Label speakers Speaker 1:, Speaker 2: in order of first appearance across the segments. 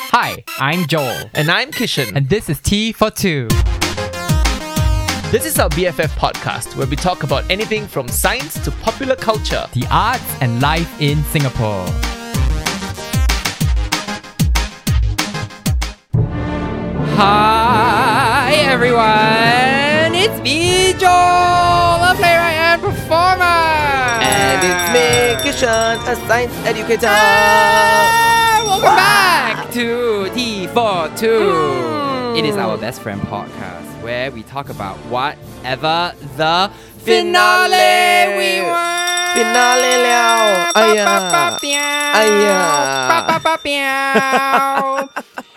Speaker 1: Hi, I'm Joel,
Speaker 2: And I'm Kishan.
Speaker 1: and this is Tea for Two.
Speaker 2: this is our BFF podcast where we talk about anything from science to popular culture.
Speaker 1: The arts and life in Singapore. Hi, everyone. It's me, Joel, a playwright and performer.
Speaker 2: And it's me, Kishan, a science educator.
Speaker 1: Ah, welcome back to T42.
Speaker 3: Hmm.
Speaker 1: It is our best friend podcast where we talk about whatever the finale, we want.
Speaker 2: Finale 了，哎呀哎呀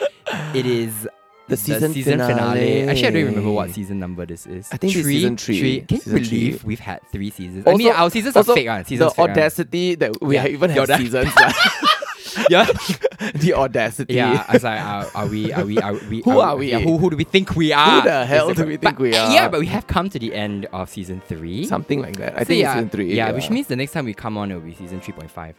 Speaker 1: ，It is
Speaker 3: The season finale.
Speaker 1: Actually, I don't remember what season number this is.
Speaker 3: I think it's season three.
Speaker 1: Can you
Speaker 3: Season three.
Speaker 1: believe we we've had three seasons? I mean, our seasons
Speaker 3: also,
Speaker 1: are fake. Right? Seasons
Speaker 3: the
Speaker 1: fake, right?
Speaker 3: audacity that we
Speaker 1: Yeah.
Speaker 3: even
Speaker 1: The
Speaker 3: have
Speaker 1: audac-
Speaker 3: seasons. lah.
Speaker 1: Yeah.
Speaker 3: the audacity.
Speaker 1: Yeah, I was like, are, are we? Are we? Are we?
Speaker 3: Who are we?
Speaker 1: yeah, who, who do we think we are?
Speaker 3: the hell do we
Speaker 1: But-
Speaker 3: think we are?
Speaker 1: Yeah, but we have come to the end of season three.
Speaker 3: Something like that. I
Speaker 1: So
Speaker 3: think
Speaker 1: yeah,
Speaker 3: it's season three.
Speaker 1: Yeah, which means the next time we come on, it'll be season three point five.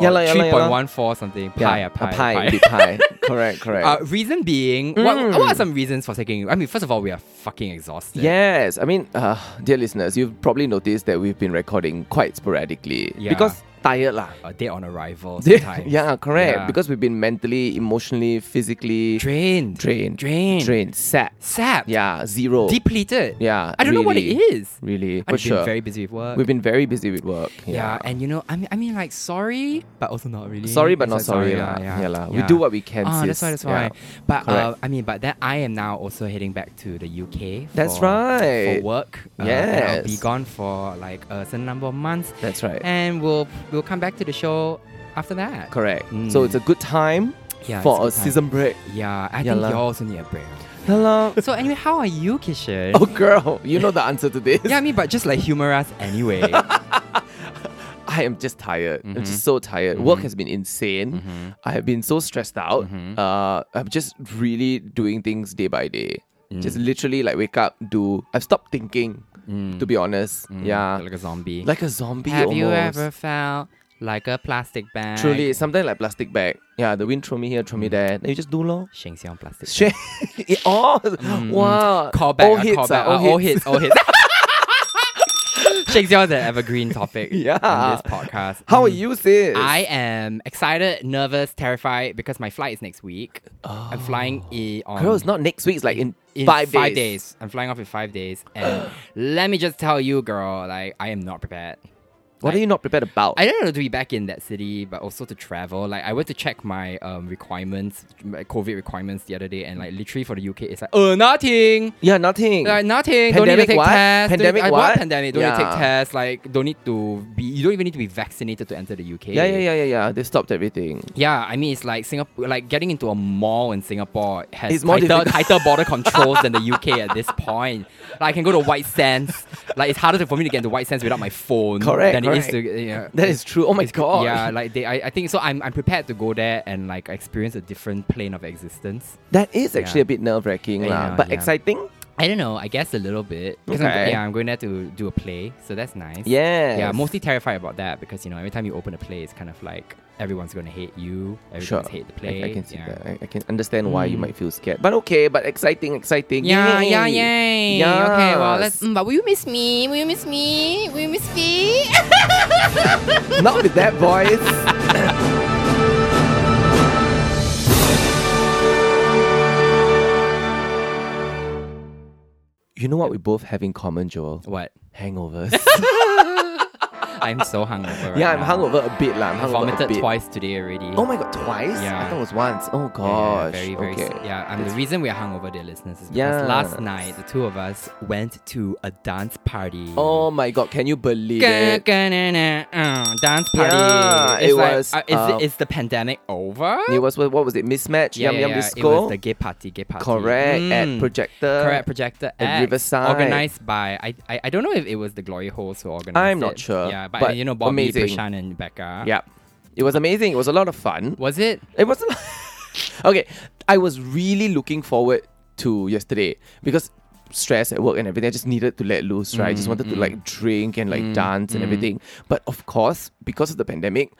Speaker 3: Yeah lah, yeah lah, yeah lah.
Speaker 1: three point one four something.
Speaker 3: yeah,
Speaker 1: Pie, ah, pie,
Speaker 3: a pie,
Speaker 1: pie.
Speaker 3: big pie. correct, correct.
Speaker 1: Uh, reason being, what,
Speaker 3: Mm.
Speaker 1: what are some reasons for taking? I mean, first of all, we are fucking exhausted.
Speaker 3: Yes, I mean, uh, dear listeners, you've probably noticed that we've been recording quite sporadically
Speaker 1: Yeah.
Speaker 3: because tired lah.
Speaker 1: a day on arrival.
Speaker 3: Dear-
Speaker 1: Sometimes.
Speaker 3: yeah, correct.
Speaker 1: Yeah.
Speaker 3: Because we've been mentally, emotionally, physically
Speaker 1: drained,
Speaker 3: drained,
Speaker 1: drained,
Speaker 3: drained, sap.
Speaker 1: sapped,
Speaker 3: Yeah, zero.
Speaker 1: depleted.
Speaker 3: Yeah,
Speaker 1: I don't know what it
Speaker 3: really,
Speaker 1: is.
Speaker 3: Really,
Speaker 1: I've been
Speaker 3: for sure.
Speaker 1: very busy with work.
Speaker 3: We've been very busy with work.
Speaker 1: Yeah. and you know, I mean, I mean, like sorry, but also not really.
Speaker 3: Sorry, but
Speaker 1: It's
Speaker 3: not
Speaker 1: like,
Speaker 3: sorry
Speaker 1: yeah,
Speaker 3: lah.
Speaker 1: yeah,
Speaker 3: Yeah lah. We do what we can,
Speaker 1: Ah, that's
Speaker 3: sis.
Speaker 1: why. That's why.
Speaker 3: Yeah.
Speaker 1: But uh,
Speaker 3: Correct.
Speaker 1: I mean, but then I am now also heading back to the UK.
Speaker 3: That's
Speaker 1: for- For
Speaker 3: right.
Speaker 1: work. Uh, and I'll be
Speaker 3: Yes.
Speaker 1: gone for like a certain number of months,
Speaker 3: That's right.
Speaker 1: and we'll we'll come back to the show after that.
Speaker 3: Correct.
Speaker 1: Mm.
Speaker 3: So it's a good time
Speaker 1: Yeah.
Speaker 3: for a
Speaker 1: it's good time.
Speaker 3: season break.
Speaker 1: Yeah, I
Speaker 3: Yeah
Speaker 1: think
Speaker 3: lah.
Speaker 1: you also need a break.
Speaker 3: Hello.
Speaker 1: So anyway, how are you, Kishan?
Speaker 3: Oh, girl, you know the answer to this.
Speaker 1: Yeah, I mean, but just like humor us anyway.
Speaker 3: I am just tired. I'm
Speaker 1: Mhm.
Speaker 3: just so tired. Work has been insane.
Speaker 1: Mhm.
Speaker 3: I have been so stressed out.
Speaker 1: Mhm.
Speaker 3: Uh, I'm just really doing things day by day. Just literally like wake up, do. I've stopped thinking,
Speaker 1: Mm,
Speaker 3: to be honest.
Speaker 1: mm,
Speaker 3: Yeah.
Speaker 1: Like a zombie.
Speaker 3: Like a zombie
Speaker 1: Have
Speaker 3: almost.
Speaker 1: you ever felt like a plastic bag?
Speaker 3: Truly, sometimes like plastic bag. Yeah, the wind throw me here,
Speaker 1: Mm.
Speaker 3: throw me there. Then you just do lor.
Speaker 1: Sheng Xiong plastic.
Speaker 3: Shit. oh, wow.
Speaker 1: bag. Mm, Call back.
Speaker 3: Old
Speaker 1: uh,
Speaker 3: hits,
Speaker 1: call back.
Speaker 3: ah,
Speaker 1: uh, all hits. All hits. Sheng Xiong is an evergreen topic
Speaker 3: Yeah.
Speaker 1: on this podcast.
Speaker 3: How are
Speaker 1: Mm.
Speaker 3: you, sis?
Speaker 1: I am excited, nervous, terrified because my flight is next week. I'm flying i- on
Speaker 3: Girl, it's Oh. not next week. It's like in,
Speaker 1: in
Speaker 3: five,
Speaker 1: five
Speaker 3: days.
Speaker 1: days. I'm flying off in five days, and let me just tell you, girl, like I am not prepared.
Speaker 3: What are you not prepared about?
Speaker 1: I don't know to be back in that city, but also to travel. Like I went to check my um, requirements, my COVID requirements the other day, and like literally for the UK, it's like uh nothing,
Speaker 3: yeah, nothing.
Speaker 1: like nothing. don't need to
Speaker 3: Pandemic
Speaker 1: take
Speaker 3: what?
Speaker 1: tests. Don't need-
Speaker 3: Pandemic
Speaker 1: I-
Speaker 3: what?
Speaker 1: Pandemic. Don't need to take
Speaker 3: Yeah.
Speaker 1: tests. Like don't need to be. You don't even need to be vaccinated to enter the UK.
Speaker 3: yeah, yeah, yeah, yeah, yeah. They stopped everything.
Speaker 1: Yeah, I mean it's like Singapore, like getting into a mall in Singapore has
Speaker 3: It's more
Speaker 1: tighter,
Speaker 3: difficult.
Speaker 1: tighter border controls than the UK at this point. Like I can go to White Sands, like it's harder to- for me to get into White Sands without my phone
Speaker 3: Correct,
Speaker 1: than it
Speaker 3: correct.
Speaker 1: is to yeah.
Speaker 3: That is true. Oh my god.
Speaker 1: Yeah, like they, I, I think so. I'm, I'm prepared to go there and like experience a different plane of existence.
Speaker 3: that is actually
Speaker 1: Yeah.
Speaker 3: a bit nerve wracking,
Speaker 1: Yeah,
Speaker 3: lah.
Speaker 1: yeah,
Speaker 3: but
Speaker 1: yeah.
Speaker 3: exciting.
Speaker 1: I don't know. I guess a little bit. 'Cause I'm,
Speaker 3: Okay.
Speaker 1: yeah, I'm going there to do a play, so that's nice.
Speaker 3: Yeah.
Speaker 1: Yeah, mostly terrified about that because you know every time you open a play, it's kind of like everyone's gonna hate you.
Speaker 3: Sure.
Speaker 1: Everyone's hate the
Speaker 3: I-
Speaker 1: play.
Speaker 3: I, can see
Speaker 1: yeah.
Speaker 3: that. I, I can understand why you
Speaker 1: Mm.
Speaker 3: might feel scared. But okay, but exciting, exciting.
Speaker 1: Yeah,
Speaker 3: Yay.
Speaker 1: yeah, yay. Okay, well, let's.
Speaker 3: Yes.
Speaker 1: Mm, but will you miss me? Will you miss me? Will you miss me?
Speaker 3: Not with that voice. you know what we both have in common, Joel?
Speaker 1: what?
Speaker 3: Hangovers.
Speaker 1: I'm so hungover. Right
Speaker 3: yeah, I'm
Speaker 1: now.
Speaker 3: hungover a bit, lah. I'm
Speaker 1: I
Speaker 3: hungover a
Speaker 1: vomited
Speaker 3: bit.
Speaker 1: twice today already.
Speaker 3: Oh my god, twice?
Speaker 1: Yeah.
Speaker 3: I thought it was once. Oh
Speaker 1: Yeah,
Speaker 3: gosh.
Speaker 1: very, very
Speaker 3: okay.
Speaker 1: s- yeah, and the reason we are hungover, dear listeners, is because
Speaker 3: Yeah.
Speaker 1: last night the two of us went to a dance party.
Speaker 3: Oh my god, can you believe
Speaker 1: Ga-
Speaker 3: it?
Speaker 1: ga- na- na, uh, dance party.
Speaker 3: Yeah,
Speaker 1: it's
Speaker 3: it
Speaker 1: like,
Speaker 3: was,
Speaker 1: uh, is,
Speaker 3: uh,
Speaker 1: it- is the pandemic over?
Speaker 3: It was what what was it? Mismatch?
Speaker 1: yeah,
Speaker 3: yum
Speaker 1: yeah,
Speaker 3: yum
Speaker 1: yeah, It
Speaker 3: disco.
Speaker 1: was the gay party, gay party.
Speaker 3: Correct.
Speaker 1: Mm.
Speaker 3: At projector.
Speaker 1: Correct, projector
Speaker 3: at
Speaker 1: X,
Speaker 3: Riverside.
Speaker 1: organized by I, I I don't know if it was the Glory Holes who organized.
Speaker 3: I'm not
Speaker 1: it.
Speaker 3: sure,
Speaker 1: Yeah, but,
Speaker 3: but
Speaker 1: you know Bobby,
Speaker 3: amazing.
Speaker 1: Prashan, and Becca.
Speaker 3: Yeah. It was amazing. It was a lot of fun.
Speaker 1: was it?
Speaker 3: It wasn't. okay, I was really looking forward to yesterday because stress at work and everything. I just needed to let loose, right? I
Speaker 1: Mm,
Speaker 3: just wanted to like drink and like dance and everything. But of course, because of the pandemic,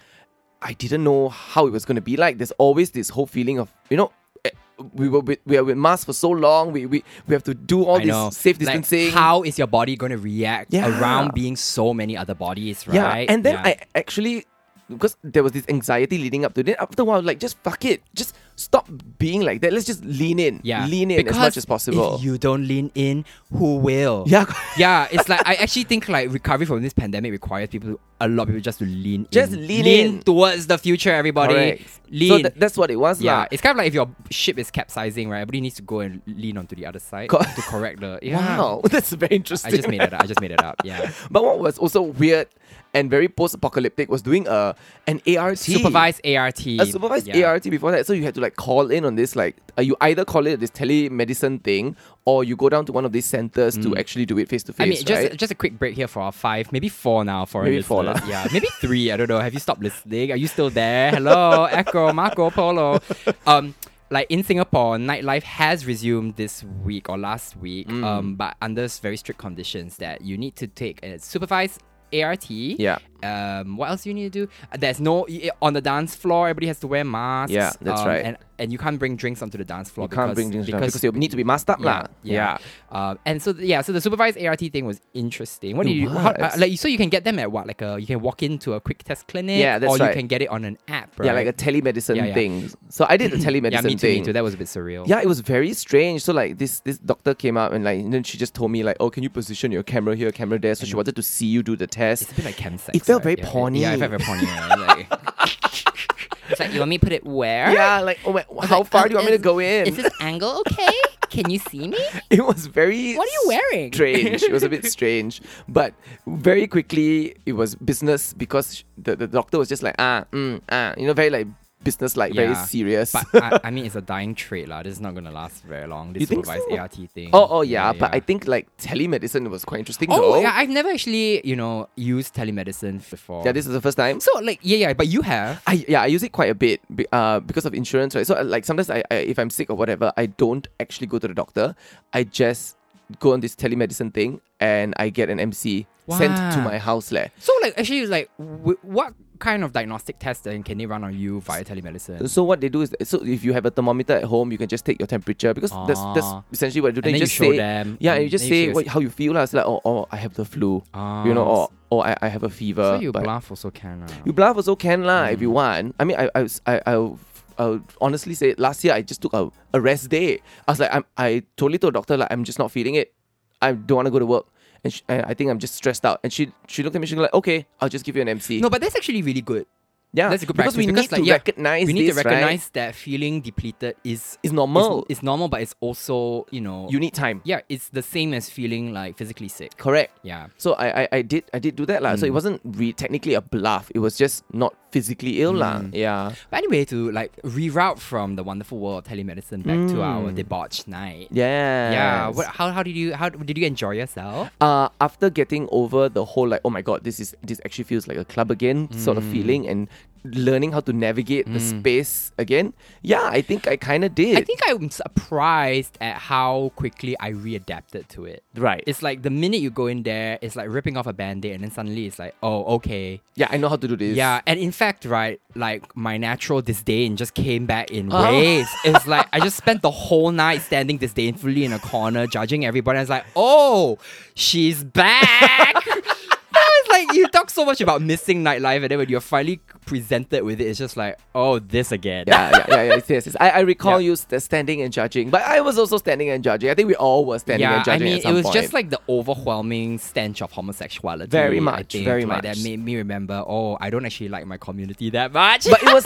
Speaker 3: I didn't know how it was going to be like. There's always this whole feeling of, you know, eh, we were with, we are with masks for so long. We, we, we have to do all
Speaker 1: I
Speaker 3: this
Speaker 1: know.
Speaker 3: safe
Speaker 1: Like,
Speaker 3: distancing.
Speaker 1: how is your body going to react
Speaker 3: Yeah.
Speaker 1: around being so many other bodies, right?
Speaker 3: Yeah, and then
Speaker 1: Yeah.
Speaker 3: I actually because there was this anxiety leading up to it. After a while, like just fuck it, just stop being like that. Let's just lean in,
Speaker 1: yeah.
Speaker 3: lean in
Speaker 1: because
Speaker 3: as much as possible.
Speaker 1: If you don't lean in, who will?
Speaker 3: yeah,
Speaker 1: yeah, it's like I actually think like recovery from this pandemic requires people, to, a lot of people, just to lean
Speaker 3: Just
Speaker 1: in,
Speaker 3: lean in.
Speaker 1: towards the future, everybody.
Speaker 3: correct.
Speaker 1: Lean.
Speaker 3: So tha- that's what it was,
Speaker 1: yeah,
Speaker 3: lah.
Speaker 1: it's kind of like if your ship is capsizing, right? Everybody needs to go and lean onto the other side
Speaker 3: Co-
Speaker 1: to correct the. Yeah.
Speaker 3: Wow, that's very
Speaker 1: I
Speaker 3: interesting.
Speaker 1: just made it up. I just made it up. Yeah.
Speaker 3: But what was also weird and very post-apocalyptic was doing a an ART
Speaker 1: Supervised ART.
Speaker 3: a supervised
Speaker 1: yeah.
Speaker 3: ART before that. So you had to like call in on this like uh, you either call it this telemedicine thing or you go down to one of these centers to actually do it face to face.
Speaker 1: Mm. I mean, just
Speaker 3: right?
Speaker 1: just a quick break here for our five, maybe four now for our
Speaker 3: Maybe four
Speaker 1: listeners.
Speaker 3: lah.
Speaker 1: Yeah, maybe three. I don't know. Have you stopped listening? Are you still there? Hello, Echo, Marco Polo. Um, like in Singapore, nightlife has resumed this week or last week,
Speaker 3: Mm.
Speaker 1: um, but under s- very strict conditions that you need to take a supervised ART.
Speaker 3: Yeah.
Speaker 1: Um, what else do you need to do? Uh, There's no i- on the dance floor. Everybody has to wear masks.
Speaker 3: Yeah, that's
Speaker 1: um,
Speaker 3: right.
Speaker 1: And, and you can't bring drinks onto the dance floor.
Speaker 3: You can't bring things down because you need to be masked up, lah.
Speaker 1: yeah. Um, and so th- yeah, so the supervised ART thing was interesting. What do
Speaker 3: It
Speaker 1: you how, uh,
Speaker 3: was.
Speaker 1: like? So you can get them at what? Like a you can walk into a quick test clinic.
Speaker 3: Yeah, that's
Speaker 1: or you
Speaker 3: right.
Speaker 1: can get it on an app. Right?
Speaker 3: Yeah, like a telemedicine
Speaker 1: Yeah, yeah.
Speaker 3: thing. So I did the telemedicine
Speaker 1: yeah, me too,
Speaker 3: thing.
Speaker 1: me too. That was a bit surreal.
Speaker 3: Yeah, it was very strange. So like this this doctor came up and like and then she just told me like, oh, can you position your camera here, camera there? So she wanted to see you do the test.
Speaker 1: it's a bit like chem sex.
Speaker 3: It felt
Speaker 1: right?
Speaker 3: very
Speaker 1: Yeah, it-
Speaker 3: porny.
Speaker 1: Yeah, it felt very porny. right? Like, it's like you want me to put it where? um,
Speaker 3: Yeah, like oh my, how far do you want me to go in?
Speaker 1: this angle okay? Can you see me?
Speaker 3: it was very
Speaker 1: What are you wearing?
Speaker 3: strange it was a bit strange but very quickly it was business because sh- the, the doctor was just like ah mm, ah you know very like business like very
Speaker 1: Yeah,
Speaker 3: serious
Speaker 1: But I, I mean, it's a dying trade, lah. This is not gonna last very long. This
Speaker 3: You think
Speaker 1: supervised
Speaker 3: so?
Speaker 1: ART thing.
Speaker 3: oh oh yeah, but i think like telemedicine was quite interesting
Speaker 1: Oh,
Speaker 3: though
Speaker 1: yeah, I've never actually, you know, used telemedicine before.
Speaker 3: yeah this is the first time
Speaker 1: So like yeah yeah, but you have.
Speaker 3: I yeah I use it quite a bit be- uh, because of insurance right so uh, like sometimes I, I if I'm sick or whatever I don't actually go to the doctor I just go on this telemedicine thing and I get an MC sent to
Speaker 1: Wow.
Speaker 3: my house leh.
Speaker 1: So like actually like w- what kind of diagnostic test then can they run on you via telemedicine?
Speaker 3: So what they do is so if you have a thermometer at home, you can just take your temperature because that's
Speaker 1: Ah.
Speaker 3: that's essentially what they do.
Speaker 1: then you
Speaker 3: just
Speaker 1: show
Speaker 3: say,
Speaker 1: them,
Speaker 3: Yeah,
Speaker 1: and
Speaker 3: and you just
Speaker 1: then you
Speaker 3: say
Speaker 1: show
Speaker 3: what,
Speaker 1: your-
Speaker 3: how you feel. lah. It's like oh, oh I have the flu.
Speaker 1: Ah.
Speaker 3: You know, or or I, I have a fever.
Speaker 1: so you
Speaker 3: but-
Speaker 1: bluff also can. ah. lah.
Speaker 3: You bluff also can lah if
Speaker 1: Mm.
Speaker 3: you want. I mean I I was- I I'll, I'll honestly say last year I just took a, a rest day. I was like I'm I totally told the doctor like I'm just not feeling it. I don't want to go to work. And, she, and I think I'm just stressed out. And she she looked at me. She was like, "Okay, I'll just give you an MC."
Speaker 1: No, but that's actually really good.
Speaker 3: yeah,
Speaker 1: That's a good
Speaker 3: because
Speaker 1: practice
Speaker 3: we
Speaker 1: because
Speaker 3: need
Speaker 1: like,
Speaker 3: to
Speaker 1: yeah,
Speaker 3: recognize.
Speaker 1: we need
Speaker 3: this,
Speaker 1: to
Speaker 3: right?
Speaker 1: recognize that feeling depleted is
Speaker 3: it's normal.
Speaker 1: It's, normal, but it's also you know
Speaker 3: you need time.
Speaker 1: yeah, it's the same as feeling like physically sick.
Speaker 3: Correct.
Speaker 1: Yeah.
Speaker 3: So I, I, I did I did do that lah. So
Speaker 1: Mm.
Speaker 3: it wasn't re- technically a bluff. It was just not physically ill lah.
Speaker 1: Mm.
Speaker 3: Yeah.
Speaker 1: But anyway, to like reroute from the wonderful world of telemedicine back to
Speaker 3: Mm.
Speaker 1: our debauched night.
Speaker 3: Yeah.
Speaker 1: Yeah. What, how, how did you how did you enjoy yourself?
Speaker 3: uh, after getting over the whole like oh my god this is this actually feels like a club again sort of
Speaker 1: Mm.
Speaker 3: feeling and learning how to navigate the space again. Yeah, I think I kind of did.
Speaker 1: I think I'm surprised at how quickly I readapted to it.
Speaker 3: right.
Speaker 1: It's like the minute you go in there, it's like ripping off a band-aid and then suddenly it's like, oh, okay.
Speaker 3: yeah, I know how to do this.
Speaker 1: Yeah. And in fact, right, like my natural disdain just came back in
Speaker 3: Oh.
Speaker 1: waves. It's like I just spent the whole night standing disdainfully in a corner, judging everybody. I was like, oh, she's back. I was like, you talk so much about missing nightlife, and then when you're finally presented with it, it's just like, oh, this again.
Speaker 3: Yeah, yeah, yeah, yeah. Yes, yes, yes. I, I recall you st- standing and judging, but I was also standing and judging. I think we all were standing and judging
Speaker 1: I mean,
Speaker 3: at some
Speaker 1: it was
Speaker 3: point.
Speaker 1: just like the overwhelming stench of homosexuality.
Speaker 3: Very
Speaker 1: I
Speaker 3: much,
Speaker 1: think,
Speaker 3: very
Speaker 1: like, That
Speaker 3: much.
Speaker 1: made me remember. Oh, I don't actually like my community that much.
Speaker 3: but it was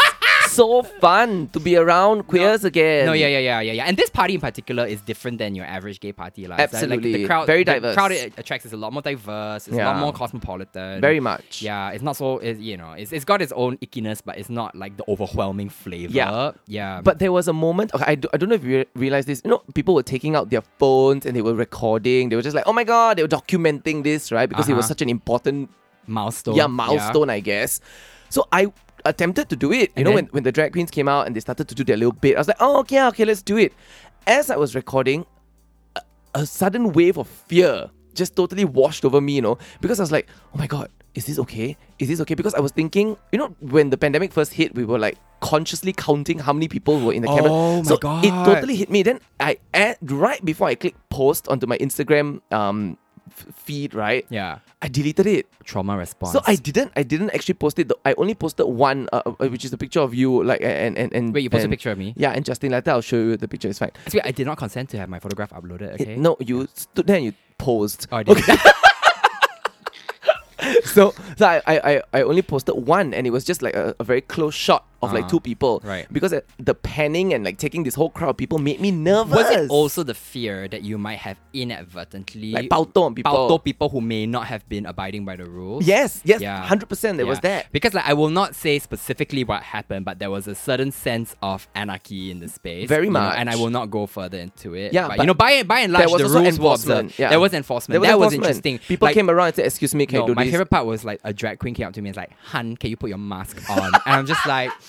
Speaker 3: so fun to be around queers again.
Speaker 1: no, yeah, yeah, yeah, yeah, yeah. And this party in particular is different than your average gay party, like it's Like, the
Speaker 3: Absolutely.
Speaker 1: crowd,
Speaker 3: Very
Speaker 1: the
Speaker 3: diverse.
Speaker 1: crowd it attracts is a lot more diverse. It's a lot
Speaker 3: Yeah.
Speaker 1: more cosmopolitan.
Speaker 3: Very much.
Speaker 1: Yeah, it's not so. It, you know, it's, it's got its own ickiness, but it's not like the overwhelming flavor.
Speaker 3: Yeah.
Speaker 1: yeah.
Speaker 3: But there was a moment, okay, I, do, I don't know if you re- realize this, you know, people were taking out their phones and they were recording. They were just like, oh my God, they were documenting this, right? Because it was
Speaker 1: Uh-huh.
Speaker 3: such an important
Speaker 1: milestone.
Speaker 3: yeah, milestone, I guess. So I attempted to do it. You
Speaker 1: And
Speaker 3: know,
Speaker 1: then-
Speaker 3: when, when the drag queens came out and they started to do their little bit, I was like, oh, okay, okay, let's do it. As I was recording, a, a sudden wave of fear just totally washed over me, you know, because I was like, oh my god, is this okay? Is this okay? Because I was thinking, you know, when the pandemic first hit, we were like consciously counting how many people were in the camera.
Speaker 1: Oh my
Speaker 3: so it
Speaker 1: God.
Speaker 3: totally hit me. Then I add, right before I click post onto my Instagram um, f- feed, right?
Speaker 1: Yeah.
Speaker 3: I deleted it.
Speaker 1: Trauma response.
Speaker 3: So I didn't. I didn't actually post it. though. I only posted one, uh, uh, which is the picture of you, like and and and.
Speaker 1: Wait, you posted a
Speaker 3: and-
Speaker 1: picture of me?
Speaker 3: Yeah, and Justin later I'll show you the picture. It's fine.
Speaker 1: Actually, I did not consent to have my photograph uploaded,
Speaker 3: It-
Speaker 1: okay?
Speaker 3: no, you stood there and you posed.
Speaker 1: Oh, I did.
Speaker 3: so so I, I I- I only posted one, and it was just like a, a very close shot of like
Speaker 1: Uh-huh.
Speaker 3: two people.
Speaker 1: Right.
Speaker 3: Because uh, the panning and like taking this whole crowd of people made me nervous.
Speaker 1: Was it also the fear that you might have inadvertently
Speaker 3: like pao on people?
Speaker 1: Bao toh people who may not have been abiding by the rules?
Speaker 3: Yes, yes,
Speaker 1: Yeah.
Speaker 3: hundred percent. There was
Speaker 1: Yeah.
Speaker 3: that.
Speaker 1: Because like I will not say specifically what happened, but there was a certain sense of anarchy in the space.
Speaker 3: Very
Speaker 1: you know,
Speaker 3: much.
Speaker 1: and I will not go further into it.
Speaker 3: Yeah,
Speaker 1: But, you
Speaker 3: but
Speaker 1: know, by and by and large
Speaker 3: there was
Speaker 1: the
Speaker 3: also
Speaker 1: rules were
Speaker 3: enforcement,
Speaker 1: observed.
Speaker 3: yeah.
Speaker 1: There was enforcement.
Speaker 3: There was
Speaker 1: that was
Speaker 3: enforcement.
Speaker 1: interesting.
Speaker 3: People
Speaker 1: Like,
Speaker 3: came around and said, "Excuse me, can
Speaker 1: no,
Speaker 3: you do
Speaker 1: my
Speaker 3: this?"
Speaker 1: favorite part was like a drag queen came up to me and was like, Hun, can you put your mask on? and I'm just like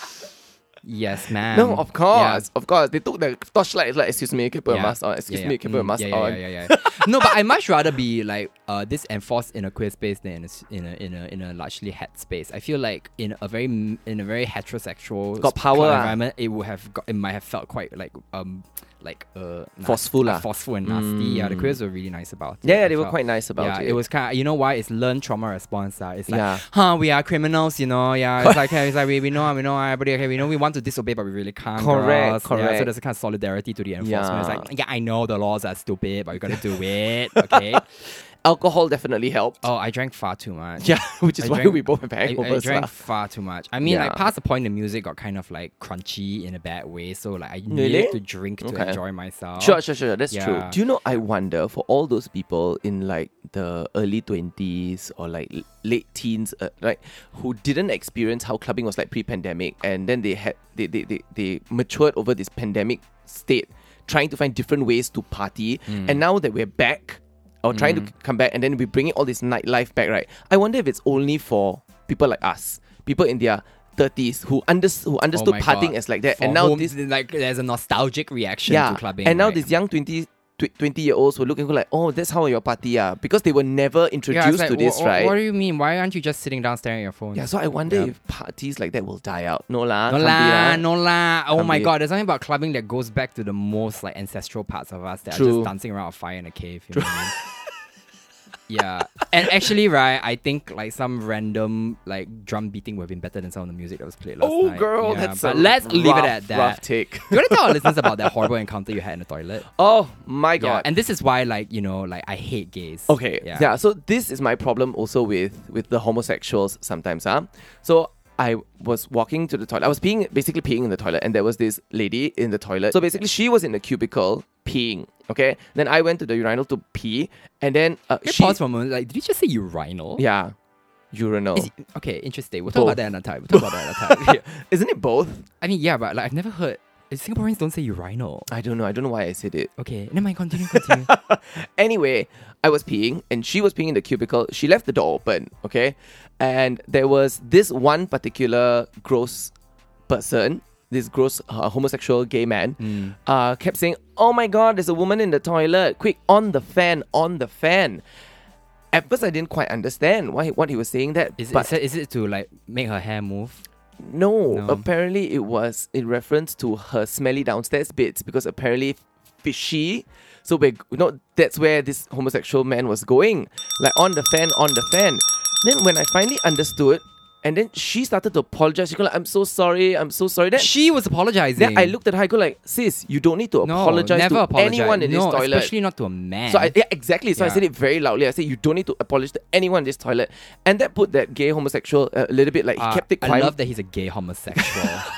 Speaker 1: Yes, ma'am.
Speaker 3: No, of
Speaker 1: Yeah.
Speaker 3: course, of course. They took the torchlight. It's like, excuse me, can you put a mask on? Excuse
Speaker 1: Yeah,
Speaker 3: me,
Speaker 1: yeah.
Speaker 3: can you put a
Speaker 1: Mm,
Speaker 3: mask
Speaker 1: yeah, yeah,
Speaker 3: on?
Speaker 1: Yeah, yeah, yeah. no, but I much rather be like uh, this enforced in a queer space than in a, s- in a in a in a largely het space. I feel like in a very m- in a very heterosexual
Speaker 3: Got
Speaker 1: sp-
Speaker 3: power
Speaker 1: kind of
Speaker 3: ah.
Speaker 1: environment, it would have got, it might have felt quite like um like uh na-
Speaker 3: Forceful
Speaker 1: uh,
Speaker 3: ah.
Speaker 1: forceful and nasty. Yeah, the queers were really nice about it.
Speaker 3: Yeah, yeah,
Speaker 1: I
Speaker 3: they were
Speaker 1: felt.
Speaker 3: quite nice about
Speaker 1: yeah,
Speaker 3: it.
Speaker 1: it was kind of you know why it's learned trauma response. Uh. it's like
Speaker 3: Yeah.
Speaker 1: huh, we are criminals, you know. Yeah, it's like okay, it's like we, we know we know everybody. Okay, we know we want to disobey, but we really can't. girls.
Speaker 3: Correct,
Speaker 1: Yeah, so
Speaker 3: correct.
Speaker 1: there's a kind of solidarity to the enforcement. It's
Speaker 3: Yeah.
Speaker 1: like yeah, I know the laws are stupid, but we gotta do it. Okay.
Speaker 3: Alcohol definitely helped.
Speaker 1: oh, I drank far too much.
Speaker 3: Yeah, which is
Speaker 1: I
Speaker 3: why
Speaker 1: drank-
Speaker 3: we both have
Speaker 1: I,
Speaker 3: hangovers.
Speaker 1: I drank
Speaker 3: lah.
Speaker 1: far too much. I mean, like
Speaker 3: Yeah.
Speaker 1: past the point, the music got kind of like crunchy in a bad way. So like I
Speaker 3: Really?
Speaker 1: needed to drink to
Speaker 3: Okay.
Speaker 1: enjoy myself.
Speaker 3: Sure, sure, sure. That's true.
Speaker 1: Yeah.
Speaker 3: Do you know? I wonder for all those people in like the early twenties or like l- late teens, uh, right, who didn't experience how clubbing was like pre-pandemic, and then they had they they they, they matured over this pandemic state, trying to find different ways to party,
Speaker 1: Hmm.
Speaker 3: and now that we're back or trying to c- come back, and then we bringing all this nightlife back, right? I wonder if it's only for people like us, people in their thirties who under who
Speaker 1: Oh
Speaker 3: understood
Speaker 1: my
Speaker 3: partying
Speaker 1: God.
Speaker 3: as like that,
Speaker 1: For
Speaker 3: and now
Speaker 1: whom-
Speaker 3: this
Speaker 1: like there's a nostalgic reaction to clubbing.
Speaker 3: and now
Speaker 1: right?
Speaker 3: these young 20, tw- 20 year olds were looking like, oh, that's how your party are. Because they were never
Speaker 1: Yeah, I was
Speaker 3: introduced
Speaker 1: like,
Speaker 3: to this,
Speaker 1: "Wha- wha-
Speaker 3: right?
Speaker 1: What do you mean? Why aren't you just sitting down staring at your phone?
Speaker 3: yeah, so I wonder
Speaker 1: Yeah.
Speaker 3: if parties like that will die out. No lah.
Speaker 1: No
Speaker 3: can't be
Speaker 1: la,
Speaker 3: lah.
Speaker 1: no la. Oh
Speaker 3: Can't
Speaker 1: my
Speaker 3: be.
Speaker 1: god, there's something about clubbing that goes back to the most like ancestral parts of us that are
Speaker 3: True.
Speaker 1: just dancing around a fire in a cave. You know what I mean? yeah, and actually, right, I think like some random like drum beating would have been better than some of the music that was played last
Speaker 3: Oh,
Speaker 1: night.
Speaker 3: girl,
Speaker 1: Yeah,
Speaker 3: that's
Speaker 1: but
Speaker 3: a
Speaker 1: let's
Speaker 3: rough,
Speaker 1: leave it at that.
Speaker 3: Rough take.
Speaker 1: Do you want to tell our listeners about that horrible encounter you had in the toilet?
Speaker 3: Oh my god.
Speaker 1: Yeah, and this is why, like you know, like I hate gays.
Speaker 3: Okay. Yeah. So this is my problem also with with the homosexuals sometimes, huh? So I was walking to the toilet. I was peeing, basically peeing in the toilet, and there was this lady in the toilet. So basically, she was in the cubicle peeing. Okay. Then I went to the urinal to pee, and then uh,
Speaker 1: Can you
Speaker 3: she,
Speaker 1: pause for a moment. Like, did you just say urinal?
Speaker 3: yeah, urinal.
Speaker 1: Is it- okay, interesting. We'll talk about
Speaker 3: Oh. Both.
Speaker 1: that another time. We'll talk about that another time.
Speaker 3: Isn't it both?
Speaker 1: I mean, yeah, but like I've never heard Singaporeans don't say urinal.
Speaker 3: I don't know. I don't know why I said it.
Speaker 1: Okay, never mind. Continue, continue.
Speaker 3: Anyway, I was peeing and she was peeing in the cubicle. She left the door open, okay? And there was this one particular gross person, this gross uh, homosexual gay man,
Speaker 1: Hmm.
Speaker 3: uh, kept saying, Oh my god, there's a woman in the toilet. Quick, on the fan, on the fan. At first, I didn't quite understand why what he was saying that.
Speaker 1: Is,
Speaker 3: but
Speaker 1: is, it, is it to like make her hair move?
Speaker 3: No,
Speaker 1: No.
Speaker 3: apparently it was in reference to her smelly downstairs bits because apparently fishy. So we're you know that's where this homosexual man was going, like on the fan, on the fan. Then when I finally understood, and then she started to apologize. She go like, "I'm so sorry, I'm so sorry." Then,
Speaker 1: She was apologizing.
Speaker 3: then I looked at her. I go like, "Sis, you don't need to
Speaker 1: No,
Speaker 3: apologize
Speaker 1: never
Speaker 3: to
Speaker 1: apologize.
Speaker 3: anyone in
Speaker 1: no,
Speaker 3: this toilet."
Speaker 1: especially not to a man.
Speaker 3: So I, yeah, exactly. So I
Speaker 1: Yeah.
Speaker 3: said it very loudly. I said you don't need to apologize to anyone in this toilet, and that put that gay homosexual uh, a little bit like he
Speaker 1: Ah,
Speaker 3: kept it
Speaker 1: I
Speaker 3: quiet.
Speaker 1: love that he's a gay homosexual.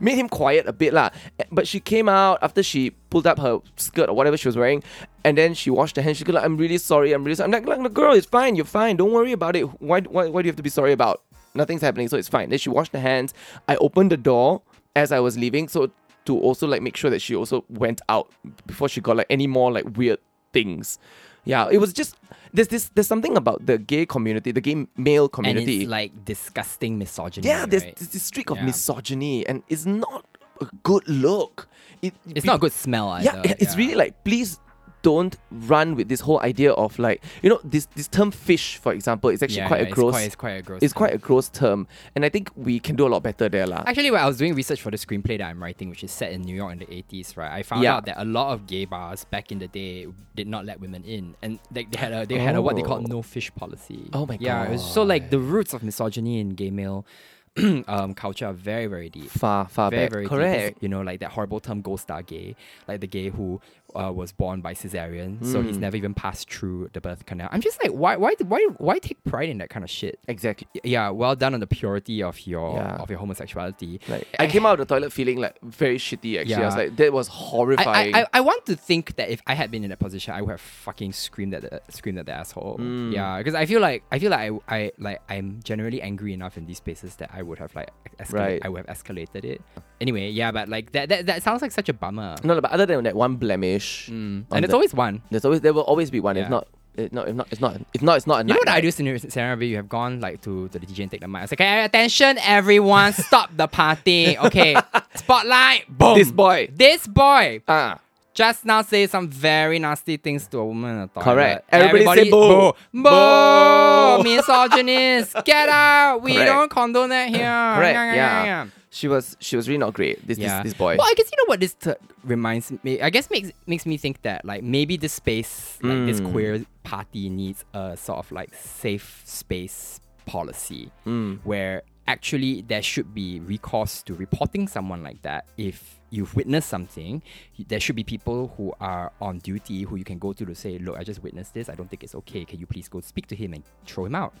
Speaker 3: made him quiet a bit lah. But she came out after she pulled up her skirt or whatever she was wearing, and then she washed her hands. She go like, "I'm really sorry. I'm really sorry." I'm like, like, "Girl, it's fine. You're fine. Don't worry about it. Why, why, why do you have to be sorry about? Nothing's happening, so it's fine." Then she washed her hands. I opened the door as I was leaving, so to also like make sure that she also went out before she got like any more like weird things. Yeah, it was just there's this there's something about the gay community, the gay male
Speaker 1: and
Speaker 3: community.
Speaker 1: it's like disgusting misogyny.
Speaker 3: Yeah, there's,
Speaker 1: right?
Speaker 3: there's this streak of
Speaker 1: Yeah.
Speaker 3: misogyny, and it's not a good look. It,
Speaker 1: It's
Speaker 3: be-
Speaker 1: not a good smell either.
Speaker 3: Yeah, it's really like please don't run with this whole idea of like you know this this term fish for example is actually
Speaker 1: Yeah,
Speaker 3: quite
Speaker 1: yeah,
Speaker 3: a
Speaker 1: it's
Speaker 3: gross
Speaker 1: quite- it's quite a gross
Speaker 3: it's quite a gross term and I think we can do a lot better there lah.
Speaker 1: Actually, when I was doing research for the screenplay that I'm writing, which is set in New York in the 80s, right, I found
Speaker 3: Yeah.
Speaker 1: out that a lot of gay bars back in the day did not let women in, and they, they had a they had a what they called no fish policy.
Speaker 3: Oh my
Speaker 1: yeah, it was- so like the roots of misogyny in gay male um, culture are very very deep.
Speaker 3: far far
Speaker 1: Very,
Speaker 3: back
Speaker 1: very deep. It's,
Speaker 3: correct
Speaker 1: You know, like that horrible term "gold star gay," like the gay who uh, was born by cesarean, so
Speaker 3: Mm.
Speaker 1: he's never even passed through the birth canal. I'm just like, why, why, why, why take pride in that kind of shit?
Speaker 3: exactly
Speaker 1: Y- yeah, well done on the purity of your
Speaker 3: Yeah.
Speaker 1: of your homosexuality.
Speaker 3: like I came out of the toilet feeling like very shitty actually I was
Speaker 1: Yeah.
Speaker 3: like that was
Speaker 1: I,
Speaker 3: horrifying
Speaker 1: I, I, I want to think that if I had been in that position, I would have fucking screamed at the screamed at the asshole.
Speaker 3: Mm.
Speaker 1: Yeah, because I feel like I feel like I, I like I'm generally angry enough in these spaces that I would have like escalate,
Speaker 3: Right.
Speaker 1: I would have escalated it. Anyway, yeah, but like that that, that sounds like such a bummer.
Speaker 3: no, no, but other than that one blemish on
Speaker 1: Mm. and it's
Speaker 3: the-
Speaker 1: always one.
Speaker 3: There's always there will always be one.
Speaker 1: Yeah.
Speaker 3: If not, if not, if not, it's not. If not, it's not. A
Speaker 1: You know
Speaker 3: night
Speaker 1: what I
Speaker 3: night.
Speaker 1: do, scenario, scenario where you have gone like to, to the DJ and take the mic. I was like, "Okay, attention everyone, stop the party. Okay, spotlight, boom.
Speaker 3: This boy.
Speaker 1: This boy,
Speaker 3: Ah,
Speaker 1: just now say some very nasty things to a woman in the toilet.
Speaker 3: Correct. Everybody say boo.
Speaker 1: Boo.
Speaker 3: Boo.
Speaker 1: Misogynist. Get out. We
Speaker 3: Correct.
Speaker 1: don't condone that here.
Speaker 3: correct.
Speaker 1: Yeah,
Speaker 3: Yeah,
Speaker 1: yeah, yeah.
Speaker 3: she was she was really not great. This
Speaker 1: Yeah.
Speaker 3: this, this boy.
Speaker 1: Well, I guess you know what this t- reminds me. I guess makes makes me think that like maybe this space, like this
Speaker 3: Mm.
Speaker 1: queer party, needs a sort of like safe space policy
Speaker 3: Mm.
Speaker 1: where actually there should be recourse to reporting someone like that if you've witnessed something y- there should be people who are on duty who you can go to to say look i just witnessed this i don't think it's okay can you please go speak to him and throw him out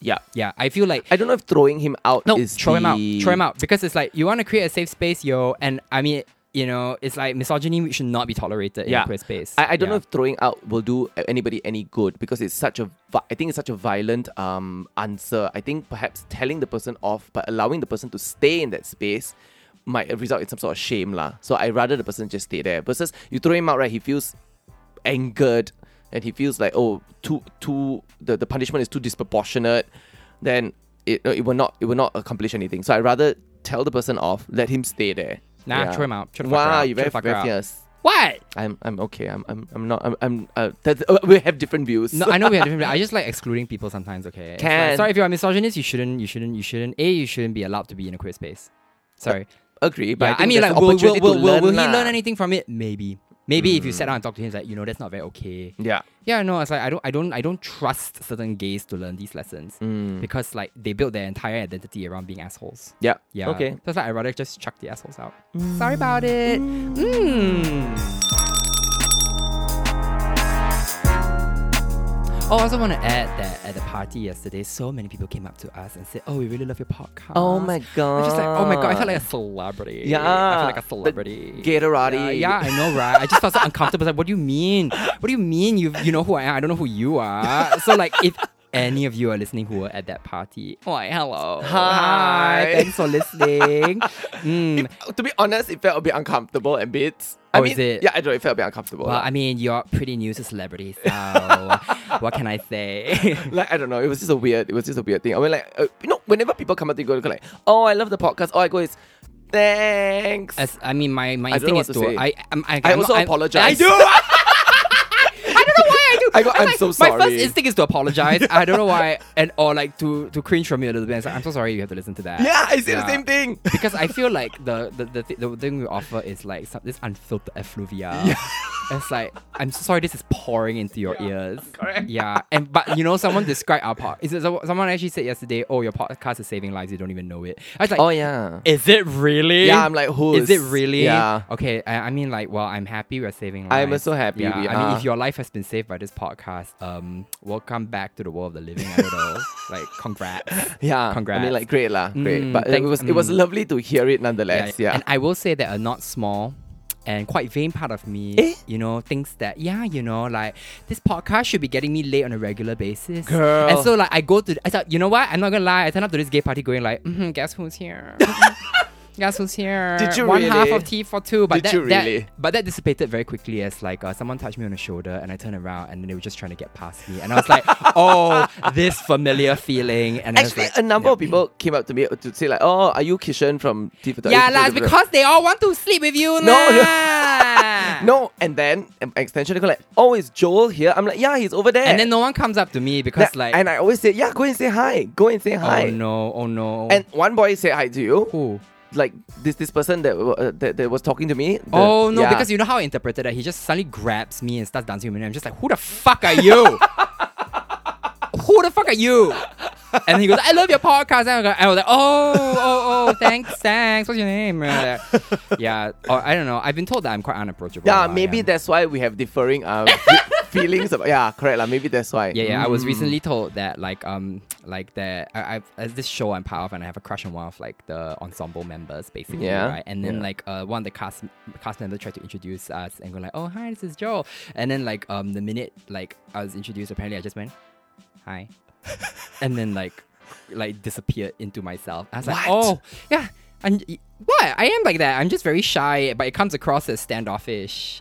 Speaker 3: yeah.
Speaker 1: yeah i feel like
Speaker 3: I don't know if throwing him out
Speaker 1: no,
Speaker 3: is
Speaker 1: throw him out.
Speaker 3: the-
Speaker 1: Throw him out because it's like you want to create a safe space, yo. And I mean, you know, it's like misogyny should not be tolerated in
Speaker 3: Yeah.
Speaker 1: a queer space.
Speaker 3: I, I don't
Speaker 1: Yeah.
Speaker 3: know if throwing out will do a- anybody any good because it's such a vi- I think it's such a violent um answer. I think perhaps telling the person off but allowing the person to stay in that space might result in some sort of shame lah. So I rather the person just stay there versus you throw him out right. He feels angered and he feels like oh too too the, the punishment is too disproportionate. Then it it will not it will not accomplish anything. So I rather tell the person off, let him stay there.
Speaker 1: Nah, throw him out. Throw the fucker
Speaker 3: wow,
Speaker 1: out.
Speaker 3: you
Speaker 1: Throw
Speaker 3: very,
Speaker 1: the fucker
Speaker 3: very
Speaker 1: out.
Speaker 3: fierce.
Speaker 1: what?
Speaker 3: I'm I'm okay. I'm I'm I'm not. I'm I'm. Uh, that's, uh, we have different views.
Speaker 1: No, I know we have different. I just like excluding people sometimes. Okay, It's like,
Speaker 3: Can.
Speaker 1: sorry if you're a misogynist, you shouldn't, you shouldn't, you shouldn't. A, you shouldn't be allowed to be in a queer space. Sorry.
Speaker 3: agree, but
Speaker 1: yeah,
Speaker 3: I,
Speaker 1: I,
Speaker 3: think
Speaker 1: mean,
Speaker 3: there's
Speaker 1: like,
Speaker 3: an
Speaker 1: will, will,
Speaker 3: opportunity
Speaker 1: will,
Speaker 3: to
Speaker 1: will,
Speaker 3: learn Mm.
Speaker 1: will he
Speaker 3: lah.
Speaker 1: learn anything from it? Maybe. Maybe if you sat down and talked to him, it's like you know, that's not very okay.
Speaker 3: Yeah,
Speaker 1: Yeah, no, it's like I don't, I don't, I don't trust certain gays to learn these lessons because like they build their entire identity around being assholes.
Speaker 3: Mm. yeah,
Speaker 1: Yeah.
Speaker 3: Okay,
Speaker 1: That's like I'd rather just chuck the assholes out. Sorry about it. Mm. Oh, I also want to add that at the party yesterday, so many people came up to us and said, "Oh, we really love your podcast."
Speaker 3: Oh my
Speaker 1: I'm just like, "Oh my god!" I felt
Speaker 3: God.
Speaker 1: like a celebrity.
Speaker 3: yeah.
Speaker 1: I felt like a
Speaker 3: The
Speaker 1: celebrity. Yeah,
Speaker 3: Gatorade.
Speaker 1: Uh, yeah, I know, right? I just felt so uncomfortable. It's Like, what do you mean? What do you mean? You you know who I am? I don't know who you are. So like, if any of you are listening who were at that party, why hello,
Speaker 3: Hi.
Speaker 1: thanks for listening. Mm.
Speaker 3: To be honest, it felt a bit uncomfortable and bits. I
Speaker 1: Oh,
Speaker 3: mean,
Speaker 1: is it?
Speaker 3: Yeah, I don't. know, It felt a bit uncomfortable.
Speaker 1: Well,
Speaker 3: lah.
Speaker 1: I mean, you're pretty new to celebrity, so what can I say?
Speaker 3: like I don't know. It was just a weird. It was just a weird thing. I mean, like uh, you know, whenever people come up to you, go go like, "Oh, I love the podcast." All I go is, "Thanks."
Speaker 1: As, I mean, my, my
Speaker 3: I don't know
Speaker 1: instinct is
Speaker 3: what
Speaker 1: to.
Speaker 3: to say.
Speaker 1: I, I'm, I,
Speaker 3: I
Speaker 1: I'm
Speaker 3: also
Speaker 1: not- I'm-
Speaker 3: apologize.
Speaker 1: I do. I don't know why I do.
Speaker 3: I go, "I'm so
Speaker 1: My first
Speaker 3: sorry."
Speaker 1: instinct is to apologize. I don't know why, and or like to to cringe from me a little bit. It's like, I'm so sorry you have to listen to that.
Speaker 3: yeah, I say
Speaker 1: Yeah.
Speaker 3: the same thing.
Speaker 1: because I feel like the the the, th- the thing we offer is like some, this unfiltered effluvia. It's like I'm so sorry, this is pouring into your ears. Correct. Yeah, and but you know, someone described our podcast. Is it, so- someone actually said yesterday, "Oh, your podcast is saving lives. You don't even know it." I was like,
Speaker 3: Oh yeah.
Speaker 1: is it really?
Speaker 3: Yeah, I'm like, who
Speaker 1: Is
Speaker 3: is-
Speaker 1: it really?
Speaker 3: Yeah.
Speaker 1: Okay, I, I mean, like, well, I'm happy we're saving lives.
Speaker 3: I'm so happy
Speaker 1: Yeah,
Speaker 3: we
Speaker 1: I mean,
Speaker 3: are.
Speaker 1: if your life has been saved by this podcast, um, welcome back to the world of the living. I don't know. like, congrats.
Speaker 3: Yeah, I
Speaker 1: Congrats.
Speaker 3: mean, like great lah, great.
Speaker 1: Mm,
Speaker 3: but
Speaker 1: thank-
Speaker 3: it was it was
Speaker 1: mm.
Speaker 3: lovely to hear it
Speaker 1: Yeah,
Speaker 3: nonetheless. Yeah,
Speaker 1: And I will say that a not small and quite vain part of me,
Speaker 3: Eh?
Speaker 1: you know, thinks that, yeah, you know, like this podcast should be getting me late on a regular basis.
Speaker 3: Girl.
Speaker 1: And so like I go to I thought, you know what? I'm not gonna lie, I turn up to this gay party going like, mm-hmm, guess who's here? Mm-hmm. Guess who's here?
Speaker 3: Did you
Speaker 1: One half
Speaker 3: really?
Speaker 1: of tea for two, but
Speaker 3: Did
Speaker 1: that,
Speaker 3: you
Speaker 1: that-
Speaker 3: really?
Speaker 1: but that dissipated very quickly as like uh, someone touched me on the shoulder and I turned around and they were just trying to get past me and I was like, oh, this familiar feeling. And I was
Speaker 3: Actually,
Speaker 1: like,
Speaker 3: a number
Speaker 1: yeah.
Speaker 3: of people came up to me to say like, "Oh, are you Kishan from Tifta?"
Speaker 1: Yeah, lah, it's because they all want to sleep with you,
Speaker 3: No,
Speaker 1: lah.
Speaker 3: no. And then um, extension, they go like, oh, is Joel here? I'm like, yeah, he's over there.
Speaker 1: And then no one comes up to me because
Speaker 3: That-
Speaker 1: like
Speaker 3: and I always say, yeah, go and say hi. Go and say hi.
Speaker 1: oh no, oh no.
Speaker 3: And one boy said hi to you,
Speaker 1: Who?
Speaker 3: like this this person that wa- uh, that, that was talking to me. the-
Speaker 1: Oh no,
Speaker 3: yeah.
Speaker 1: because you know how I interpreted that. He just suddenly grabs me and starts dancing with me. And I'm just like, who the fuck are you? who the fuck are you? And he goes, I love your podcast. And I go- I was like, oh, oh, oh, thanks, thanks. What's your name? And I'm like, yeah, or I don't know. I've been told that I'm quite unapproachable.
Speaker 3: yeah,
Speaker 1: but I
Speaker 3: maybe
Speaker 1: am.
Speaker 3: that's why we have differing uh, fe- feelings. About, yeah, correct lah. Maybe that's why.
Speaker 1: Yeah, yeah. I was
Speaker 3: Mm.
Speaker 1: recently told that like um like that I, I as this show I'm part of and I have a crush on one of like the ensemble members basically,
Speaker 3: Yeah,
Speaker 1: right? And then
Speaker 3: yeah.
Speaker 1: like uh one of the cast cast members tried to introduce us and go like, oh hi, this is Joel. And then like um the minute like I was introduced, apparently I just went, hi, and then like like disappeared into myself. I was like,
Speaker 3: What?
Speaker 1: oh yeah, and what I am like that. I'm just very shy, but it comes across as standoffish.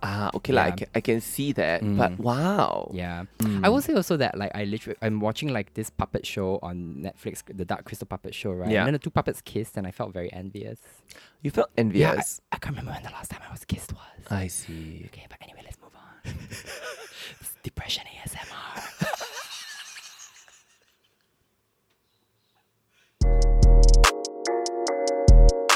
Speaker 3: Ah, okay lah. I
Speaker 1: Yeah. Mm.
Speaker 3: can, I can see that. But wow.
Speaker 1: Yeah.
Speaker 3: Hmm.
Speaker 1: I will say also that like I literally I'm watching like this puppet show on Netflix, the Dark Crystal puppet show, right?
Speaker 3: Yeah.
Speaker 1: And then the two puppets kissed and I felt very envious.
Speaker 3: You felt
Speaker 1: Yeah, I-
Speaker 3: envious.
Speaker 1: I, can't remember when the last time I was kissed was.
Speaker 3: I see.
Speaker 1: Okay, but anyway, let's move on. It's Depression ASMR.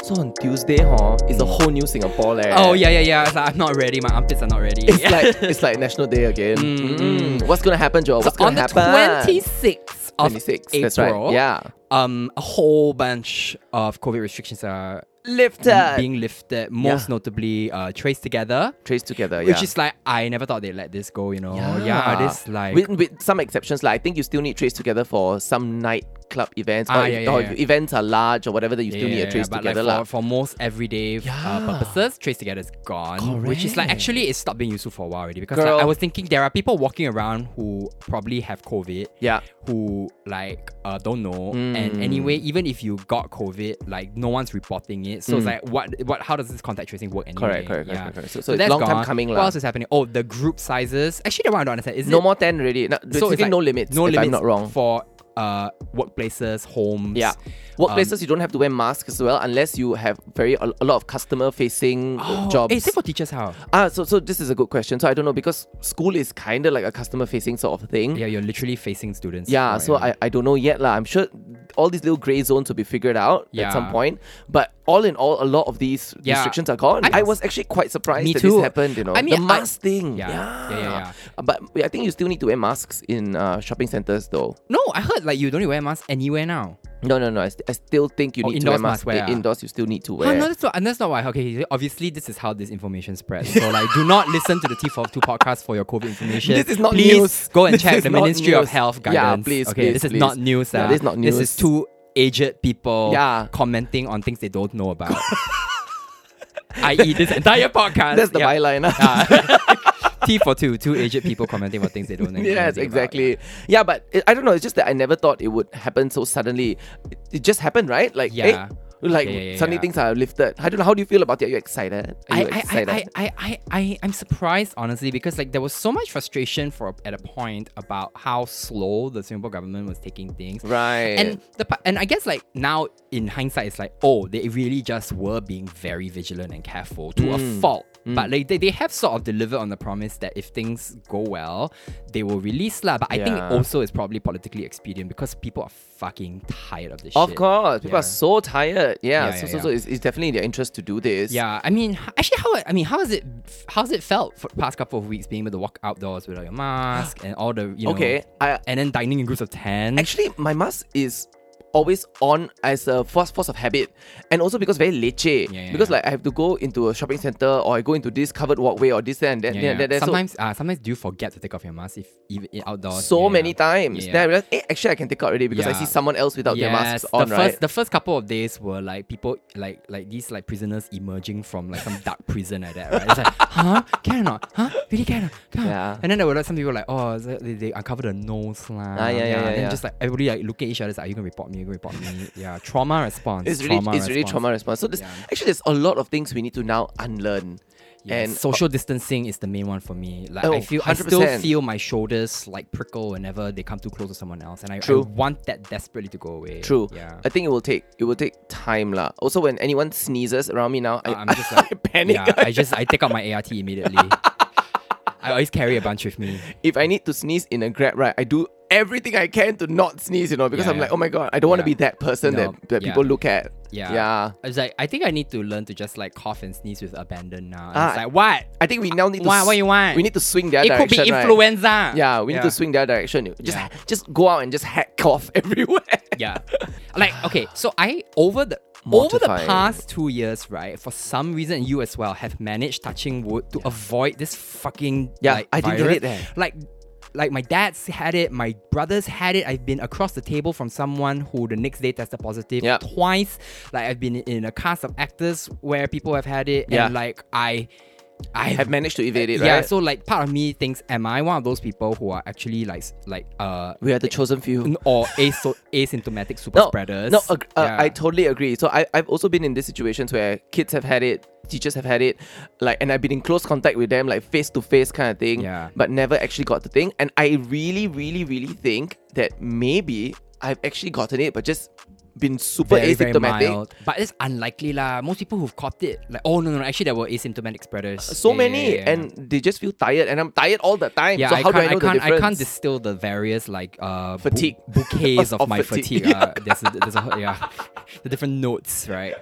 Speaker 3: So on Tuesday, huh, it's a whole new Singapore leh.
Speaker 1: Oh yeah, yeah, yeah. It's like I'm not ready. My armpits are not ready.
Speaker 3: Eh. It's like it's like National Day again. Mm. What's gonna happen, Joel? What's
Speaker 1: on
Speaker 3: gonna
Speaker 1: the
Speaker 3: happen?
Speaker 1: twenty sixth of
Speaker 3: 26,
Speaker 1: April.
Speaker 3: that's right, yeah.
Speaker 1: Um, a whole bunch of COVID restrictions are
Speaker 3: Lifted.
Speaker 1: being lifted. Most
Speaker 3: Yeah.
Speaker 1: notably, uh, Trace Together.
Speaker 3: Trace together, yeah. Ah.
Speaker 1: Which is like I never thought they'd let this go, you know. Yeah, this like
Speaker 3: with, with some exceptions, like I think you still need trace together for some nightclub events.
Speaker 1: Ah,
Speaker 3: or
Speaker 1: yeah,
Speaker 3: if,
Speaker 1: yeah,
Speaker 3: or
Speaker 1: yeah.
Speaker 3: if events are large or whatever, then you
Speaker 1: yeah,
Speaker 3: still need
Speaker 1: yeah,
Speaker 3: a trace
Speaker 1: yeah, but like
Speaker 3: together.
Speaker 1: for,
Speaker 3: lah.
Speaker 1: for most everyday
Speaker 3: Yeah.
Speaker 1: uh, purposes, Trace Together is gone. Which is like
Speaker 3: Correct.
Speaker 1: actually it's stopped being useful for a while already because like,
Speaker 3: Girl.
Speaker 1: I was thinking there are people walking around who probably have COVID.
Speaker 3: yeah. Mm.
Speaker 1: Who like uh, don't know, and anyway, even if you got COVID, like no one's reporting it, so it's like what what how does this contact tracing work anyway?
Speaker 3: Mm. Correct, correct, correct,
Speaker 1: yeah.
Speaker 3: correct, correct. So- so it's long time coming
Speaker 1: What
Speaker 3: lah.
Speaker 1: else is happening? Oh, the group sizes. Actually, that one I don't understand. Is
Speaker 3: No
Speaker 1: it
Speaker 3: more 10 already. No, so
Speaker 1: it's like
Speaker 3: no limits.
Speaker 1: No
Speaker 3: if
Speaker 1: limits.
Speaker 3: I'm not wrong.
Speaker 1: For uh, workplaces, homes.
Speaker 3: yeah.
Speaker 1: Um,
Speaker 3: Workplaces, you don't have to wear masks as well unless you have very a, a lot of customer facing
Speaker 1: Oh,
Speaker 3: jobs.
Speaker 1: eh, Is it for teachers how?
Speaker 3: ah, so, so this is a good question. So I don't know because school is kind of like a customer facing sort of thing.
Speaker 1: Yeah, you're literally facing students. Oh,
Speaker 3: Yeah,
Speaker 1: right
Speaker 3: so
Speaker 1: now.
Speaker 3: I, I don't know yet lah. I'm sure all these little grey zones will be figured out at some
Speaker 1: Yeah.
Speaker 3: point. But all in all, a lot of these
Speaker 1: Yeah.
Speaker 3: restrictions are gone.
Speaker 1: I-
Speaker 3: I, was actually quite surprised
Speaker 1: Me
Speaker 3: that
Speaker 1: too.
Speaker 3: this happened. You know,
Speaker 1: I mean,
Speaker 3: the
Speaker 1: I-
Speaker 3: mask thing.
Speaker 1: Yeah. Yeah, yeah, yeah.
Speaker 3: Uh, But I think you still need to wear masks in uh, shopping centers though.
Speaker 1: no, I heard like you don't need to wear mask anywhere now.
Speaker 3: No, no, no. I, st- I still think you
Speaker 1: Oh,
Speaker 3: need to wear
Speaker 1: indoors must
Speaker 3: masks.
Speaker 1: wear,
Speaker 3: I-
Speaker 1: ah.
Speaker 3: Indoors, you still need to
Speaker 1: Huh,
Speaker 3: wear.
Speaker 1: no, that's not, and that's not why. Okay, he- obviously this is how this information spreads. So like, do not listen to the T Two podcast for your COVID information.
Speaker 3: This is not
Speaker 1: please
Speaker 3: news.
Speaker 1: Go and
Speaker 3: This
Speaker 1: check
Speaker 3: is
Speaker 1: the
Speaker 3: not
Speaker 1: Ministry of
Speaker 3: news.
Speaker 1: Health
Speaker 3: Yeah,
Speaker 1: guidance.
Speaker 3: please,
Speaker 1: Okay,
Speaker 3: please,
Speaker 1: this is
Speaker 3: please.
Speaker 1: not news.
Speaker 3: Yeah,
Speaker 1: ah.
Speaker 3: this is not
Speaker 1: This
Speaker 3: news.
Speaker 1: is two aged people.
Speaker 3: Yeah.
Speaker 1: commenting on things they don't know about. I.e., this entire podcast.
Speaker 3: That's the
Speaker 1: yeah.
Speaker 3: byline. ah.
Speaker 1: T for two, two aged people commenting about things they don't know.
Speaker 3: yes,
Speaker 1: anything about.
Speaker 3: exactly. Yeah, but it, I don't know. It's just that I never thought it would happen so suddenly. It, it just happened, right? Like, eh,
Speaker 1: Yeah.
Speaker 3: like
Speaker 1: Yeah, yeah, yeah,
Speaker 3: suddenly
Speaker 1: yeah.
Speaker 3: things are lifted. I don't know. How do you feel about it? Are you excited? Are you
Speaker 1: I,
Speaker 3: excited?
Speaker 1: I, I, I, I, I, I'm surprised honestly because like there was so much frustration for at a point about how slow the Singapore government was taking things.
Speaker 3: right.
Speaker 1: And the pa- and I guess like now in hindsight it's like oh they really just were being very vigilant and careful to
Speaker 3: Mm.
Speaker 1: a fault. But like they, they have sort of delivered on the promise that if things go well, they will release lah. But I think
Speaker 3: Yeah.
Speaker 1: also it's probably politically expedient because people are fucking tired of this shit.
Speaker 3: of course, people
Speaker 1: Yeah.
Speaker 3: are so tired. Yeah,
Speaker 1: Yeah,
Speaker 3: so,
Speaker 1: yeah,
Speaker 3: so, so
Speaker 1: yeah.
Speaker 3: it's, it's definitely in their interest to do this.
Speaker 1: Yeah, I mean, h- actually, how I mean, how is it? How's it felt for the past couple of weeks being able to walk outdoors without your mask and all the you know?
Speaker 3: Okay, I-
Speaker 1: and then dining in groups of ten.
Speaker 3: Actually, my mask is always on as a force force of habit and also because very leceh
Speaker 1: Yeah, yeah,
Speaker 3: because
Speaker 1: yeah.
Speaker 3: like i have to go into a shopping center or i go into this covered walkway or this and that,
Speaker 1: yeah,
Speaker 3: that,
Speaker 1: yeah.
Speaker 3: that, that. So-
Speaker 1: sometimes, uh, sometimes do you forget to take off your mask if even in outdoors?
Speaker 3: so
Speaker 1: Yeah,
Speaker 3: many
Speaker 1: yeah.
Speaker 3: times.
Speaker 1: Yeah.
Speaker 3: Then I realized, eh, actually, I can take out already because I
Speaker 1: Yeah.
Speaker 3: see someone else without their masks
Speaker 1: the
Speaker 3: on,
Speaker 1: first
Speaker 3: right?
Speaker 1: the first couple of days were like people like like these like prisoners emerging from like some dark prison like that, right? It's like, huh? Can or not? Huh? Really can or not? Can or not?"
Speaker 3: Yeah.
Speaker 1: And then there were like some people were like, oh, is that- they, they uncovered a nose lah.
Speaker 3: Ah, yeah, yeah, yeah,
Speaker 1: And then
Speaker 3: yeah.
Speaker 1: just like everybody like looking at each other, it's like, are you gonna report me? Are you gonna report me? Yeah, trauma response.
Speaker 3: it's really,
Speaker 1: trauma
Speaker 3: it's really
Speaker 1: response.
Speaker 3: trauma response. So there's
Speaker 1: Yeah.
Speaker 3: actually there's a lot of things we need to now unlearn.
Speaker 1: Yes,
Speaker 3: And
Speaker 1: social distancing is the main one for me. Like I
Speaker 3: Oh,
Speaker 1: feel, I still
Speaker 3: 100%.
Speaker 1: feel my shoulders like prickle whenever they come too close to someone else, and I, I
Speaker 3: True.
Speaker 1: want that desperately to go away.
Speaker 3: True.
Speaker 1: Yeah.
Speaker 3: I think it will take it will take time lah. Also, when anyone sneezes around me now, I,
Speaker 1: I'm just like
Speaker 3: I panic.
Speaker 1: Um, Yeah, I just I take out my ART immediately. I always carry a bunch with me.
Speaker 3: if I need to sneeze in a grab, right, I do everything I can to not sneeze. You know, because
Speaker 1: Yeah,
Speaker 3: I'm
Speaker 1: yeah.
Speaker 3: like, oh my god, I don't want
Speaker 1: Yeah.
Speaker 3: to be that person
Speaker 1: No,
Speaker 3: that that
Speaker 1: yeah.
Speaker 3: people look at.
Speaker 1: Yeah.
Speaker 3: Yeah.
Speaker 1: I was like, I think I need to learn to just like cough and sneeze with abandon now. And it's
Speaker 3: Ah,
Speaker 1: like what?
Speaker 3: I think we now need to
Speaker 1: Why- what you want?
Speaker 3: We need to swing the
Speaker 1: It
Speaker 3: other
Speaker 1: could
Speaker 3: direction.
Speaker 1: be
Speaker 3: right?
Speaker 1: influenza.
Speaker 3: Yeah, we need to swing the other direction. Just
Speaker 1: Yeah.
Speaker 3: just go out and just hack cough everywhere.
Speaker 1: Yeah. Like, okay, so I over the over the
Speaker 3: Mortifying.
Speaker 1: past two years, right, for some reason you as well have managed touching wood to avoid this fucking
Speaker 3: Yeah,
Speaker 1: like,
Speaker 3: I didn't get
Speaker 1: virus.
Speaker 3: it there.
Speaker 1: Like like my dad's had it, my brothers had it. I've been across the table from someone who the next day tested positive
Speaker 3: Yep.
Speaker 1: twice. Like I've been in a cast of actors where people have had it,
Speaker 3: Yeah.
Speaker 1: and like I, I
Speaker 3: Have managed to evade it,
Speaker 1: Yeah,
Speaker 3: right?
Speaker 1: so like part of me thinks, am I one of those people who are actually like s- like uh
Speaker 3: we are the chosen few.
Speaker 1: n- or aso- asymptomatic super spreaders.
Speaker 3: No, ag- uh,
Speaker 1: Yeah.
Speaker 3: I totally agree. So I, I've also been in these situations where kids have had it, teachers have had it, like, and I've been in close contact with them, like face to face kind of thing,
Speaker 1: Yeah.
Speaker 3: but never actually got the thing. And I really, really, really think that maybe I've actually gotten it, but just been super
Speaker 1: very, very
Speaker 3: asymptomatic.
Speaker 1: mild. But it's unlikely lah. Most people who've caught it, like oh no no, actually there were asymptomatic spreaders.
Speaker 3: Uh, so
Speaker 1: Yeah,
Speaker 3: many,
Speaker 1: yeah, yeah, yeah.
Speaker 3: and they just feel tired, and I'm tired all the time.
Speaker 1: yeah,
Speaker 3: so
Speaker 1: I
Speaker 3: how do I
Speaker 1: can't,
Speaker 3: know the
Speaker 1: can't,
Speaker 3: difference?
Speaker 1: I can't distill the various like uh bu-
Speaker 3: Fatigue.
Speaker 1: bouquets of,
Speaker 3: Of
Speaker 1: my fatigue.
Speaker 3: fatigue.
Speaker 1: Uh, there's a, there's a, yeah, the different notes, right?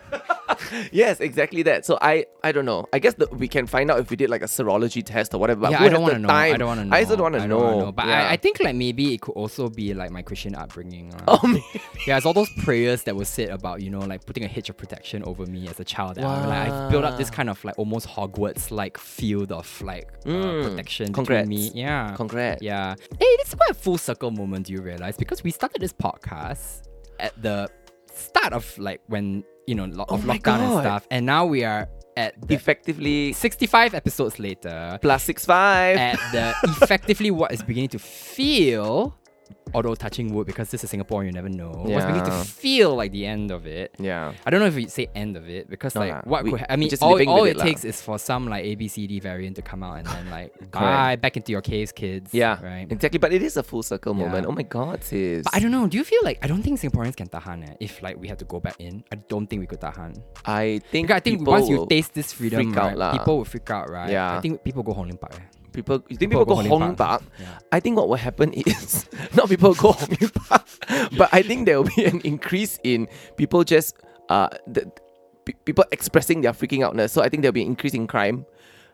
Speaker 3: yes, exactly that. So I, I don't know. I guess that we can find out if we did like a serology test or whatever. But
Speaker 1: yeah,
Speaker 3: who
Speaker 1: I don't
Speaker 3: has
Speaker 1: want
Speaker 3: the
Speaker 1: to know.
Speaker 3: Time?
Speaker 1: I don't want to know.
Speaker 3: I also don't want to
Speaker 1: I
Speaker 3: know.
Speaker 1: wanna But
Speaker 3: Yeah.
Speaker 1: I, I think like maybe it could also be like my Christian upbringing. lah.
Speaker 3: Oh,
Speaker 1: Yeah, it's all those prayers that were said about, you know, like putting a hedge of protection over me as a child. That I, like, I've built up this kind of like almost Hogwarts like field of like uh, protection
Speaker 3: Mm.
Speaker 1: between
Speaker 3: Congrats.
Speaker 1: me. Yeah.
Speaker 3: Congrats.
Speaker 1: Yeah. Hey, this is quite a full circle moment, do you realize? Because we started this podcast at the start of like when, you know, lo- of
Speaker 3: Oh my
Speaker 1: lockdown and
Speaker 3: God.
Speaker 1: stuff. And now we are at the
Speaker 3: effectively
Speaker 1: 65 episodes later
Speaker 3: plus six five.
Speaker 1: at the effectively what is beginning to feel, although touching wood because this is Singapore, you never know. What's beginning to
Speaker 3: Yeah.
Speaker 1: feel like the end of it.
Speaker 3: yeah.
Speaker 1: I don't know if we say end of it because like
Speaker 3: lah.
Speaker 1: what
Speaker 3: We-
Speaker 1: could ha- I
Speaker 3: we
Speaker 1: mean
Speaker 3: just
Speaker 1: all,
Speaker 3: living
Speaker 1: all
Speaker 3: with
Speaker 1: it
Speaker 3: it lah.
Speaker 1: takes is for some like ABCD variant to come out and then like bye back into your case kids
Speaker 3: Yeah.
Speaker 1: right
Speaker 3: Exactly. But it is a full circle
Speaker 1: Yeah.
Speaker 3: moment. Oh my god, sis.
Speaker 1: but I don't know do you feel like I don't think Singaporeans can tahan eh, if like we had to go back in I don't think we could tahan
Speaker 3: I think
Speaker 1: because I think
Speaker 3: people
Speaker 1: once you
Speaker 3: will-
Speaker 1: taste this freedom
Speaker 3: freak out
Speaker 1: right,
Speaker 3: lah.
Speaker 1: people will freak out right
Speaker 3: Yeah.
Speaker 1: I think people go Hong Lim Park eh.
Speaker 3: people you think
Speaker 1: people
Speaker 3: people,
Speaker 1: go
Speaker 3: go
Speaker 1: Hong Lim
Speaker 3: Hong
Speaker 1: Park.
Speaker 3: Park.
Speaker 1: Yeah.
Speaker 3: I think what will happen is not people go Hong Lim Park, but I think there will be an increase in people just uh the, pe- people expressing their freaking outness. So I think there'll be an increase in crime.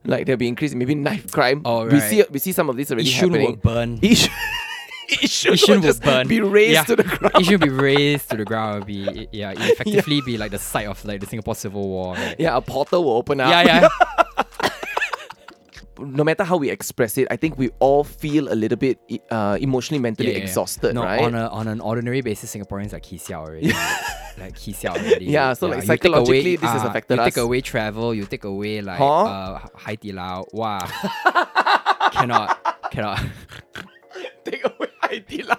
Speaker 3: Like there'll be increase in maybe knife crime.
Speaker 1: Oh,
Speaker 3: We
Speaker 1: right.
Speaker 3: see we see some of this already
Speaker 1: Yishun will
Speaker 3: happening.
Speaker 1: burn
Speaker 3: Ish- Yishun
Speaker 1: Yishun
Speaker 3: will
Speaker 1: will
Speaker 3: just
Speaker 1: burn.
Speaker 3: be raised
Speaker 1: Yeah.
Speaker 3: to the ground.
Speaker 1: it should be raised to the ground. It'll be yeah, it'll effectively be like the site of like the Singapore Civil War. Right?
Speaker 3: Yeah, a portal will open up.
Speaker 1: Yeah, yeah.
Speaker 3: No matter how we express it, I think we all feel a little bit e- uh, emotionally, mentally
Speaker 1: Yeah, yeah, yeah.
Speaker 3: exhausted,
Speaker 1: no,
Speaker 3: right?
Speaker 1: On a, on an ordinary basis, Singaporeans are kisiao already. like kisiao already.
Speaker 3: Yeah, so, like,
Speaker 1: you take
Speaker 3: psychologically, this has
Speaker 1: ah,
Speaker 3: affected
Speaker 1: you
Speaker 3: us.
Speaker 1: take away travel. You take away like
Speaker 3: Huh?
Speaker 1: uh, Hai Di Lao. Wow. cannot, cannot.
Speaker 3: Take away ID lah.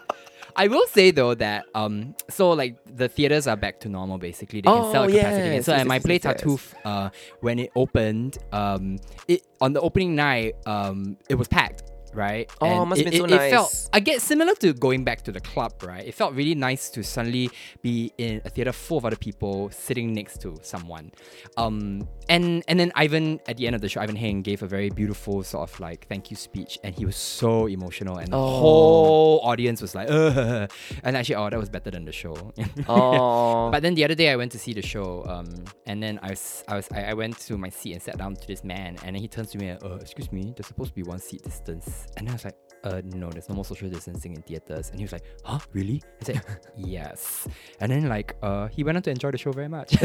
Speaker 1: I will say though that um so like the theaters are back to normal basically they can
Speaker 3: Oh,
Speaker 1: sell at capacity again.
Speaker 3: yes,
Speaker 1: so
Speaker 3: yes,
Speaker 1: at my
Speaker 3: yes,
Speaker 1: play
Speaker 3: yes, yes.
Speaker 1: tattoo uh when it opened um it on the opening night um it was packed right
Speaker 3: Oh, must
Speaker 1: it,
Speaker 3: have been
Speaker 1: it,
Speaker 3: so
Speaker 1: it felt
Speaker 3: nice.
Speaker 1: I get similar to going back to the club right it felt really nice to suddenly be in a theater full of other people sitting next to someone um and and then Ivan at the end of the show Ivan Heng gave a very beautiful sort of like thank you speech and he was so emotional and the
Speaker 3: Oh.
Speaker 1: whole audience was like, uh, and actually, oh, that was better than the show.
Speaker 3: Oh.
Speaker 1: but then the other day, I went to see the show, um, and then I was, I was, I, I went to my seat and sat down to this man, and then he turns to me, and, uh, excuse me, there's supposed to be one seat distance, and I was like. Uh, no, there's no more social distancing in theaters. And he was like, huh, really? I said, yes. And then, like, uh, he went on to enjoy the show very much.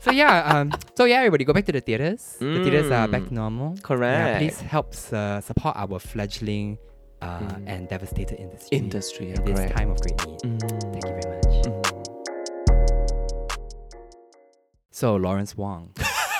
Speaker 1: so, yeah, um, so yeah, everybody go back to the theaters. The theaters are back to normal. Yeah,
Speaker 3: Correct.
Speaker 1: please helps uh, support our fledgling uh, and devastated industry.
Speaker 3: Industry,
Speaker 1: in this
Speaker 3: correct.
Speaker 1: time of great need. Thank you very much. So Lawrence Wong,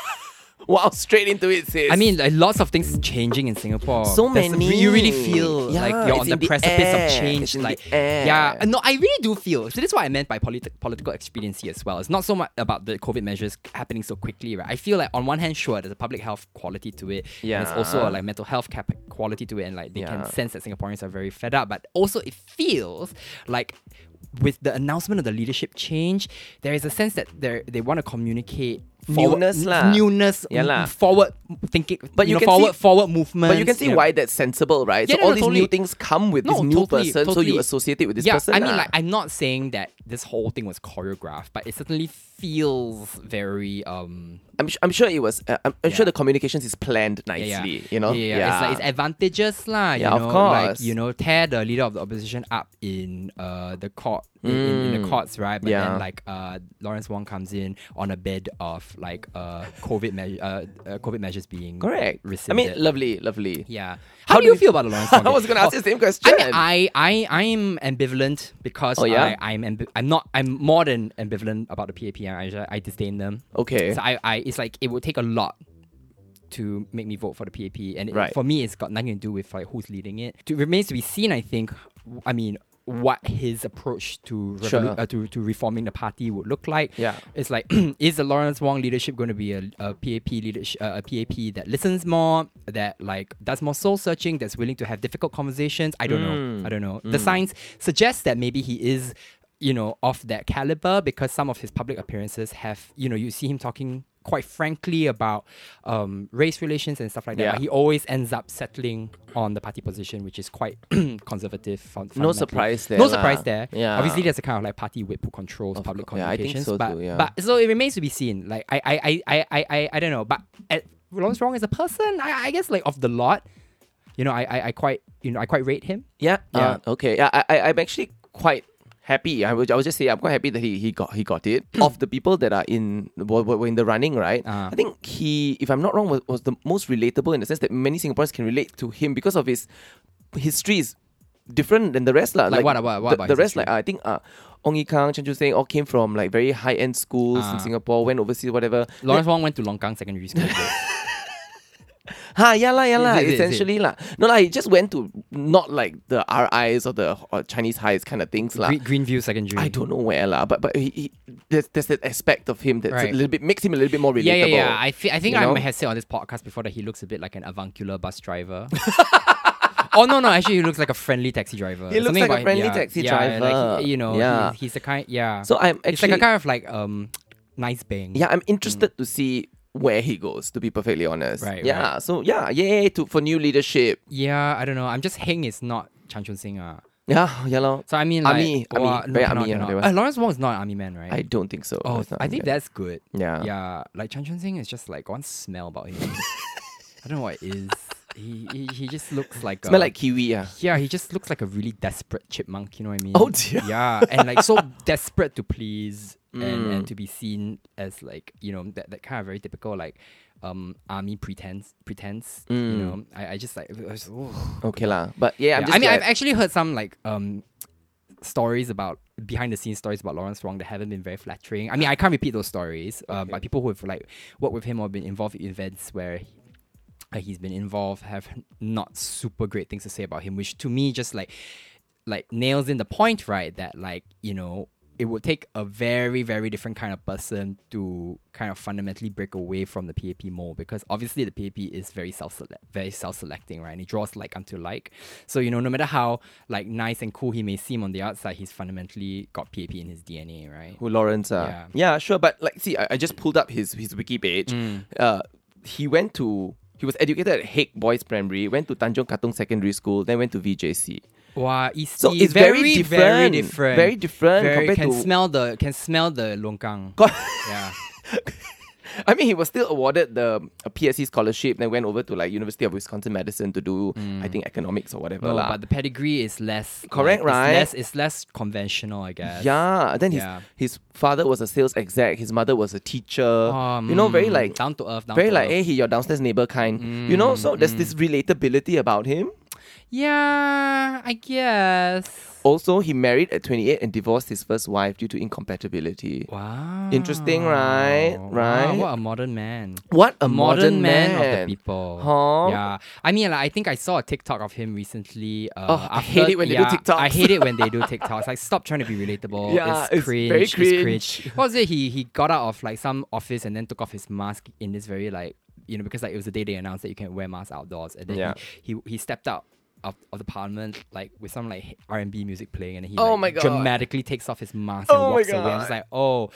Speaker 3: Wow, straight into it, sis.
Speaker 1: I mean, like, lots of things is changing in Singapore.
Speaker 3: So
Speaker 1: There's-
Speaker 3: many.
Speaker 1: You really feel
Speaker 3: Yeah,
Speaker 1: like you're
Speaker 3: it's
Speaker 1: on
Speaker 3: in
Speaker 1: the
Speaker 3: the
Speaker 1: precipice
Speaker 3: air.
Speaker 1: of change.
Speaker 3: It's in the
Speaker 1: like,
Speaker 3: air.
Speaker 1: yeah, Uh, no, I really do feel. So that's what I meant by politi- political expediency as well. It's not so much about the COVID measures happening so quickly, right? I feel like on one hand, sure, there's a public health quality to it. And it's
Speaker 3: Yeah.
Speaker 1: also a like mental health cap- quality to it, and like they
Speaker 3: Yeah.
Speaker 1: can sense that Singaporeans are very fed up. But also, it feels like. With the announcement of the leadership change, there is a sense that they they want to communicate forward-
Speaker 3: Newness lah.
Speaker 1: newness,
Speaker 3: Yeah lah.
Speaker 1: forward thinking, but
Speaker 3: But
Speaker 1: you,
Speaker 3: you
Speaker 1: know,
Speaker 3: can
Speaker 1: forward
Speaker 3: see-
Speaker 1: forward movement.
Speaker 3: but you can see why that's sensible, right?
Speaker 1: Yeah,
Speaker 3: so
Speaker 1: no,
Speaker 3: all
Speaker 1: no,
Speaker 3: these
Speaker 1: totally.
Speaker 3: new things come with this new person, so you associate it with this
Speaker 1: yeah,
Speaker 3: person.
Speaker 1: I mean,
Speaker 3: lah.
Speaker 1: like, I'm not saying that this whole thing was choreographed, but it certainly feels very um.
Speaker 3: I'm, su- I'm sure it was. Uh, I'm, I'm
Speaker 1: Yeah.
Speaker 3: sure the communications is planned nicely.
Speaker 1: Yeah, yeah.
Speaker 3: You know.
Speaker 1: yeah, yeah, It's like it's advantageous, lah. You
Speaker 3: Yeah,
Speaker 1: know,
Speaker 3: of
Speaker 1: Like
Speaker 3: course.
Speaker 1: you know, tear the leader of the opposition up in uh the court in, in, in the courts, right? But
Speaker 3: Mm. Yeah.
Speaker 1: then like uh Lawrence Wong comes in on a bed of like uh COVID measure uh, uh COVID measures being
Speaker 3: correct.
Speaker 1: Rescinded.
Speaker 3: I mean, lovely, lovely.
Speaker 1: Yeah. How, do you feel about the Lawrence Wong?
Speaker 3: I was gonna ask
Speaker 1: Oh,
Speaker 3: the same question.
Speaker 1: I mean, I, I, I'm ambivalent because
Speaker 3: Oh, yeah?
Speaker 1: I, I'm, ambi- I'm not, I'm more than ambivalent about the PAP and I, I disdain them.
Speaker 3: okay.
Speaker 1: So I, I, it's like it would take a lot to make me vote for the PAP, and it,
Speaker 3: Right.
Speaker 1: for me, it's got nothing to do with like who's leading it. It remains to be seen. I think. I mean. What his approach to, revolu-
Speaker 3: Sure.
Speaker 1: uh, to to reforming the party would look like?
Speaker 3: Yeah.
Speaker 1: it's like is the Lawrence Wong leadership going to be a, a PAP leadership, uh, a PAP that listens more, that like does more soul searching, that's willing to have difficult conversations? I don't
Speaker 3: Mm.
Speaker 1: know. I don't know. The signs suggest that maybe he is, you know, of that caliber because some of his public appearances have, you know, you see him talking quite frankly about um, race relations and stuff like that.
Speaker 3: Yeah.
Speaker 1: But he always ends up settling on the party position, which is quite conservative. fun- fundamentally.
Speaker 3: surprise there
Speaker 1: No
Speaker 3: lah.
Speaker 1: surprise there.
Speaker 3: uh, Yeah.
Speaker 1: Obviously, there's a kind of like party whip who controls public
Speaker 3: course. Yeah, I think
Speaker 1: communications.
Speaker 3: so
Speaker 1: but,
Speaker 3: too, yeah.
Speaker 1: but so it remains to be seen. Like I I I I I I, I don't know. But at Lawrence Wrong as a person, I, I guess like of the lot, you know, I, I I quite you know I quite rate him.
Speaker 3: Yeah.
Speaker 1: Yeah.
Speaker 3: uh, okay. Yeah. I, I I'm actually quite happy. I would I would just say I'm quite happy that he he got he got it.
Speaker 1: Mm.
Speaker 3: of the people that are in were, were were in the running, right?
Speaker 1: Ah.
Speaker 3: I think he, if I'm not wrong, was, was the most relatable in the sense that many Singaporeans can relate to him because of his history is different than the rest, lah.
Speaker 1: Like what- what- what
Speaker 3: the,
Speaker 1: about
Speaker 3: the
Speaker 1: his
Speaker 3: rest?
Speaker 1: history?
Speaker 3: Like I think. Uh, Ong Yi Kang, Chen Chu Seng all came from like very high end schools in
Speaker 1: Ah.
Speaker 3: Singapore, went overseas, whatever.
Speaker 1: Lawrence Wong went to Longkang Secondary School.
Speaker 3: Ha, yeah lah, yeah lah.
Speaker 1: Is it, is it?
Speaker 3: Essentially lah. No lah, he just went to not like the RIs or the or Chinese highs kind of things lah.
Speaker 1: Green, Greenview Secondary.
Speaker 3: Ah. I don't know where lah, but but he, he there's there's that aspect of him that's
Speaker 1: Right.
Speaker 3: a little bit makes him a little bit more relatable.
Speaker 1: Yeah, yeah, yeah. I, fe- I think
Speaker 3: You
Speaker 1: I
Speaker 3: know?
Speaker 1: might have said on this podcast before that he looks a bit like an avuncular bus driver. oh no, no. Actually, he looks like a friendly taxi driver.
Speaker 3: He looks
Speaker 1: Something
Speaker 3: like a
Speaker 1: about-
Speaker 3: friendly
Speaker 1: yeah,
Speaker 3: taxi
Speaker 1: yeah, like,
Speaker 3: driver.
Speaker 1: he- you know,
Speaker 3: Yeah.
Speaker 1: he's, he's the kind. Yeah.
Speaker 3: so I'm
Speaker 1: it's like
Speaker 3: actually
Speaker 1: a kind of like um nice bang.
Speaker 3: yeah, I'm interested to see where he goes. To be perfectly honest,
Speaker 1: Right,
Speaker 3: Yeah, so yeah, yay to for new leadership.
Speaker 1: Yeah, I don't know. I'm just heng is not Chan Chun Sing. Ah.
Speaker 3: Yeah, yeah lor.
Speaker 1: So I mean, like,
Speaker 3: Army, army,
Speaker 1: wow, no,
Speaker 3: very
Speaker 1: cannot,
Speaker 3: army, yeah,
Speaker 1: cannot.
Speaker 3: they were-
Speaker 1: Uh, Lawrence Wong is not an army man, right?
Speaker 3: I don't think so.
Speaker 1: oh,
Speaker 3: That's not
Speaker 1: I
Speaker 3: him,
Speaker 1: think
Speaker 3: yeah.
Speaker 1: that's good.
Speaker 3: Yeah.
Speaker 1: yeah. Like Chan Chun Sing is just like got one smell about him. I don't know what it is. He he, he just looks like
Speaker 3: smell
Speaker 1: a,
Speaker 3: like kiwi. Yeah,
Speaker 1: yeah. He just looks like a really desperate chipmunk. You know what I mean?
Speaker 3: Oh, dear.
Speaker 1: Yeah, and like so desperate to please and,
Speaker 3: Mm.
Speaker 1: and to be seen as like you know that, that kind of very typical like um army pretense pretense. You know, I, I just like I was- oh.
Speaker 3: okay lah. But Mm. yeah,
Speaker 1: Yeah,
Speaker 3: I'm just
Speaker 1: I mean,
Speaker 3: glad-
Speaker 1: I've actually heard some like um stories about behind the scenes stories about Lawrence Wong that haven't been very flattering. I mean, I can't repeat those stories, uh, but people who have like worked with him or been involved in events where. he- uh, He's been involved, have not super great things to say about him, which to me just like like nails in the point, right? That like you know it would take a very very different kind of person to kind of fundamentally break away from the PAP mold because obviously the PAP is very self select very self selecting, right? And it draws like unto like. So you know, no matter how like nice and cool he may seem on the outside, he's fundamentally got PAP in his DNA, right?
Speaker 3: Who Lawrence? Uh,
Speaker 1: Yeah.
Speaker 3: yeah. sure. But like, see, I, I just pulled up his his wiki page.
Speaker 1: Mm.
Speaker 3: Uh, he went to he was educated at Haig Boys Primary, went to Tanjong Katong Secondary School, then went to VJC.
Speaker 1: Wow, East
Speaker 3: So
Speaker 1: East,
Speaker 3: it's very
Speaker 1: very
Speaker 3: different,
Speaker 1: different,
Speaker 3: very different compared
Speaker 1: can
Speaker 3: to-
Speaker 1: smell the can smell the longkang.
Speaker 3: God-
Speaker 1: yeah.
Speaker 3: I mean, he was still awarded the a PSC scholarship, then went over to like University of Wisconsin Madison to do I think economics or whatever
Speaker 1: No,
Speaker 3: lah.
Speaker 1: but the pedigree is less
Speaker 3: Correct,
Speaker 1: like, it's
Speaker 3: right?
Speaker 1: Less, it's less conventional, I guess.
Speaker 3: yeah, then
Speaker 1: Yeah.
Speaker 3: his his father was a sales exec, his mother was a teacher.
Speaker 1: Um,
Speaker 3: you know, very like
Speaker 1: down to earth, down
Speaker 3: very
Speaker 1: to
Speaker 3: like, eh,
Speaker 1: earth. Mm.
Speaker 3: hey, he your downstairs neighbor kind. you know, so there's this relatability about him.
Speaker 1: Yeah, I guess.
Speaker 3: Also, he married at 28 and divorced his first wife due to incompatibility.
Speaker 1: Wow.
Speaker 3: Interesting, right?
Speaker 1: Wow,
Speaker 3: Right?
Speaker 1: what a modern man.
Speaker 3: What a
Speaker 1: Modern, man, of the
Speaker 3: man.
Speaker 1: people.
Speaker 3: Huh?
Speaker 1: Yeah. I mean, like, I think I saw a TikTok of him recently. Uh,
Speaker 3: Oh, I hate it when they do
Speaker 1: yeah,
Speaker 3: TikToks.
Speaker 1: I hate it when they do TikToks. Like, stop trying to be relatable.
Speaker 3: Yeah,
Speaker 1: it's
Speaker 3: it's
Speaker 1: cringe.
Speaker 3: very
Speaker 1: It's cringe. What was it? He, he got out of like some office and then took off his mask in this very like, you know, because like it was the day they announced that you can wear masks outdoors. And then
Speaker 3: Yeah.
Speaker 1: he, he, he stepped out. Of, of the parliament, like with some like R and B music playing, and then he
Speaker 3: Oh
Speaker 1: like,
Speaker 3: my God.
Speaker 1: dramatically takes off his mask and
Speaker 3: Oh my
Speaker 1: walks away. I'm
Speaker 3: God.
Speaker 1: just like, oh,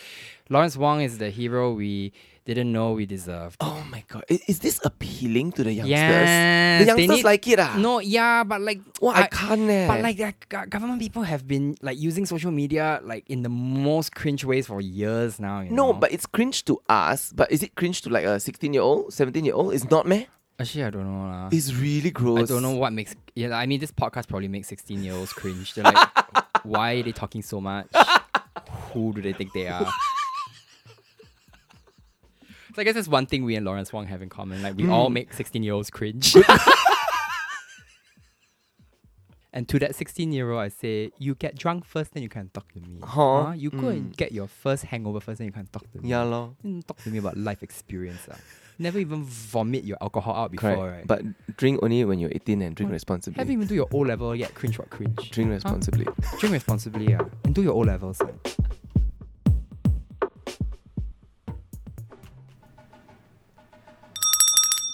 Speaker 1: Lawrence Wong is the hero we didn't know we deserved.
Speaker 3: Oh my god. I- Is, this appealing to the youngsters?
Speaker 1: Yes,
Speaker 3: the
Speaker 1: they
Speaker 3: youngsters
Speaker 1: need-
Speaker 3: like it, ah.
Speaker 1: No, yeah, but like,
Speaker 3: Wah, I, can't. Eh.
Speaker 1: but like, that go- government people have been like using social media like in the most cringe ways for years now. you know?
Speaker 3: no, but it's cringe to us. But is it cringe to like a 16 year old, 17 year old? It's not, meh?
Speaker 1: actually, I don't know lah.
Speaker 3: It's really
Speaker 1: I
Speaker 3: gross.
Speaker 1: don't know what makes. Yeah, I mean, this podcast probably makes sixteen-year-olds cringe. They're like, why are they talking so much? Who do they think they are? So I guess that's one thing we and Lawrence Wong have in common. Like we
Speaker 3: Hmm.
Speaker 1: all make sixteen-year-olds cringe. and to that sixteen-year-old, I say, you get drunk first, then you can talk to me.
Speaker 3: Huh? Hmm.
Speaker 1: Huh? You go and get your first hangover first, then you can talk to me.
Speaker 3: Yeah, lor.
Speaker 1: Mm, Talk to me about life experience. ah. Never even vomit your alcohol out before,
Speaker 3: Correct.
Speaker 1: right?
Speaker 3: But drink only when you're 18 and drink responsibly.
Speaker 1: Haven't even do your O level yet. Cringe what cringe.
Speaker 3: Drink responsibly.
Speaker 1: Drink responsibly, yeah. And do your O levels.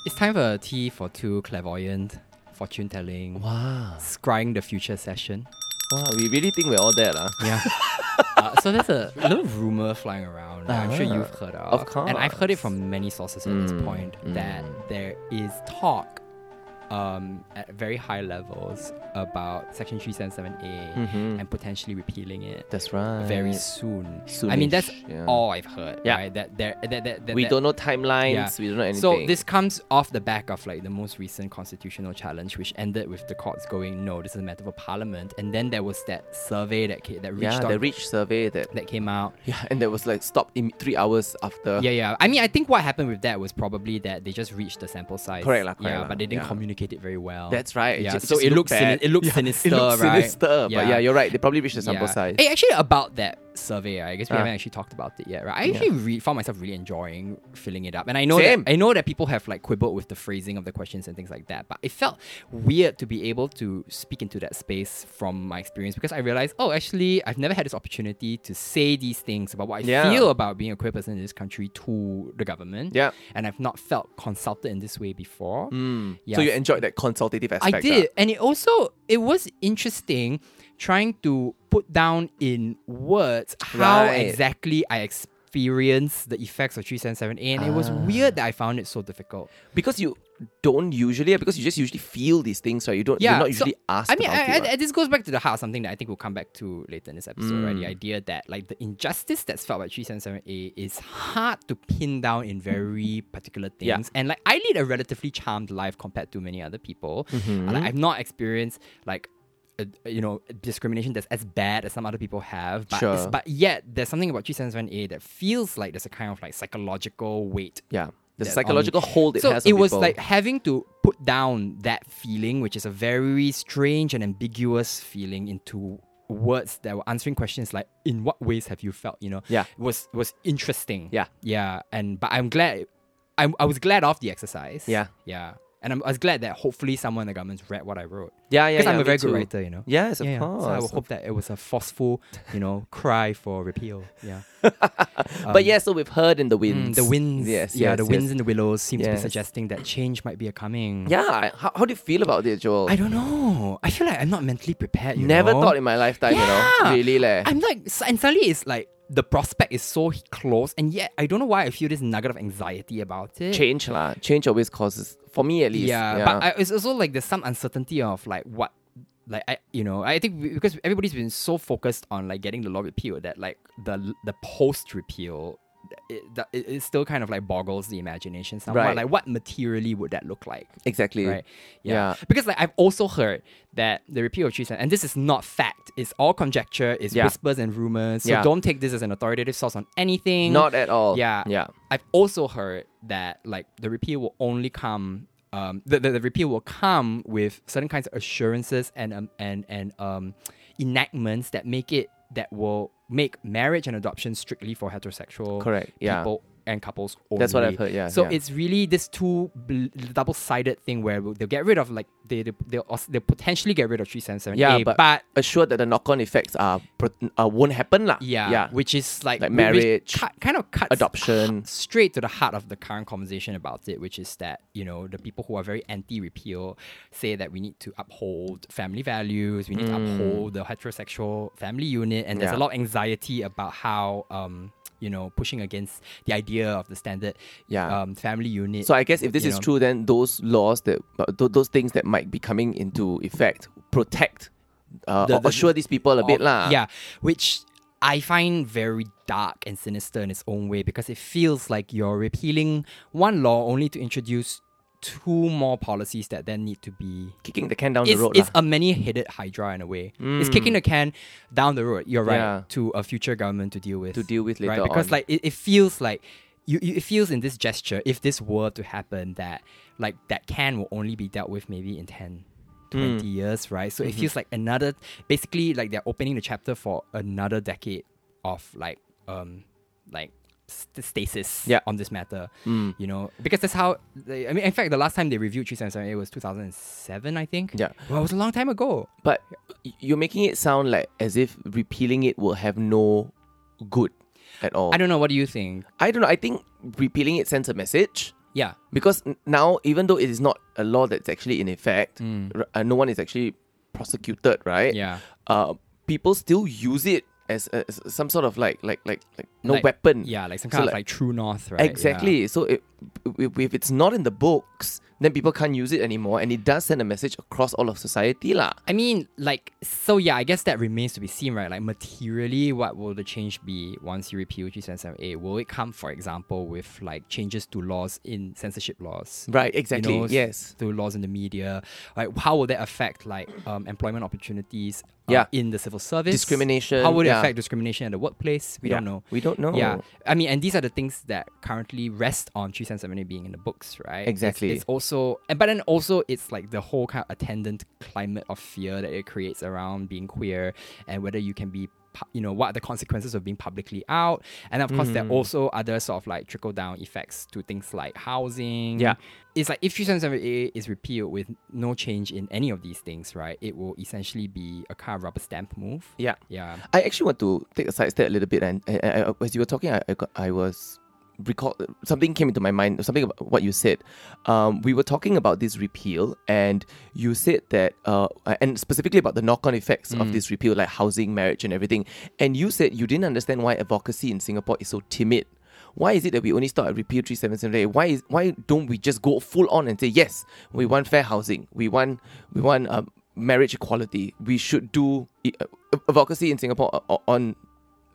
Speaker 1: It's time for a tea for two clairvoyant, fortune telling,
Speaker 3: Wow.
Speaker 1: scrying the future session.
Speaker 3: Wow, we really think we're all ah. there, lah.
Speaker 1: Yeah. uh, so there's a little rumor flying around. that I'm sure
Speaker 3: Ah,
Speaker 1: you've heard of.
Speaker 3: of course. Mm,
Speaker 1: And I've heard it from many sources at this point that there is talk um, at very high levels about Section 377A and potentially repealing it
Speaker 3: Mm-hmm. That's Hmm. right.
Speaker 1: Mm-hmm. very soon. I
Speaker 3: Soonish,
Speaker 1: mean, that's
Speaker 3: yeah.
Speaker 1: all I've heard.
Speaker 3: Yeah.
Speaker 1: Right? That there, that, that, that,
Speaker 3: We
Speaker 1: that-
Speaker 3: don't know timelines. We don't know anything.
Speaker 1: so this comes off the back of like the most recent constitutional challenge, which ended with the courts going, no, this is a matter for parliament. And then there was that survey that came, that reached
Speaker 3: yeah,
Speaker 1: out,
Speaker 3: the rich survey that
Speaker 1: that came out.
Speaker 3: yeah, and that was like stopped in three hours after.
Speaker 1: Yeah, yeah. I mean, I think what happened with that was probably that they just reached the sample size.
Speaker 3: Correct lah, correct
Speaker 1: yeah,
Speaker 3: lah,
Speaker 1: but they didn't
Speaker 3: yeah.
Speaker 1: communicate it very well.
Speaker 3: That's right.
Speaker 1: Yeah,
Speaker 3: ju-
Speaker 1: so
Speaker 3: Oh, just
Speaker 1: it
Speaker 3: looked
Speaker 1: looks sini-
Speaker 3: bad.
Speaker 1: it looks
Speaker 3: Yeah,
Speaker 1: sinister,
Speaker 3: It looks
Speaker 1: right?
Speaker 3: sinister. But
Speaker 1: Yeah.
Speaker 3: yeah, you're right. They probably reached the sample
Speaker 1: yeah.
Speaker 3: size.
Speaker 1: Hey, actually, about that survey, I guess we
Speaker 3: Ah.
Speaker 1: haven't actually talked about it yet, right? I actually re- found myself really enjoying filling it up, and I know
Speaker 3: Same.
Speaker 1: that I know that people have like quibbled with the phrasing of the questions and things like that, but it felt weird to be able to speak into that space from my experience because I realized, oh, actually, I've never had this opportunity to say these things about what I
Speaker 3: Yeah.
Speaker 1: feel about being a queer person in this country to the government,
Speaker 3: Yeah.
Speaker 1: and I've not felt consulted in this way before. Yeah,
Speaker 3: Hmm. So you enjoyed that consultative aspect.
Speaker 1: I
Speaker 3: ah?
Speaker 1: did, and it also it was interesting trying to put down in words how
Speaker 3: Right.
Speaker 1: exactly I experienced the effects of 377A, and it
Speaker 3: Ah.
Speaker 1: was weird that I found it so difficult.
Speaker 3: because you don't usually because you just usually feel these things, right? You don't.
Speaker 1: Yeah,
Speaker 3: you're not
Speaker 1: so-
Speaker 3: usually asked.
Speaker 1: I mean,
Speaker 3: about
Speaker 1: I,
Speaker 3: it,
Speaker 1: I,
Speaker 3: right?
Speaker 1: this goes back to the heart of something that I think we'll come back to later in this episode, right?
Speaker 3: Mm.
Speaker 1: The idea that like the injustice that's felt by 377A is hard to pin down in very particular things.
Speaker 3: Yeah.
Speaker 1: And like I lead a relatively charmed life compared to many other people.
Speaker 3: Mm-hmm.
Speaker 1: Like, I've not experienced like uh, you know discrimination that's as bad as some other people have but,
Speaker 3: Sure.
Speaker 1: but yet there's something about 377a that feels like there's a kind of like psychological weight
Speaker 3: yeah, the
Speaker 1: that on-
Speaker 3: psychological hold it
Speaker 1: um, so
Speaker 3: has.
Speaker 1: it
Speaker 3: on
Speaker 1: was
Speaker 3: people.
Speaker 1: like having to put down that feeling, which is a very strange and ambiguous feeling, into words that were answering questions like, "In what ways have you felt?" You know,
Speaker 3: Yeah.
Speaker 1: was was interesting.
Speaker 3: Yeah.
Speaker 1: yeah. And but I'm glad, I I was glad of the exercise.
Speaker 3: Yeah.
Speaker 1: yeah. And I'm, I was glad that hopefully someone in the government's read what I wrote.
Speaker 3: yeah, yeah.
Speaker 1: Because I'm a
Speaker 3: yeah, me
Speaker 1: very good
Speaker 3: too.
Speaker 1: writer, you know.
Speaker 3: Yes, of
Speaker 1: Yeah, yeah.
Speaker 3: course.
Speaker 1: So I would hope that it was a forceful, you know, cry for repeal. Yeah.
Speaker 3: but yeah, so we've heard in the
Speaker 1: um, Mm,
Speaker 3: winds.
Speaker 1: the winds,
Speaker 3: Yes,
Speaker 1: yeah,
Speaker 3: yes,
Speaker 1: the
Speaker 3: yes.
Speaker 1: winds and the willows seem to be
Speaker 3: Yes.
Speaker 1: suggesting that change might be a coming.
Speaker 3: Yeah, how, how do you feel about it, Joel?
Speaker 1: I don't know. I feel like I'm not mentally prepared. You
Speaker 3: Never
Speaker 1: know?
Speaker 3: thought in my lifetime, you
Speaker 1: Yeah.
Speaker 3: know. Really, leh.
Speaker 1: I'm like, s- and suddenly it's like the prospect is so close, and yet I don't know why I feel this nugget of anxiety about it.
Speaker 3: Change, lah. Change always causes, for me at least.
Speaker 1: Yeah, but I, it's also like there's some uncertainty of like what, like I, you know, I think we- because everybody's been so focused on like getting the law repealed that like the the post repeal. It, the- it, it still kind of like boggles the imagination somewhat.
Speaker 3: Right.
Speaker 1: Like, what materially would that look like?
Speaker 3: exactly.
Speaker 1: Right. Yeah.
Speaker 3: Yeah.
Speaker 1: Because like I've also heard that the repeal of 377, and this is not fact. It's all conjecture. It's
Speaker 3: Yeah.
Speaker 1: whispers and rumors. So
Speaker 3: Yeah.
Speaker 1: don't take this as an authoritative source on anything.
Speaker 3: Not at all.
Speaker 1: Yeah.
Speaker 3: Yeah.
Speaker 1: I've also heard that like the repeal will only come um, the, the, the repeal will come with certain kinds of assurances and um, and and um, enactments that make it that will make marriage and adoption strictly for heterosexual
Speaker 3: Correct, yeah.
Speaker 1: people and couples only.
Speaker 3: That's what I've heard, yeah,
Speaker 1: So
Speaker 3: yeah.
Speaker 1: it's really this two bl- double-sided thing where they'll get rid of like they they they'll, als- they'll potentially get rid of three seven seven
Speaker 3: yeah,
Speaker 1: a,
Speaker 3: but,
Speaker 1: but
Speaker 3: assured that the knock-on effects are, pro- uh, won't happen, lah.
Speaker 1: yeah,
Speaker 3: yeah.
Speaker 1: which is like,
Speaker 3: Like
Speaker 1: which- which
Speaker 3: marriage,
Speaker 1: cut- kind of cuts
Speaker 3: adoption.
Speaker 1: straight to the heart of the current conversation about it, which is that you know the people who are very anti-repeal say that we need to uphold family values, we need to uphold the heterosexual family unit, and there's a
Speaker 3: Mm. Yeah.
Speaker 1: lot of anxiety about how um you know pushing against the idea of the standard
Speaker 3: Yeah.
Speaker 1: um, family unit.
Speaker 3: So I guess if this
Speaker 1: you
Speaker 3: is
Speaker 1: know.
Speaker 3: true, then those laws that uh, th- those things that might be coming into effect protect uh,
Speaker 1: The-
Speaker 3: or
Speaker 1: the-
Speaker 3: assure these people a bit
Speaker 1: of-
Speaker 3: lah.
Speaker 1: Yeah, which I find very dark and sinister in its own way because it feels like you're repealing one law only to introduce two more policies that then need to be.
Speaker 3: kicking the can down
Speaker 1: It's,
Speaker 3: the road.
Speaker 1: it's
Speaker 3: lah.
Speaker 1: a
Speaker 3: Mm.
Speaker 1: many-headed hydra in a way. It's kicking the can down the road. You're right
Speaker 3: Yeah.
Speaker 1: to a future government to deal with.
Speaker 3: To deal with
Speaker 1: right?
Speaker 3: later
Speaker 1: because
Speaker 3: on.
Speaker 1: like it, it feels like. You, you, it feels in this gesture, if this were to happen, that like that can will only be dealt with maybe in 10,
Speaker 3: Hmm.
Speaker 1: 20 years, right?
Speaker 3: Mm-hmm.
Speaker 1: So it feels like another, basically, like they're opening the chapter for another decade of like, um, like st- stasis
Speaker 3: Yeah.
Speaker 1: on this matter,
Speaker 3: Mm.
Speaker 1: you know, because that's how. They, I mean, in fact, the last time they reviewed 377, it was 2007, I think.
Speaker 3: Yeah.
Speaker 1: well, it was a long time ago.
Speaker 3: but y- you're making it sound like as if repealing it will have no good at all.
Speaker 1: I don't know. What do you think?
Speaker 3: I don't know. I think repealing it sends a message.
Speaker 1: Yeah,
Speaker 3: because n- now even though it is not a law that's actually in effect
Speaker 1: Hmm.
Speaker 3: r- uh, no one is actually prosecuted right
Speaker 1: Yeah.
Speaker 3: uh, people still use it as, as some sort of like like like like no
Speaker 1: Like-
Speaker 3: weapon
Speaker 1: yeah, like some
Speaker 3: So
Speaker 1: kind of like true north, right?
Speaker 3: exactly so it, if, if it's not in the books then people can't use it anymore and it does send a message across all of society lah
Speaker 1: I mean, like, so yeah, I guess that remains to be seen, right? Like, materially, what will the change be once you repeal G77A? Will it come, for example, with like changes to laws in censorship laws?
Speaker 3: right
Speaker 1: You
Speaker 3: exactly
Speaker 1: know, s-
Speaker 3: yes
Speaker 1: To laws in the media. Like, how will that affect like um, employment opportunities uh,
Speaker 3: Yeah.
Speaker 1: in the civil service?
Speaker 3: Discrimination,
Speaker 1: How would it
Speaker 3: yeah.
Speaker 1: affect discrimination in the workplace? We don't
Speaker 3: Yeah.
Speaker 1: know.
Speaker 3: We don't know.
Speaker 1: Yeah. I mean, and these are the things that currently rest on 377A being in the books, right? It's-
Speaker 3: Exactly.
Speaker 1: It's, also, and but then also, it's like the whole kind of attendant climate of fear that it creates around being queer and whether you can be, pu- you know, what are the consequences of being publicly out. And of course, there are
Speaker 3: Mm-hmm.
Speaker 1: also other sort of like trickle down effects to things like housing.
Speaker 3: Yeah.
Speaker 1: It's like if 377A is repealed with no change in any of these things, right, it will essentially be a kind of rubber stamp move.
Speaker 3: yeah
Speaker 1: Yeah.
Speaker 3: I actually want to take a side step a little bit, and, and, and- as you were talking, I I, got, I was recall something came into my mind, something about what you said. Um, we were talking about this repeal, and you said that, uh, and specifically about the knock-on effects of this repeal, like housing, marriage, and everything. And you said you didn't understand why advocacy in Singapore is so timid. Why is it that we only start at repeal 3778? Why is why don't we just go full on and say yes, we want fair housing, we want we want um, marriage equality, we should do uh, advocacy in Singapore o- o- on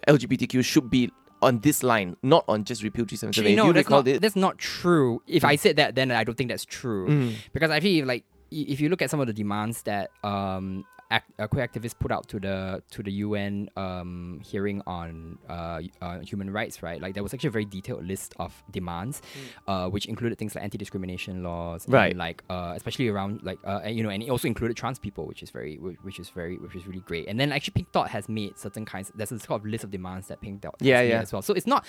Speaker 3: LGBTQ should be on this line, not on just repeal 377.
Speaker 1: Actually, no,
Speaker 3: you
Speaker 1: that's
Speaker 3: recall
Speaker 1: not,
Speaker 3: it?
Speaker 1: that's not true. If I said that, then I don't think that's true.
Speaker 3: Mm.
Speaker 1: Because I feel like i- if you look at some of the demands that um, act, uh, queer activists put out to the to the UN um, hearing on uh, y- uh, human rights, right? Like there was actually a very detailed list of demands, uh, which included things like anti-discrimination laws, and,
Speaker 3: Mm. Right.
Speaker 1: like uh, especially around like uh, and, you know, and it also included trans people, which is very whi- which is very which is really great. And then actually, Pink Dot has made certain kinds. There's a sort of list of demands that Pink Dot has
Speaker 3: Yeah,
Speaker 1: made
Speaker 3: yeah.
Speaker 1: as well. So it's not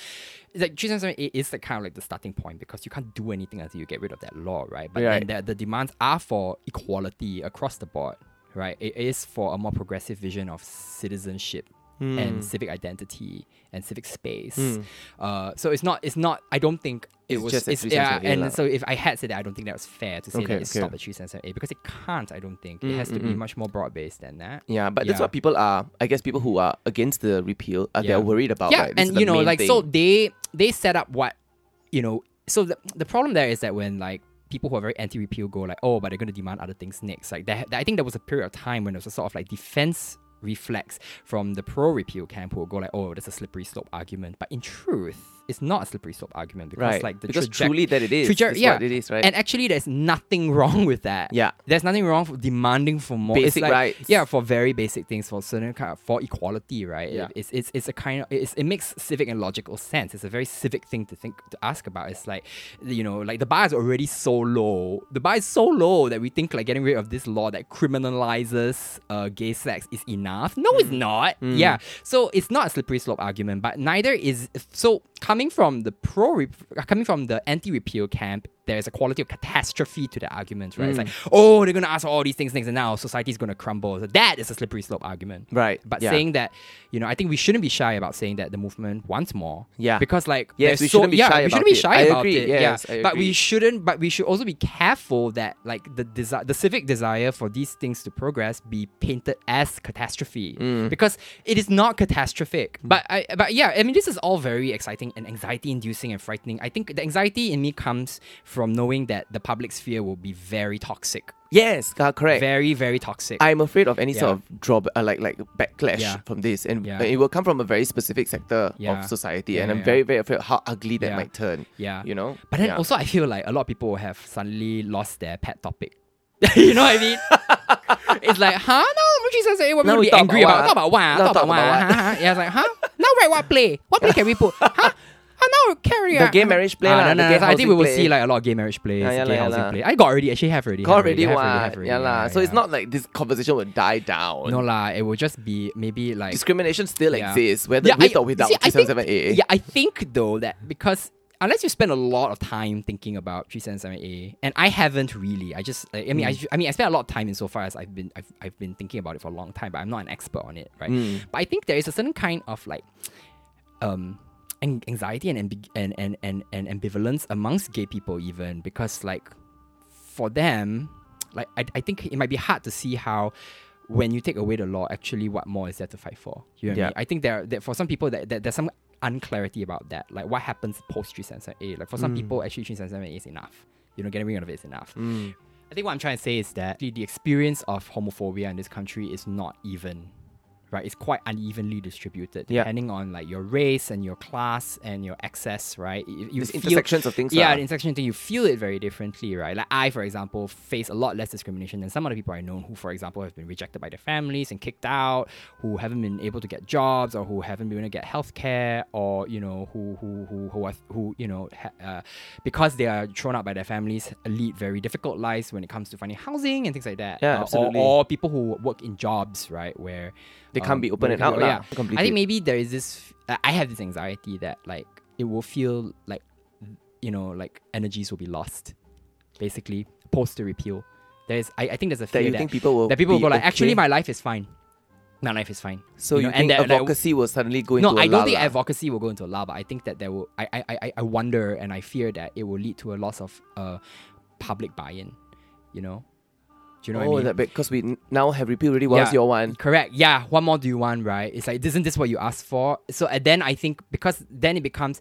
Speaker 1: it's like 378 is the kind of like the starting point because you can't do anything until you get rid of that law, right? But
Speaker 3: Right.
Speaker 1: then the, the demands are for equality across the board, right? It is for a more progressive vision of citizenship.
Speaker 3: Hmm.
Speaker 1: And civic identity and civic space. Uh, so it's not. It's not. I don't think it
Speaker 3: It's
Speaker 1: was.
Speaker 3: just at
Speaker 1: it's, yeah.
Speaker 3: 378
Speaker 1: And
Speaker 3: lah.
Speaker 1: so if I had said that, I don't think that was fair to say
Speaker 3: Okay,
Speaker 1: that it
Speaker 3: okay. Mm,
Speaker 1: stopped at three seven eight because it can't. I don't think it has to be much more broad based than that.
Speaker 3: yeah, but that's
Speaker 1: Yeah.
Speaker 3: what people are, I guess people who are against the repeal, uh,
Speaker 1: Yeah.
Speaker 3: they're worried about.
Speaker 1: yeah
Speaker 3: right? This is
Speaker 1: and
Speaker 3: the
Speaker 1: you know
Speaker 3: main
Speaker 1: like
Speaker 3: thing.
Speaker 1: so they they set up what you know so the, the problem there is that when like people who are very anti-repeal go like oh but they're going to demand other things next like that, i think there was a period of time when there was a sort of like defense reflex from the pro-repeal camp who would go like oh that's a slippery slope argument but in truth it's not a slippery slope argument because
Speaker 3: Right.
Speaker 1: like the
Speaker 3: Because
Speaker 1: traje-
Speaker 3: truly that it is.
Speaker 1: traje-
Speaker 3: It's
Speaker 1: yeah,
Speaker 3: what it is, right?
Speaker 1: And actually, there's nothing wrong with that.
Speaker 3: Yeah.
Speaker 1: there's nothing wrong for demanding for more. it's
Speaker 3: Basic
Speaker 1: like,
Speaker 3: rights.
Speaker 1: Yeah, for very basic things, for certain kind of, for equality, right? It-
Speaker 3: Yeah.
Speaker 1: it's, it's it's a kind of it's, it makes civic and logical sense. It's a very civic thing to think to ask about. It's like you know, like the bar is already so low. The bar is so low that we think like getting rid of this law that criminalizes uh, gay sex is enough. No, it's not. Yeah. So it's not a slippery slope argument, but neither is so coming from the pro rep- coming from the anti repeal camp there's a quality of catastrophe to the argument, right? It's like, oh, they're gonna ask for all these things next, and now society's gonna crumble. So that is a slippery slope argument,
Speaker 3: Right,
Speaker 1: But
Speaker 3: yeah.
Speaker 1: saying that, you know, I think we shouldn't be shy about saying that the movement wants more,
Speaker 3: Yeah.
Speaker 1: because like,
Speaker 3: Yes,
Speaker 1: there's
Speaker 3: we
Speaker 1: so-
Speaker 3: shouldn't be
Speaker 1: yeah,
Speaker 3: shy
Speaker 1: we shouldn't
Speaker 3: about
Speaker 1: be
Speaker 3: it.
Speaker 1: shy
Speaker 3: I
Speaker 1: about
Speaker 3: agree,
Speaker 1: it,
Speaker 3: yes,
Speaker 1: yeah.
Speaker 3: I
Speaker 1: but we
Speaker 3: agree.
Speaker 1: shouldn't, but we should also be careful that like the desire, the civic desire for these things to progress, be painted as catastrophe,
Speaker 3: Mm.
Speaker 1: because it is not catastrophic. But I, but yeah, I mean, this is all very exciting and anxiety-inducing and frightening. I think the anxiety in me comes from knowing that the public sphere will be very toxic,
Speaker 3: Yes, ca- correct.
Speaker 1: very very toxic.
Speaker 3: I'm afraid of any
Speaker 1: Yeah.
Speaker 3: sort of draw, uh, like like backlash
Speaker 1: Yeah.
Speaker 3: from this, and
Speaker 1: Yeah.
Speaker 3: and it will come from a very specific sector
Speaker 1: Yeah.
Speaker 3: of society,
Speaker 1: Yeah,
Speaker 3: and I'm
Speaker 1: yeah,
Speaker 3: very
Speaker 1: yeah.
Speaker 3: very afraid how ugly that
Speaker 1: Yeah.
Speaker 3: might turn.
Speaker 1: Yeah.
Speaker 3: you know.
Speaker 1: But then
Speaker 3: Yeah.
Speaker 1: also, I feel like a lot of people have suddenly lost their pet topic. you know what I mean? it's like, huh? No, she says, hey, what
Speaker 3: Now
Speaker 1: we
Speaker 3: we
Speaker 1: be
Speaker 3: talk
Speaker 1: angry about?
Speaker 3: about
Speaker 1: Talk about what?
Speaker 3: now
Speaker 1: Talk about
Speaker 3: talk
Speaker 1: what?
Speaker 3: about what.
Speaker 1: huh, huh? Yeah, it's like, huh? Now write what play? What play can we put? Huh? Huh, now carry
Speaker 3: The
Speaker 1: ah.
Speaker 3: gay marriage play
Speaker 1: Ah,
Speaker 3: lah,
Speaker 1: no,
Speaker 3: the
Speaker 1: no,
Speaker 3: gay
Speaker 1: no, so I think we
Speaker 3: housing
Speaker 1: will
Speaker 3: play. Ah,
Speaker 1: see like a lot of gay marriage plays,
Speaker 3: Yeah, yeah
Speaker 1: gay
Speaker 3: lah, yeah
Speaker 1: housing
Speaker 3: lah.
Speaker 1: play. I got already, actually have already.
Speaker 3: Got
Speaker 1: have
Speaker 3: already
Speaker 1: have
Speaker 3: what?
Speaker 1: have
Speaker 3: yeah
Speaker 1: already,
Speaker 3: lah. So it's
Speaker 1: yeah.
Speaker 3: not like this conversation will die down.
Speaker 1: No lah, it will just be maybe like
Speaker 3: Discrimination still
Speaker 1: Yeah.
Speaker 3: exists, whether with or without
Speaker 1: see, I think-
Speaker 3: 277A.
Speaker 1: Yeah, I think though that because unless you spend a lot of time thinking about 377A, and I haven't really. I just I I mean I, I mean I spent a lot of time insofar as I've been I've, I've been thinking about it for a long time, but I'm not an expert on it, right? But I think there is a certain kind of like um an- anxiety and, ambi- and, and and and ambivalence amongst gay people even because like for them like I, I think it might be hard to see how when you take away the law actually what more is there to fight for you know what I
Speaker 3: Yeah.
Speaker 1: mean I think there, there for some people that, that there's some unclarity about that like what happens post 377A like for
Speaker 3: Mm.
Speaker 1: some people actually 377A is enough you know getting rid of it is enough
Speaker 3: Mm.
Speaker 1: I think what I'm trying to say is that the the experience of homophobia in this country is not even right it's quite unevenly distributed
Speaker 3: Yeah.
Speaker 1: depending on like your race and your class and your access right you, you
Speaker 3: These intersections of things
Speaker 1: yeah
Speaker 3: lah.
Speaker 1: the intersection thing you feel it very differently right like i for example face a lot less discrimination than some other people i know who for example have been rejected by their families and kicked out who haven't been able to get jobs or who haven't been able to get health care or you know who who who who, are, who you know ha- uh, because they are thrown out by their families lead very difficult lives when it comes to finding housing and things like that Uh,
Speaker 3: Yeah,
Speaker 1: or-
Speaker 3: absolutely.
Speaker 1: or, people who work in jobs right where
Speaker 3: They can't be open
Speaker 1: where
Speaker 3: and
Speaker 1: Um, they can't
Speaker 3: out
Speaker 1: go-
Speaker 3: lah,
Speaker 1: yeah. I
Speaker 3: completely.
Speaker 1: think maybe there is this. I- I have this anxiety that like it will feel like you know like energies will be lost, basically post the repeal. There's I, I think there's a fear
Speaker 3: you
Speaker 1: that,
Speaker 3: think people will
Speaker 1: that people will
Speaker 3: be
Speaker 1: go like actually
Speaker 3: okay?
Speaker 1: my life is fine, my life is fine.
Speaker 3: so you,
Speaker 1: know,
Speaker 3: think
Speaker 1: that- like,
Speaker 3: advocacy will suddenly go
Speaker 1: no,
Speaker 3: into a
Speaker 1: I don't think
Speaker 3: lull lah.
Speaker 1: advocacy will go into a law, but I think that there will. I I, I- I I wonder and I fear that it will lead to a loss of uh public buy-in. You know, do you know what I
Speaker 3: oh,
Speaker 1: mean?
Speaker 3: that because we n- now have repealed already. What was your one?
Speaker 1: Correct. Yeah. What more do you want, right? It's like, isn't this what you asked for? So and then I think because then it becomes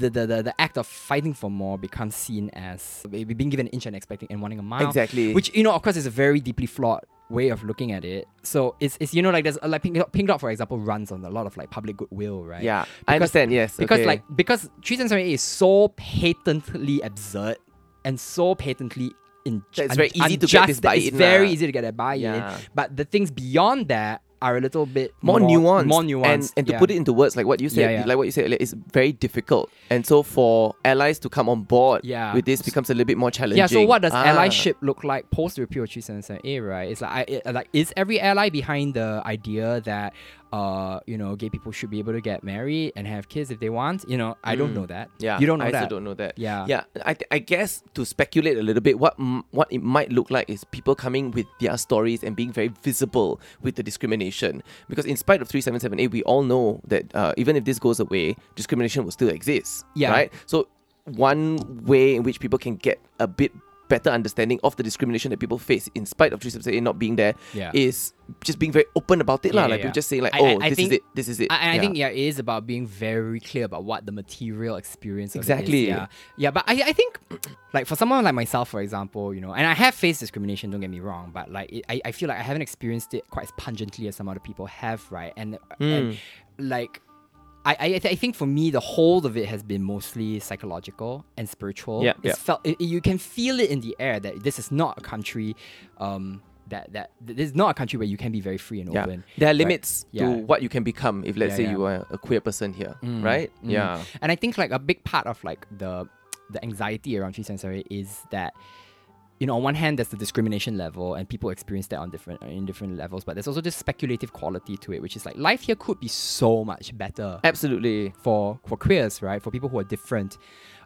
Speaker 1: the the, the, the act of fighting for more becomes seen as maybe being given an inch and expecting and wanting a mile.
Speaker 3: Exactly.
Speaker 1: Which you know, of course, is a very deeply flawed way of looking at it. So it's, it's you know like there's uh, like Pink Dot, Pink Dot for example runs on a lot of like public goodwill, right?
Speaker 3: Yeah, I understand. Yes,
Speaker 1: because
Speaker 3: okay.
Speaker 1: like because 378 is so patently absurd and so patently in
Speaker 3: That it's very easy to get
Speaker 1: unjust
Speaker 3: this
Speaker 1: that
Speaker 3: buy-in
Speaker 1: It's very
Speaker 3: lah.
Speaker 1: easy to get that buy-in,
Speaker 3: Yeah.
Speaker 1: but the things beyond that are a little bit
Speaker 3: more, nuanced,
Speaker 1: more
Speaker 3: and-
Speaker 1: nuanced,
Speaker 3: and, to put it into words like what you said,
Speaker 1: Yeah, yeah.
Speaker 3: like what you said, earlier, it's very difficult, and so for allies to come on board
Speaker 1: Yeah.
Speaker 3: with this becomes a little bit more challenging.
Speaker 1: yeah. So what does
Speaker 3: Ah.
Speaker 1: allyship look like post repeal of 377A? Right? It's like I, it- like is every ally behind the idea that uh you know gay people should be able to get married and have kids if they want? You know, I don't know that.
Speaker 3: Mm. Yeah,
Speaker 1: you don't know
Speaker 3: I
Speaker 1: that.
Speaker 3: also don't know that.
Speaker 1: Yeah.
Speaker 3: yeah. I, th- I guess to speculate a little bit, what m- what it might look like is people coming with their stories and being very visible with the discrimination. Because in spite of three seven seven eight, we all know that uh, even if this goes away, discrimination will still exist.
Speaker 1: Yeah.
Speaker 3: right. So one way in which people can get a bit better understanding of the discrimination that people face in spite of 378 not being there is
Speaker 1: Yeah.
Speaker 3: just being very open about it
Speaker 1: Yeah,
Speaker 3: lah.
Speaker 1: yeah,
Speaker 3: like
Speaker 1: yeah.
Speaker 3: people just saying like
Speaker 1: I- I-
Speaker 3: oh
Speaker 1: I
Speaker 3: this
Speaker 1: think-
Speaker 3: is it this is it
Speaker 1: I, and I think yeah, it is about being very clear about what the material experience of it is,
Speaker 3: Exactly.
Speaker 1: yeah, yeah. But I, I think like for someone like myself, for example, you know, and I have faced discrimination. Don't get me wrong, but like it, I, I feel like I
Speaker 3: Hmm.
Speaker 1: haven't experienced it quite as pungently as some other people have, right? And, and like I, I, I think for me the whole of it has been mostly psychological and spiritual.
Speaker 3: Yeah,
Speaker 1: it's
Speaker 3: yeah.
Speaker 1: felt it, you can feel it in the air that this is not a country, um, that that this is not a country where you can be very free and
Speaker 3: Yeah.
Speaker 1: open.
Speaker 3: There are
Speaker 1: right?
Speaker 3: limits to
Speaker 1: Yeah.
Speaker 3: what you can become if, let's
Speaker 1: Yeah,
Speaker 3: say,
Speaker 1: yeah.
Speaker 3: you are a queer person here, right? Yeah.
Speaker 1: And I think like a big part of like the the anxiety around tree sensory is that you know on one hand there's the discrimination level and people experience that on different in different levels, but there's also this speculative quality to it, which is like life here could be so much better
Speaker 3: Absolutely.
Speaker 1: for for queers, right? For people who are different,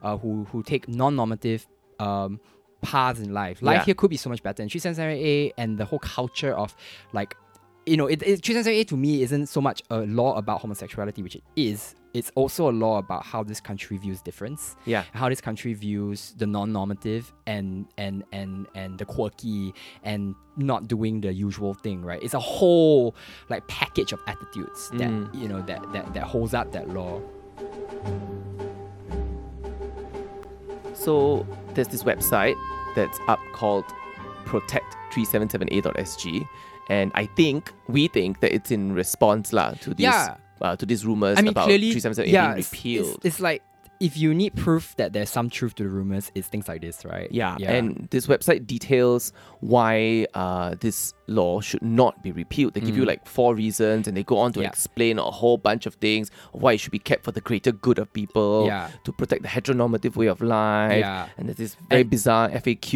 Speaker 1: uh, who who take non-normative um, paths in life. Life
Speaker 3: Yeah.
Speaker 1: here could be so much better. And Tristan A and the whole culture of like, you know, it, it Tristan A to me isn't so much a law about homosexuality, which it is. It's also a law about how this country views difference
Speaker 3: Yeah.
Speaker 1: how this country views the non-normative and and and and the quirky and not doing the usual thing right it's a whole like package of attitudes that you know that that, that holds up that law
Speaker 3: So there's this website that's up called protect377a.sg, and I think we think that it's in response lah to these
Speaker 1: Yeah.
Speaker 3: uh, to these rumors
Speaker 1: i mean
Speaker 3: about
Speaker 1: clearly
Speaker 3: 377a
Speaker 1: yeah
Speaker 3: being
Speaker 1: it's,
Speaker 3: repealed.
Speaker 1: it's, it's like if you need proof that there's some truth to the rumors it's things like this right
Speaker 3: yeah, and this website details why uh, this law should not be repealed. They give you like four reasons, and they go on to
Speaker 1: Yeah.
Speaker 3: explain a whole bunch of things why it should be kept for the greater good of people,
Speaker 1: Yeah.
Speaker 3: to protect the heteronormative way of life,
Speaker 1: Yeah.
Speaker 3: and there's this very
Speaker 1: And-
Speaker 3: bizarre FAQ,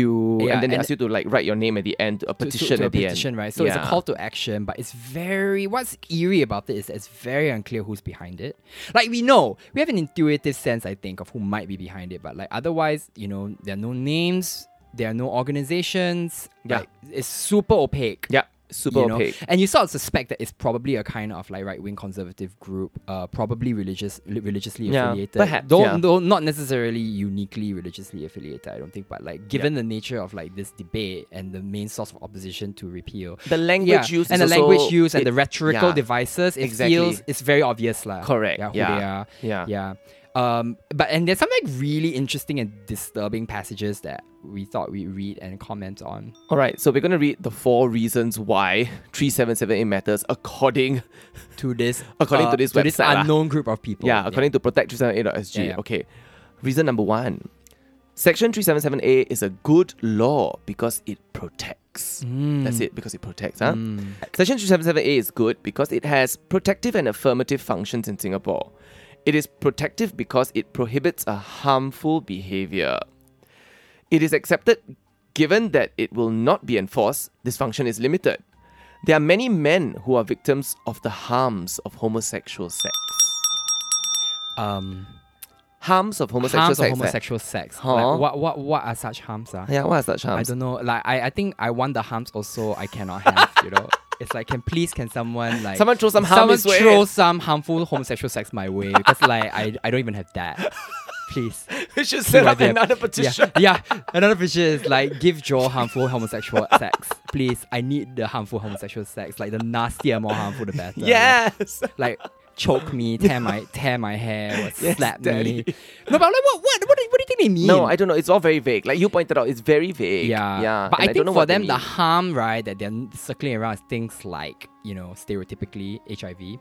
Speaker 1: Yeah,
Speaker 3: and then they
Speaker 1: and-
Speaker 3: ask you to like write your name at the end, a
Speaker 1: to- to-
Speaker 3: petition
Speaker 1: to a
Speaker 3: at the
Speaker 1: petition,
Speaker 3: end,
Speaker 1: right? So it's
Speaker 3: Yeah.
Speaker 1: a call to action, but it's very what's eerie about it is that it's very unclear who's behind it. Like we know, we have an intuitive sense, I think, of who might be behind it, but like otherwise, you know, there are no names, there are no organizations.
Speaker 3: Yeah.
Speaker 1: Like, it's super opaque.
Speaker 3: Yeah, super
Speaker 1: you know?
Speaker 3: opaque.
Speaker 1: And you sort of suspect that it's probably a kind of like right wing conservative group, uh, probably religious, li- religiously
Speaker 3: Yeah,
Speaker 1: affiliated.
Speaker 3: perhaps,
Speaker 1: though,
Speaker 3: yeah.
Speaker 1: though not necessarily uniquely religiously affiliated, I don't think. But like, given the nature of like this debate and the main source of opposition to repeal,
Speaker 3: The language
Speaker 1: yeah,
Speaker 3: used
Speaker 1: and the
Speaker 3: is
Speaker 1: language
Speaker 3: also-
Speaker 1: use and
Speaker 3: it-
Speaker 1: the rhetorical
Speaker 3: yeah.
Speaker 1: devices, it
Speaker 3: Exactly.
Speaker 1: feels it's very obvious, lah.
Speaker 3: Correct,
Speaker 1: Yeah, who
Speaker 3: yeah,
Speaker 1: they are.
Speaker 3: yeah.
Speaker 1: yeah. Um, but and there's some like really interesting and disturbing passages that we thought we would read and comment on.
Speaker 3: All right, so we're gonna read the four reasons why 377a matters according
Speaker 1: to this uh,
Speaker 3: According to this
Speaker 1: to this
Speaker 3: website lah.
Speaker 1: unknown group of people.
Speaker 3: Yeah, according to protect377a.sg.
Speaker 1: Yeah, yeah.
Speaker 3: Okay. Reason number one Section 377a is a good law because it protects.
Speaker 1: Mm.
Speaker 3: That's it, because it protects. Huh? Section 377a is good because it has protective and affirmative functions in Singapore. It is protective because it prohibits a harmful behavior. It is accepted given that it will not be enforced, this function is limited. There are many men who are victims of the harms of homosexual sex
Speaker 1: um,
Speaker 3: harms of homosexual
Speaker 1: harms of
Speaker 3: sex. eh?
Speaker 1: homosexual sex.
Speaker 3: Huh?
Speaker 1: Like, what what what are such harms? Ah,
Speaker 3: Yeah, what is that
Speaker 1: I
Speaker 3: harms?
Speaker 1: don't know. Like I, I think I want the harms also I cannot have. you know, it's like can please can someone like
Speaker 3: Someone throw some harm
Speaker 1: someone
Speaker 3: his way.
Speaker 1: throw some harmful homosexual sex my way because like I I don't even have that. Please.
Speaker 3: We should set
Speaker 1: my
Speaker 3: up
Speaker 1: dear.
Speaker 3: another
Speaker 1: Yeah,
Speaker 3: petition.
Speaker 1: yeah. Another petition is like give Joe harmful homosexual sex. Please, I need the harmful homosexual sex. Like the nastier, more harmful, the better.
Speaker 3: Yes.
Speaker 1: like choke me, tear my tear my hair, or
Speaker 3: Yes,
Speaker 1: slap
Speaker 3: daddy.
Speaker 1: me. No, but like, what what what do, what do you think they mean?
Speaker 3: No, I don't know. It's all very vague. Like you pointed out, it's very vague.
Speaker 1: yeah,
Speaker 3: yeah.
Speaker 1: But I
Speaker 3: and
Speaker 1: think
Speaker 3: don't know
Speaker 1: for
Speaker 3: what they
Speaker 1: them, the
Speaker 3: mean.
Speaker 1: harm right that they're circling around is things like you know stereotypically HIV.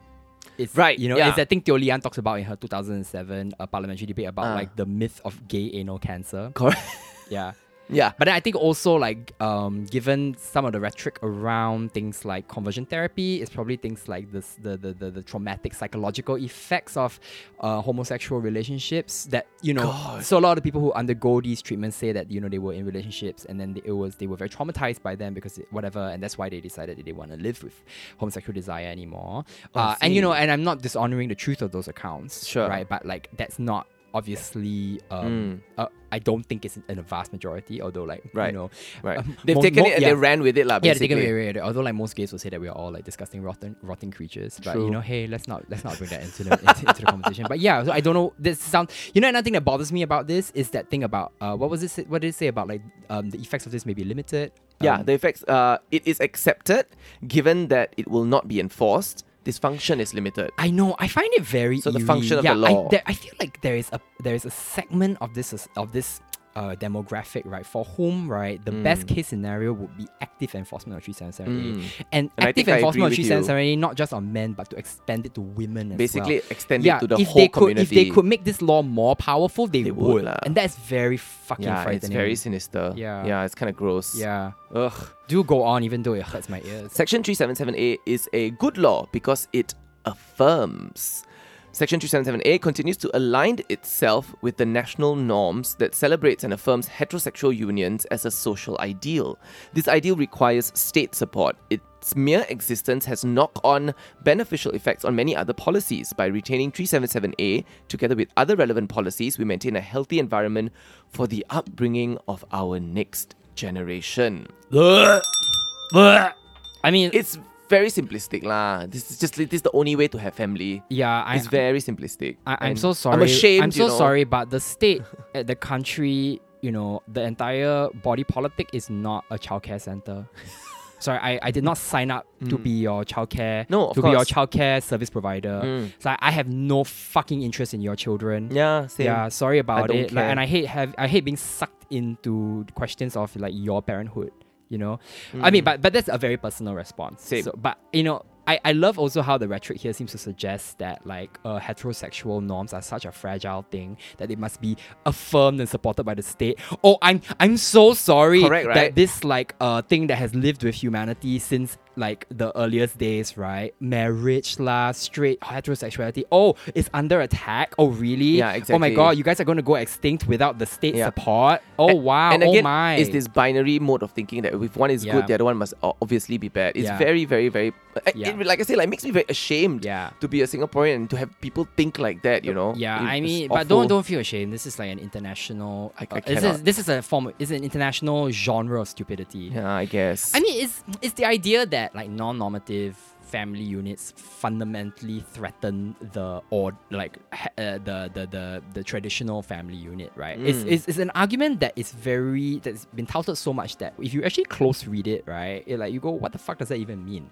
Speaker 1: It's,
Speaker 3: Right,
Speaker 1: you know,
Speaker 3: yeah.
Speaker 1: it's that thing Teo Lian talks about in her 2007 uh, parliamentary debate about
Speaker 3: Ah.
Speaker 1: like the myth of gay anal cancer.
Speaker 3: Correct.
Speaker 1: Yeah,
Speaker 3: yeah.
Speaker 1: but then I think also like um, given some of the rhetoric around things like conversion therapy, it's probably things like this the the, the, the traumatic psychological effects of uh, homosexual relationships that you know.
Speaker 3: God.
Speaker 1: So a lot of people who undergo these treatments say that you know they were in relationships and then they, it was they were very traumatized by them because it, whatever, and that's why they decided that they want to live with homosexual desire anymore. Uh, and you know, and I'm not dishonoring the truth of those accounts,
Speaker 3: Sure.
Speaker 1: right? But like that's not obviously um, uh, I don't think it's in a vast majority, although like
Speaker 3: Mm. Right.
Speaker 1: you know
Speaker 3: Right.
Speaker 1: um,
Speaker 3: They've
Speaker 1: mo-
Speaker 3: taken
Speaker 1: mo-
Speaker 3: it and
Speaker 1: yeah.
Speaker 3: they ran with it, lah.
Speaker 1: Yeah, they take it
Speaker 3: basically.
Speaker 1: away, away, away. although like most gays will say that we are all like disgusting rotten rotten creatures. But
Speaker 3: True.
Speaker 1: you know, hey, let's not let's not bring that into the into, into the conversation. But yeah, so I don't know this sound you know another thing that bothers me about this is that thing about uh what was it say- what did it say about like um the effects of this may be limited.
Speaker 3: Yeah,
Speaker 1: Um,
Speaker 3: the effects. Uh, it is accepted, given that it will not be enforced. This function is limited.
Speaker 1: I know. I find it very
Speaker 3: So the
Speaker 1: eerie.
Speaker 3: function of
Speaker 1: yeah,
Speaker 3: the law.
Speaker 1: I, there, I feel like there is a there is a segment of this of this uh, demographic, right, for whom, right,
Speaker 3: Hmm.
Speaker 1: the best case scenario would be active enforcement of
Speaker 3: Mm, Hmm.
Speaker 1: 3778. And,
Speaker 3: And I
Speaker 1: active
Speaker 3: think I agree
Speaker 1: enforcement of
Speaker 3: with you.
Speaker 1: 3778, not just on men, but to expand it to women as
Speaker 3: Basically,
Speaker 1: well.
Speaker 3: extend
Speaker 1: yeah,
Speaker 3: it to the
Speaker 1: if
Speaker 3: whole
Speaker 1: they could,
Speaker 3: community.
Speaker 1: If they could make this law more powerful, they,
Speaker 3: They would
Speaker 1: would.
Speaker 3: lah.
Speaker 1: and that's very fucking
Speaker 3: yeah,
Speaker 1: frightening.
Speaker 3: it's very sinister.
Speaker 1: Yeah.
Speaker 3: yeah, it's kind of gross.
Speaker 1: yeah.
Speaker 3: Ugh.
Speaker 1: Do go on, even though it hurts my ears.
Speaker 3: Section 377A is a good law because it affirms. Section 377A continues to align itself with the national norms that celebrates and affirms heterosexual unions as a social ideal. This ideal requires state support. Its mere existence has knock on beneficial effects on many other policies. By retaining 377A together with other relevant policies, we maintain a healthy environment for the upbringing of our next generation.
Speaker 1: I mean,
Speaker 3: it's very simplistic lah. This is just this is the only way to have family.
Speaker 1: yeah, I,
Speaker 3: it's very simplistic.
Speaker 1: I, I'm
Speaker 3: And
Speaker 1: so sorry.
Speaker 3: I'm ashamed.
Speaker 1: I'm so
Speaker 3: you know.
Speaker 1: sorry, but the state, uh, the country, you know, the entire body politic is not a childcare center. sorry, I, I did not sign up to
Speaker 3: Mm.
Speaker 1: be your childcare.
Speaker 3: No, of
Speaker 1: to be your
Speaker 3: course. Mm.
Speaker 1: childcare service provider. So I, I have no fucking interest in your children.
Speaker 3: Yeah, same.
Speaker 1: Yeah, sorry about
Speaker 3: don't
Speaker 1: it. Like,
Speaker 3: care.
Speaker 1: and I hate have I hate being sucked into questions of like your parenthood. You know,
Speaker 3: Mm.
Speaker 1: I mean, but but that's a very personal response.
Speaker 3: Same.
Speaker 1: So, but you know, I I love also how the rhetoric here seems to suggest that like uh, heterosexual norms are such a fragile thing that they must be affirmed and supported by the state. Oh, I'm I'm so sorry
Speaker 3: Correct,
Speaker 1: that
Speaker 3: right?
Speaker 1: this like uh thing that has lived with humanity since like the earliest days, right? Marriage, la, straight heterosexuality. Oh, it's under attack. Oh, really?
Speaker 3: Yeah,
Speaker 1: Oh my
Speaker 3: exactly.
Speaker 1: god, you guys are going to go extinct without the state
Speaker 3: Yeah.
Speaker 1: support. Oh
Speaker 3: And-
Speaker 1: wow.
Speaker 3: And
Speaker 1: oh
Speaker 3: again,
Speaker 1: my.
Speaker 3: it's this binary mode of thinking that if one is
Speaker 1: Yeah.
Speaker 3: good, the other one must o- obviously be bad. It's
Speaker 1: Yeah.
Speaker 3: very, very, very. I-
Speaker 1: Yeah.
Speaker 3: It, like I say, like makes me very ashamed.
Speaker 1: Yeah.
Speaker 3: To be a Singaporean and to have people think like that, you know.
Speaker 1: yeah,
Speaker 3: It-
Speaker 1: I
Speaker 3: it's
Speaker 1: mean, but don't
Speaker 3: awful.
Speaker 1: don't feel ashamed. This is like an international.
Speaker 3: I- I
Speaker 1: uh, this is
Speaker 3: cannot.
Speaker 1: this is a form. It's an international genre of stupidity.
Speaker 3: Yeah, I guess.
Speaker 1: I mean, it's it's the idea that like non-normative family units fundamentally threaten the or like ha- uh, the, the the the traditional family unit, right? It's, it's it's an argument that is very that's been touted so much that if you actually close read it, right, it, like you go, what the fuck does that even mean?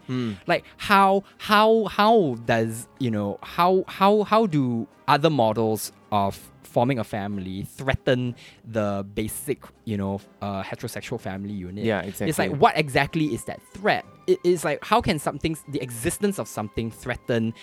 Speaker 1: Like how how how does you know how how how do other models of forming a family threaten the basic you know uh, heterosexual family unit
Speaker 3: Yeah,
Speaker 1: it's like
Speaker 3: exactly.
Speaker 1: what exactly is that threat? It is like how can something, the existence of something, threaten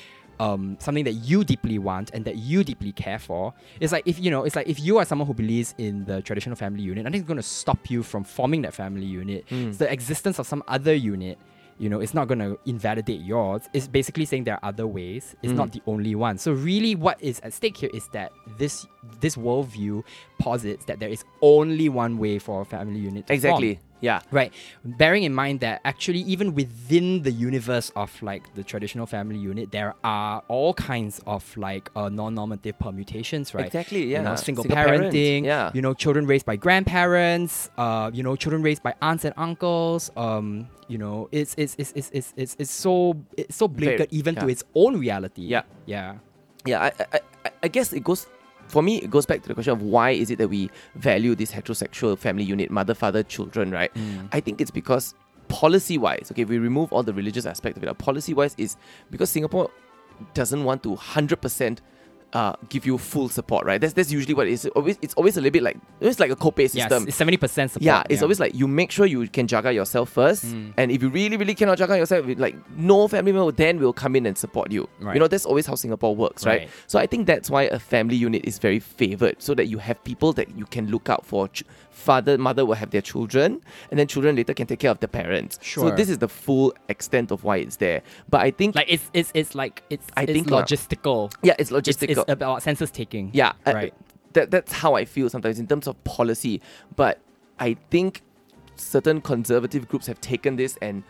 Speaker 1: um, something that you deeply want and that you deeply care for? It's like if you know, it's like if you are someone who believes in the traditional family unit, nothing's going to stop you from forming that family unit.
Speaker 3: Mm.
Speaker 1: It's the existence of some other unit. You know, it's not going to invalidate yours. It's basically saying there are other ways.
Speaker 3: Mm.
Speaker 1: It's not the only one. So really, what is at stake here is that this this worldview posits that there is only one way for a family unit. To form.
Speaker 3: exactly. Yeah.
Speaker 1: Right. Bearing in mind that actually, even within the universe of like the traditional family unit, there are all kinds of like uh, non-normative permutations, right?
Speaker 3: Exactly,
Speaker 1: You know,
Speaker 3: yeah.
Speaker 1: single,
Speaker 3: Single
Speaker 1: parenting.
Speaker 3: parent, yeah.
Speaker 1: You know, children raised by grandparents. Uh, you know, children raised by aunts and uncles. Um, you know, it's it's it's it's it's it's, it's so it's so blinkered even to
Speaker 3: yeah.
Speaker 1: its own reality.
Speaker 3: Yeah.
Speaker 1: Yeah.
Speaker 3: yeah, I, I- I, I guess it goes. For me, it goes back to the question of why is it that we value this heterosexual family unit, mother, father, children, right?
Speaker 1: Mm-hmm.
Speaker 3: I think it's because policy wise, okay, if we remove all the religious aspect of it, policy wise is because Singapore doesn't want to 100% uh, give you full support, right? That's, that's usually what it is. Always, it's always a little bit like, it's like a copay
Speaker 1: Yeah.
Speaker 3: system.
Speaker 1: Seventy percent support.
Speaker 3: Yeah, it's always like you make sure you can jaga yourself first,
Speaker 1: Mm.
Speaker 3: and if you really, really cannot jaga yourself, with, like no family member then will come in and support you.
Speaker 1: Right.
Speaker 3: You know, that's always how Singapore works, right?
Speaker 1: Right.
Speaker 3: So I think that's why a family unit is very favored, so that you have people that you can look out for. Ch- father, mother will have their children, and then children later can take care of their parents.
Speaker 1: Sure.
Speaker 3: So this is the full extent of why it's there. But I think,
Speaker 1: like it's it's it's like it's
Speaker 3: I
Speaker 1: it's
Speaker 3: think, uh,
Speaker 1: logistical.
Speaker 3: yeah, it's
Speaker 1: It's,
Speaker 3: logistical.
Speaker 1: it's about census taking.
Speaker 3: Yeah, uh, I-
Speaker 1: Right.
Speaker 3: that that's how I feel sometimes in terms of policy. But I think certain conservative groups have taken this and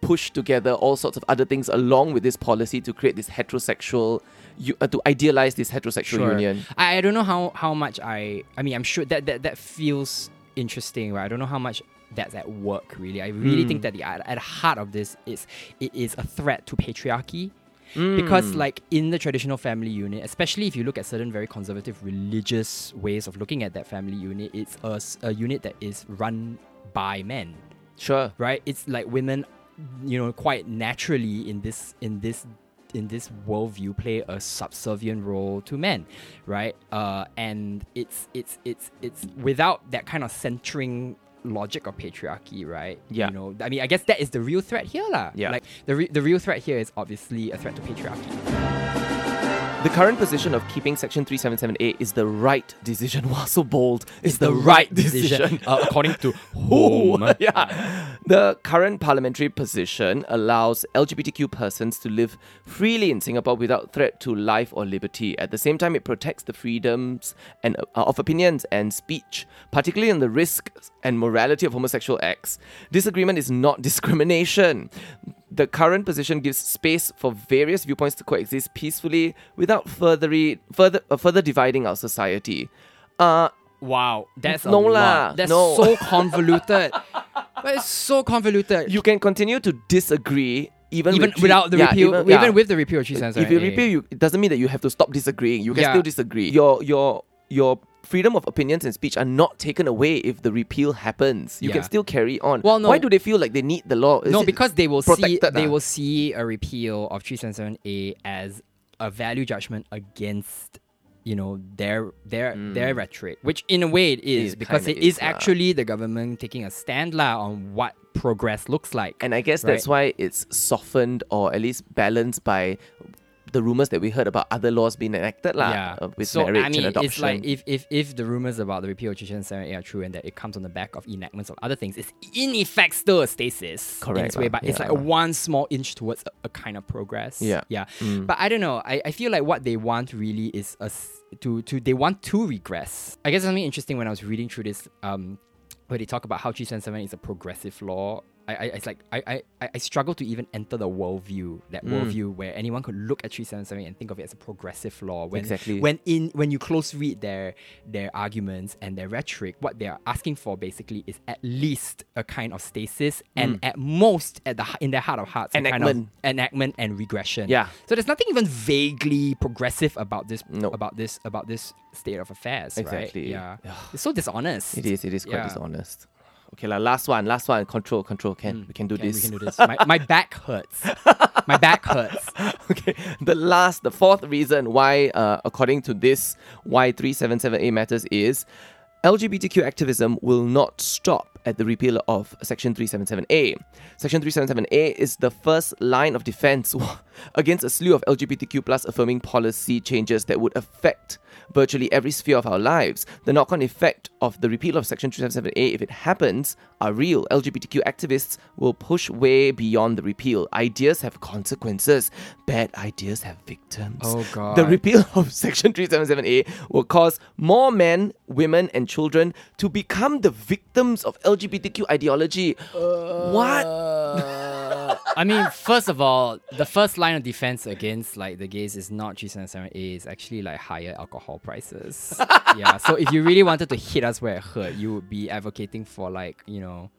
Speaker 3: pushed together all sorts of other things along with this policy to create this heterosexual, u- uh, to idealize this heterosexual union.
Speaker 1: I, I don't know how how much I I mean I'm sure that that, that feels interesting, right? I don't know how much that's at work really. I really think that the at, at the heart of this is it is a threat to patriarchy.
Speaker 3: Mm. Hmm.
Speaker 1: Because, like in the traditional family unit, especially if you look at certain very conservative religious ways of looking at that family unit, it's a, s- a unit that is run by men
Speaker 3: Sure.
Speaker 1: right it's like women you know quite naturally in this in this in this worldview play a subservient role to men, right? Uh, and it's it's it's it's without that kind of centering logic of patriarchy, right?
Speaker 3: Yeah.
Speaker 1: You know, I mean, I guess that is the real threat here, lah.
Speaker 3: Yeah.
Speaker 1: Like the re- the real threat here is obviously a threat to patriarchy.
Speaker 3: The current position of keeping Section 377A is the right decision. Wow, so bold. It's, the, right decision.
Speaker 1: uh, according to
Speaker 3: Ooh,
Speaker 1: whom?
Speaker 3: yeah. The current parliamentary position allows LGBTQ persons to live freely in Singapore without threat to life or liberty. At the same time, it protects the freedoms and uh, of opinions and speech, particularly in the risks and morality of homosexual acts. Disagreement is not discrimination. The current position gives space for various viewpoints to coexist peacefully without further further uh, further dividing our society. Uh,
Speaker 1: Wow, that's a
Speaker 3: No
Speaker 1: lot.
Speaker 3: lah,
Speaker 1: That's
Speaker 3: no.
Speaker 1: so convoluted. but it's so convoluted.
Speaker 3: you can continue to disagree even
Speaker 1: even
Speaker 3: with three-
Speaker 1: without the
Speaker 3: yeah,
Speaker 1: repeal, even,
Speaker 3: even, yeah.
Speaker 1: with the repeal of 377A.
Speaker 3: if you repeal, you, it doesn't mean that you have to stop disagreeing. You can
Speaker 1: Yeah.
Speaker 3: still disagree. Your your your freedom of opinions and speech are not taken away if the repeal happens. You
Speaker 1: Yeah.
Speaker 3: can still carry on.
Speaker 1: Well, no.
Speaker 3: Why do they feel like they need the law? Is
Speaker 1: no,
Speaker 3: it-
Speaker 1: because they will see
Speaker 3: protected,
Speaker 1: they
Speaker 3: ah?
Speaker 1: will see a repeal of 377A as a value judgment against you know their their their rhetoric, which in a way it is
Speaker 3: Mm. It
Speaker 1: because it
Speaker 3: kinda
Speaker 1: is
Speaker 3: is ah. lah.
Speaker 1: actually the government taking a stand lah on what progress looks like.
Speaker 3: and I guess that's why it's softened or at least balanced by the rumors that we heard about other laws being enacted, lah, uh, with
Speaker 1: so,
Speaker 3: marriage
Speaker 1: I mean,
Speaker 3: and adoption.
Speaker 1: It's like if, if if the rumors about the repeal of 377A are true and that it comes on the back of enactments of other things, it's in effect still a stasis. In
Speaker 3: Correct
Speaker 1: its way,
Speaker 3: lah,
Speaker 1: but it's
Speaker 3: yeah.
Speaker 1: like one small inch towards a, a kind of progress.
Speaker 3: Yeah. Mm.
Speaker 1: Yeah. But I don't know. I, I feel like what they want really is us to to they want to regress. I guess something interesting when I was reading through this, um, where they talk about how 377 is a progressive law. I, I it's like I, I- I I struggle to even enter the worldview that
Speaker 3: Mm.
Speaker 1: worldview where anyone could look at 377 and think of it as a progressive law when
Speaker 3: Exactly.
Speaker 1: when in when you close read their their arguments and their rhetoric what they're asking for basically is at least a kind of stasis and at most at the h- in their heart of hearts a kind
Speaker 3: Mm. Enactment.
Speaker 1: of enactment and regression
Speaker 3: Yeah.
Speaker 1: so there's nothing even vaguely progressive about this
Speaker 3: No.
Speaker 1: about this about this state of affairs right?
Speaker 3: Exactly.
Speaker 1: yeah it's so dishonest
Speaker 3: it is. It is quite
Speaker 1: Yeah.
Speaker 3: dishonest. Okay, lah. Last one. Last one. Control. Control. Can we can do
Speaker 1: Okay,
Speaker 3: this?
Speaker 1: we Hmm. can do this. My, my back hurts. My back hurts.
Speaker 3: Okay, the last, the fourth reason why, uh, according to this, why 377A matters is LGBTQ activism will not stop at the repeal of Section 377A. Section 377A is the first line of defense against a slew of LGBTQ plus affirming policy changes that would affect virtually every sphere of our lives. The knock on effect of the repeal of Section 377A, if it happens, are real. LGBTQ activists will push way beyond the repeal. Ideas have consequences, bad ideas have victims.
Speaker 1: Oh, God.
Speaker 3: The repeal of Section 377A will cause more men, women, and children to become the victims of LGBTQ ideology. what?
Speaker 1: I mean, first of all, the first line of defense against like the gays is not G77A. It's actually like higher alcohol prices. yeah. So if you really wanted to hit us where it hurt, you would be advocating for like you know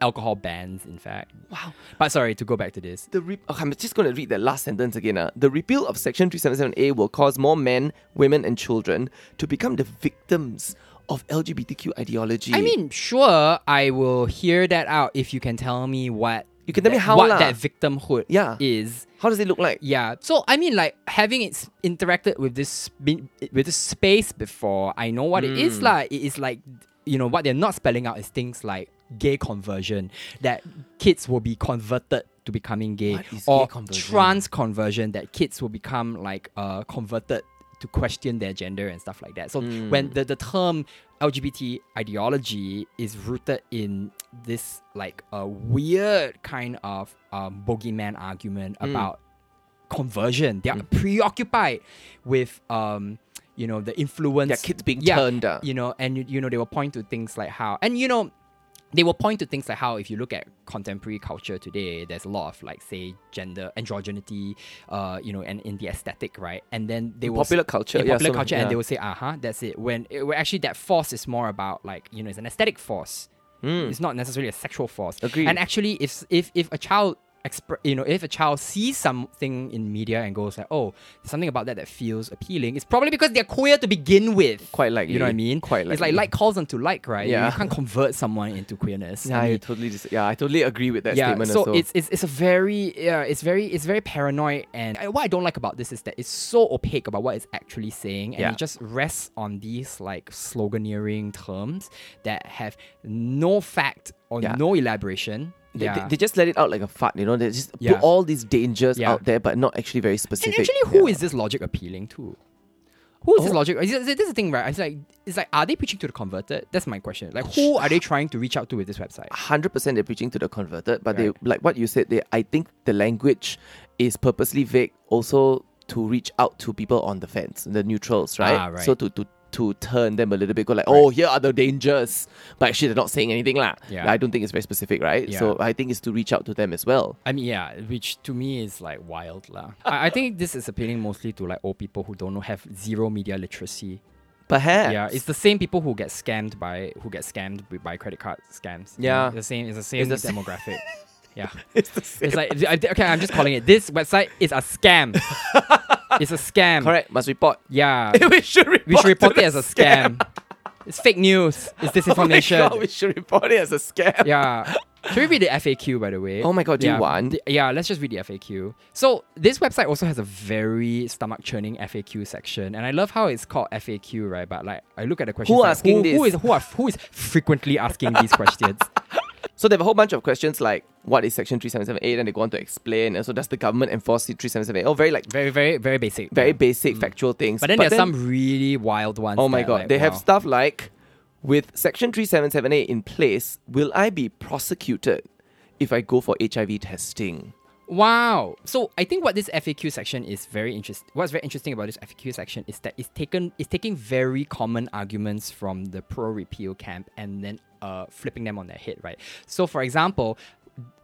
Speaker 1: alcohol bans. In fact. Wow. But sorry to go back to this.
Speaker 3: The re- okay, I'm just going to read that last sentence again. ah. The repeal of Section 377A will cause more men, women, and children to become the victims of LGBTQ ideology.
Speaker 1: I mean, sure, I will hear that out if you can tell me what
Speaker 3: You can tell me
Speaker 1: that-
Speaker 3: how
Speaker 1: what
Speaker 3: lah.
Speaker 1: that victimhood
Speaker 3: Yeah.
Speaker 1: is.
Speaker 3: how does it look like?
Speaker 1: Yeah. So I mean, like having it's interacted with this been, with this space before, I know what it
Speaker 3: Hmm.
Speaker 1: is like. It is like you know what they're not spelling out is things like gay conversion that kids will be converted to becoming gay
Speaker 3: What is
Speaker 1: or
Speaker 3: gay conversion?
Speaker 1: trans conversion that kids will become like uh, converted to question their gender and stuff like that. So
Speaker 3: Hmm.
Speaker 1: when the, the term LGBT ideology is rooted in this like a weird kind of um, bogeyman argument
Speaker 3: Hmm.
Speaker 1: about conversion. They are
Speaker 3: Mm.
Speaker 1: preoccupied with um, you know, the influence
Speaker 3: Their kids being
Speaker 1: Yeah,
Speaker 3: turned. ah.
Speaker 1: You know, and you, you know, they will point to things like how and you know, they will point to things like how if you look at contemporary culture today, there's a lot of like say gender androgyny, uh, you know, and in the aesthetic, right? And then they
Speaker 3: In
Speaker 1: will s-
Speaker 3: popular culture,
Speaker 1: in
Speaker 3: yeah,
Speaker 1: popular
Speaker 3: so-
Speaker 1: culture,
Speaker 3: yeah.
Speaker 1: and they will say, "Uh huh, that's it." When it, well, actually that force is more about like you know, it's an aesthetic force. It's not necessarily a sexual force.
Speaker 3: Hmm. Agreed.
Speaker 1: And actually, if if if a child exp- you know, if a child sees something in media and goes like, "Oh, there's something about that that feels appealing," it's probably because they're queer to begin with.
Speaker 3: Quite likely.
Speaker 1: you know what I mean?
Speaker 3: Quite
Speaker 1: It's like
Speaker 3: likely.
Speaker 1: like calls unto like, right? You-
Speaker 3: Yeah.
Speaker 1: you can't convert someone into queerness.
Speaker 3: Yeah,
Speaker 1: I
Speaker 3: I
Speaker 1: mean,
Speaker 3: totally dis- yeah, I totally agree with that
Speaker 1: yeah,
Speaker 3: statement.
Speaker 1: so
Speaker 3: also.
Speaker 1: it's, it's it's a very yeah, it's very it's very paranoid and I, what I don't like about this is that it's so opaque about what it's actually saying and
Speaker 3: Yeah.
Speaker 1: it just rests on these like sloganeering terms that have no fact or
Speaker 3: Yeah.
Speaker 1: no elaboration.
Speaker 3: They-
Speaker 1: yeah.
Speaker 3: they, they just let it out like a fart, you know. They just
Speaker 1: Yeah.
Speaker 3: put all these dangers
Speaker 1: Yeah.
Speaker 3: out there, but not actually very
Speaker 1: and
Speaker 3: specific.
Speaker 1: actually, who
Speaker 3: Yeah.
Speaker 1: is this logic appealing to? Who is this
Speaker 3: Oh.
Speaker 1: logic? Is, is, this is the thing, right? It's like, it's like, are they preaching to the converted? That's my question. Like, who are they trying to reach out to with this website?
Speaker 3: hundred percent they're preaching to the converted, but
Speaker 1: Right.
Speaker 3: they like what you said. They, I think the language is purposely vague, also to reach out to people on the fence, the neutrals, right?
Speaker 1: Ah, right.
Speaker 3: So to to to turn them a little bit, go like, oh, here are the dangers, but actually they're not saying anything lah.
Speaker 1: Yeah.
Speaker 3: I don't think it's very specific, right?
Speaker 1: Yeah.
Speaker 3: So I think it's to reach out to them as well.
Speaker 1: I mean, yeah, which to me is like wild, lah. I, I think this is appealing mostly to like old people who don't know have zero media literacy.
Speaker 3: Perhaps.
Speaker 1: Yeah, it's the same people who get scammed by who get scammed with- by credit card scams. you
Speaker 3: Yeah.
Speaker 1: know? the same. It's the same
Speaker 3: the same-
Speaker 1: demographic. yeah,
Speaker 3: it's the same.
Speaker 1: it's like I- I- okay, I'm just calling it. This website is a scam. it's a scam.
Speaker 3: Correct. Must report.
Speaker 1: Yeah,
Speaker 3: we should report.
Speaker 1: we should report
Speaker 3: to
Speaker 1: it as a scam. it's fake news. It's
Speaker 3: the- Oh my
Speaker 1: disinformation.
Speaker 3: God, we should report it as a scam.
Speaker 1: yeah. Should we read the FAQ by the way?
Speaker 3: Oh my god, do
Speaker 1: yeah.
Speaker 3: you want?
Speaker 1: The- yeah, let's just read the FAQ. So this website also has a very stomach churning FAQ section, and I love how it's called FAQ, right? But like, I look at the questions.
Speaker 3: Who
Speaker 1: like,
Speaker 3: asking
Speaker 1: who, Who
Speaker 3: this?
Speaker 1: is who are who is frequently asking these questions?
Speaker 3: So they have a whole bunch of questions like, what is Section 3778? And they go on to explain. And so does the government enforce 3778? Oh, very like,
Speaker 1: Very, very, very basic.
Speaker 3: very basic factual things.
Speaker 1: Mm. But then there's some really wild ones.
Speaker 3: Oh my
Speaker 1: that,
Speaker 3: god,
Speaker 1: like,
Speaker 3: they have
Speaker 1: wow.
Speaker 3: stuff like, with Section 3778 in place, will I be prosecuted if I go for HIV testing?
Speaker 1: Wow. So I think what this FAQ section is very interesting. What's very interesting about this FAQ section is that it's taken it's taking very common arguments from the pro repeal camp and then uh, flipping them on their head, right? So for example,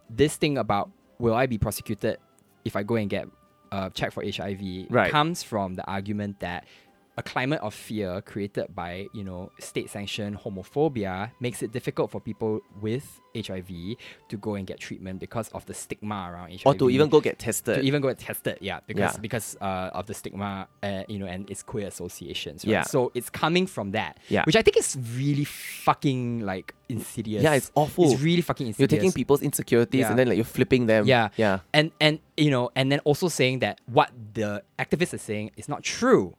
Speaker 1: this thing about will I be prosecuted if I go and get uh, checked for HIV
Speaker 3: Right.
Speaker 1: comes from the argument that a climate of fear created by you know state sanctioned homophobia makes it difficult for people with HIV to go and get treatment because of the stigma around HIV
Speaker 3: Or to even go get
Speaker 1: to
Speaker 3: tested?
Speaker 1: even go and test it, yeah, because
Speaker 3: Yeah.
Speaker 1: because uh, of the stigma, uh, you know, and its queer associations, right?
Speaker 3: Yeah.
Speaker 1: So it's coming from that,
Speaker 3: Yeah.
Speaker 1: which I think is really fucking like insidious.
Speaker 3: Yeah, it's awful.
Speaker 1: It's really fucking
Speaker 3: you're
Speaker 1: insidious.
Speaker 3: taking people's insecurities
Speaker 1: Yeah.
Speaker 3: and then like you're flipping them.
Speaker 1: yeah,
Speaker 3: Yeah.
Speaker 1: and and you know, and then also saying that what the activists are saying is not true.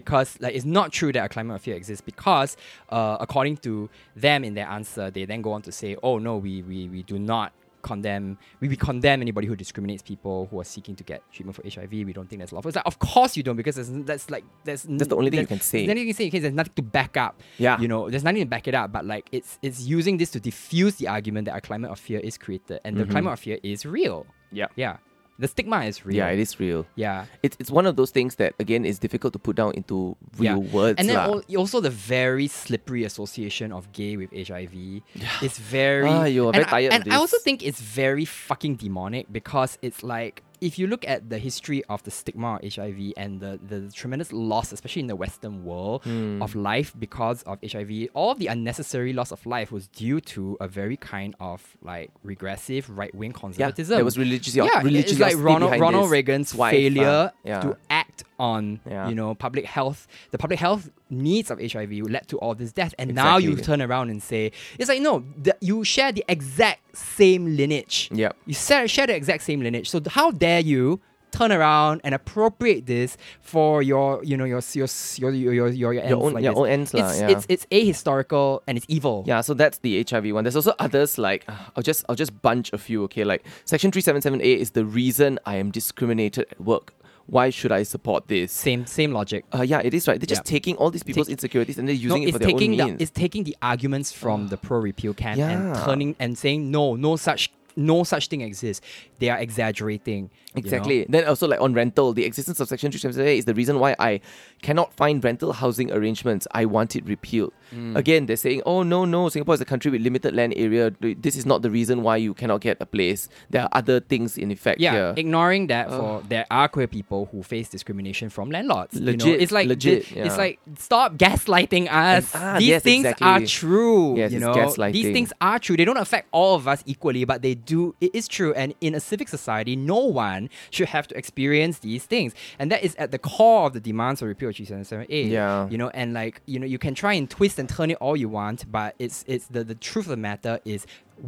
Speaker 1: Because like it's not true that a climate of fear exists because uh, according to them in their answer, they then go on to say, "Oh no, we we, we do not condemn we, we condemn anybody who discriminates people who are seeking to get treatment for HIV. We don't think that's lawful." It's like, of course you don't because there's, n- that's like there's
Speaker 3: That's the only thing you can say.
Speaker 1: There's nothing you can say because there's nothing to back up.
Speaker 3: Yeah.
Speaker 1: you know, there's nothing to back it up. But like it's it's using this to diffuse the argument that a climate of fear is created and
Speaker 3: Mm-hmm.
Speaker 1: the climate of fear is real.
Speaker 3: Yeah.
Speaker 1: Yeah. The stigma is real.
Speaker 3: Yeah, it is real.
Speaker 1: Yeah.
Speaker 3: It's, it's one of those things that, again, is difficult to put down into real
Speaker 1: yeah.
Speaker 3: words.
Speaker 1: And then
Speaker 3: lah.
Speaker 1: al- also the very slippery association of gay with HIV is very.
Speaker 3: Ah, you are
Speaker 1: and
Speaker 3: very tired
Speaker 1: I,
Speaker 3: of
Speaker 1: and I also
Speaker 3: this.
Speaker 1: think it's very fucking demonic because it's like if you look at the history of the stigma of HIV and the, the tremendous loss, especially in the Western world,
Speaker 3: Hmm.
Speaker 1: of life because of HIV, all of the unnecessary loss of life was due to a very kind of like regressive right wing conservatism.
Speaker 3: there was religiosity-
Speaker 1: it's like
Speaker 3: religiosity
Speaker 1: Ronald,
Speaker 3: behind
Speaker 1: Ronald
Speaker 3: this.
Speaker 1: Reagan's
Speaker 3: Wife, uh,
Speaker 1: failure
Speaker 3: yeah.
Speaker 1: to act on
Speaker 3: Yeah.
Speaker 1: you know public health the public health needs of hiv led to all this death and now you
Speaker 3: Exactly.
Speaker 1: turn around and say it's like no the, you share the exact same lineage
Speaker 3: Yep.
Speaker 1: you share, share the exact same lineage so how dare you turn around and appropriate this for your you know your your your your your, your, ends
Speaker 3: own-
Speaker 1: like
Speaker 3: your
Speaker 1: this.
Speaker 3: own ends lah,
Speaker 1: it's,
Speaker 3: yeah.
Speaker 1: it's it's ahistorical and it's evil
Speaker 3: Yeah, so that's the HIV one. There's also others like uh, I'll just I'll just bunch a few. Okay, like Section 377A is the reason I am discriminated at work. Why should I support this?
Speaker 1: same same logic
Speaker 3: Uh, yeah, it is right. They're just
Speaker 1: Yeah.
Speaker 3: taking all these people's insecurities and they're using
Speaker 1: no,
Speaker 3: it for
Speaker 1: it's
Speaker 3: their
Speaker 1: taking
Speaker 3: own
Speaker 1: the
Speaker 3: means. Ah.
Speaker 1: it's taking the arguments from the pro repeal camp and
Speaker 3: Yeah.
Speaker 1: turning and saying no, no such no such thing exists. They are exaggerating. you know?
Speaker 3: exactly. Then also like on rental, the existence of Section 377A is the reason why I cannot find rental housing arrangements. I want it repealed.
Speaker 1: Hmm.
Speaker 3: Again, they're saying, oh, no, no, Singapore is a country with limited land area. This is not the reason why you cannot get a place. There are other things in effect
Speaker 1: Yeah,
Speaker 3: here. Uh.
Speaker 1: ignoring that for there are queer people who face discrimination from landlords. you know?
Speaker 3: Legit,
Speaker 1: it's like
Speaker 3: legit,
Speaker 1: thi- it's
Speaker 3: yeah.
Speaker 1: like stop gaslighting us.
Speaker 3: And- ah,
Speaker 1: These
Speaker 3: yes,
Speaker 1: things
Speaker 3: exactly.
Speaker 1: are true.
Speaker 3: Yes,
Speaker 1: you
Speaker 3: it's
Speaker 1: know, these
Speaker 3: gaslighting.
Speaker 1: things are true. They don't affect all of us equally, but they do. It is true, and in a civic society, no one should have to experience these things, and that is at the core of the demands for repeal of 377A.
Speaker 3: Yeah.
Speaker 1: you know, and like you know, you can try and twist and turn it all you want, but it's it's the the truth of the matter is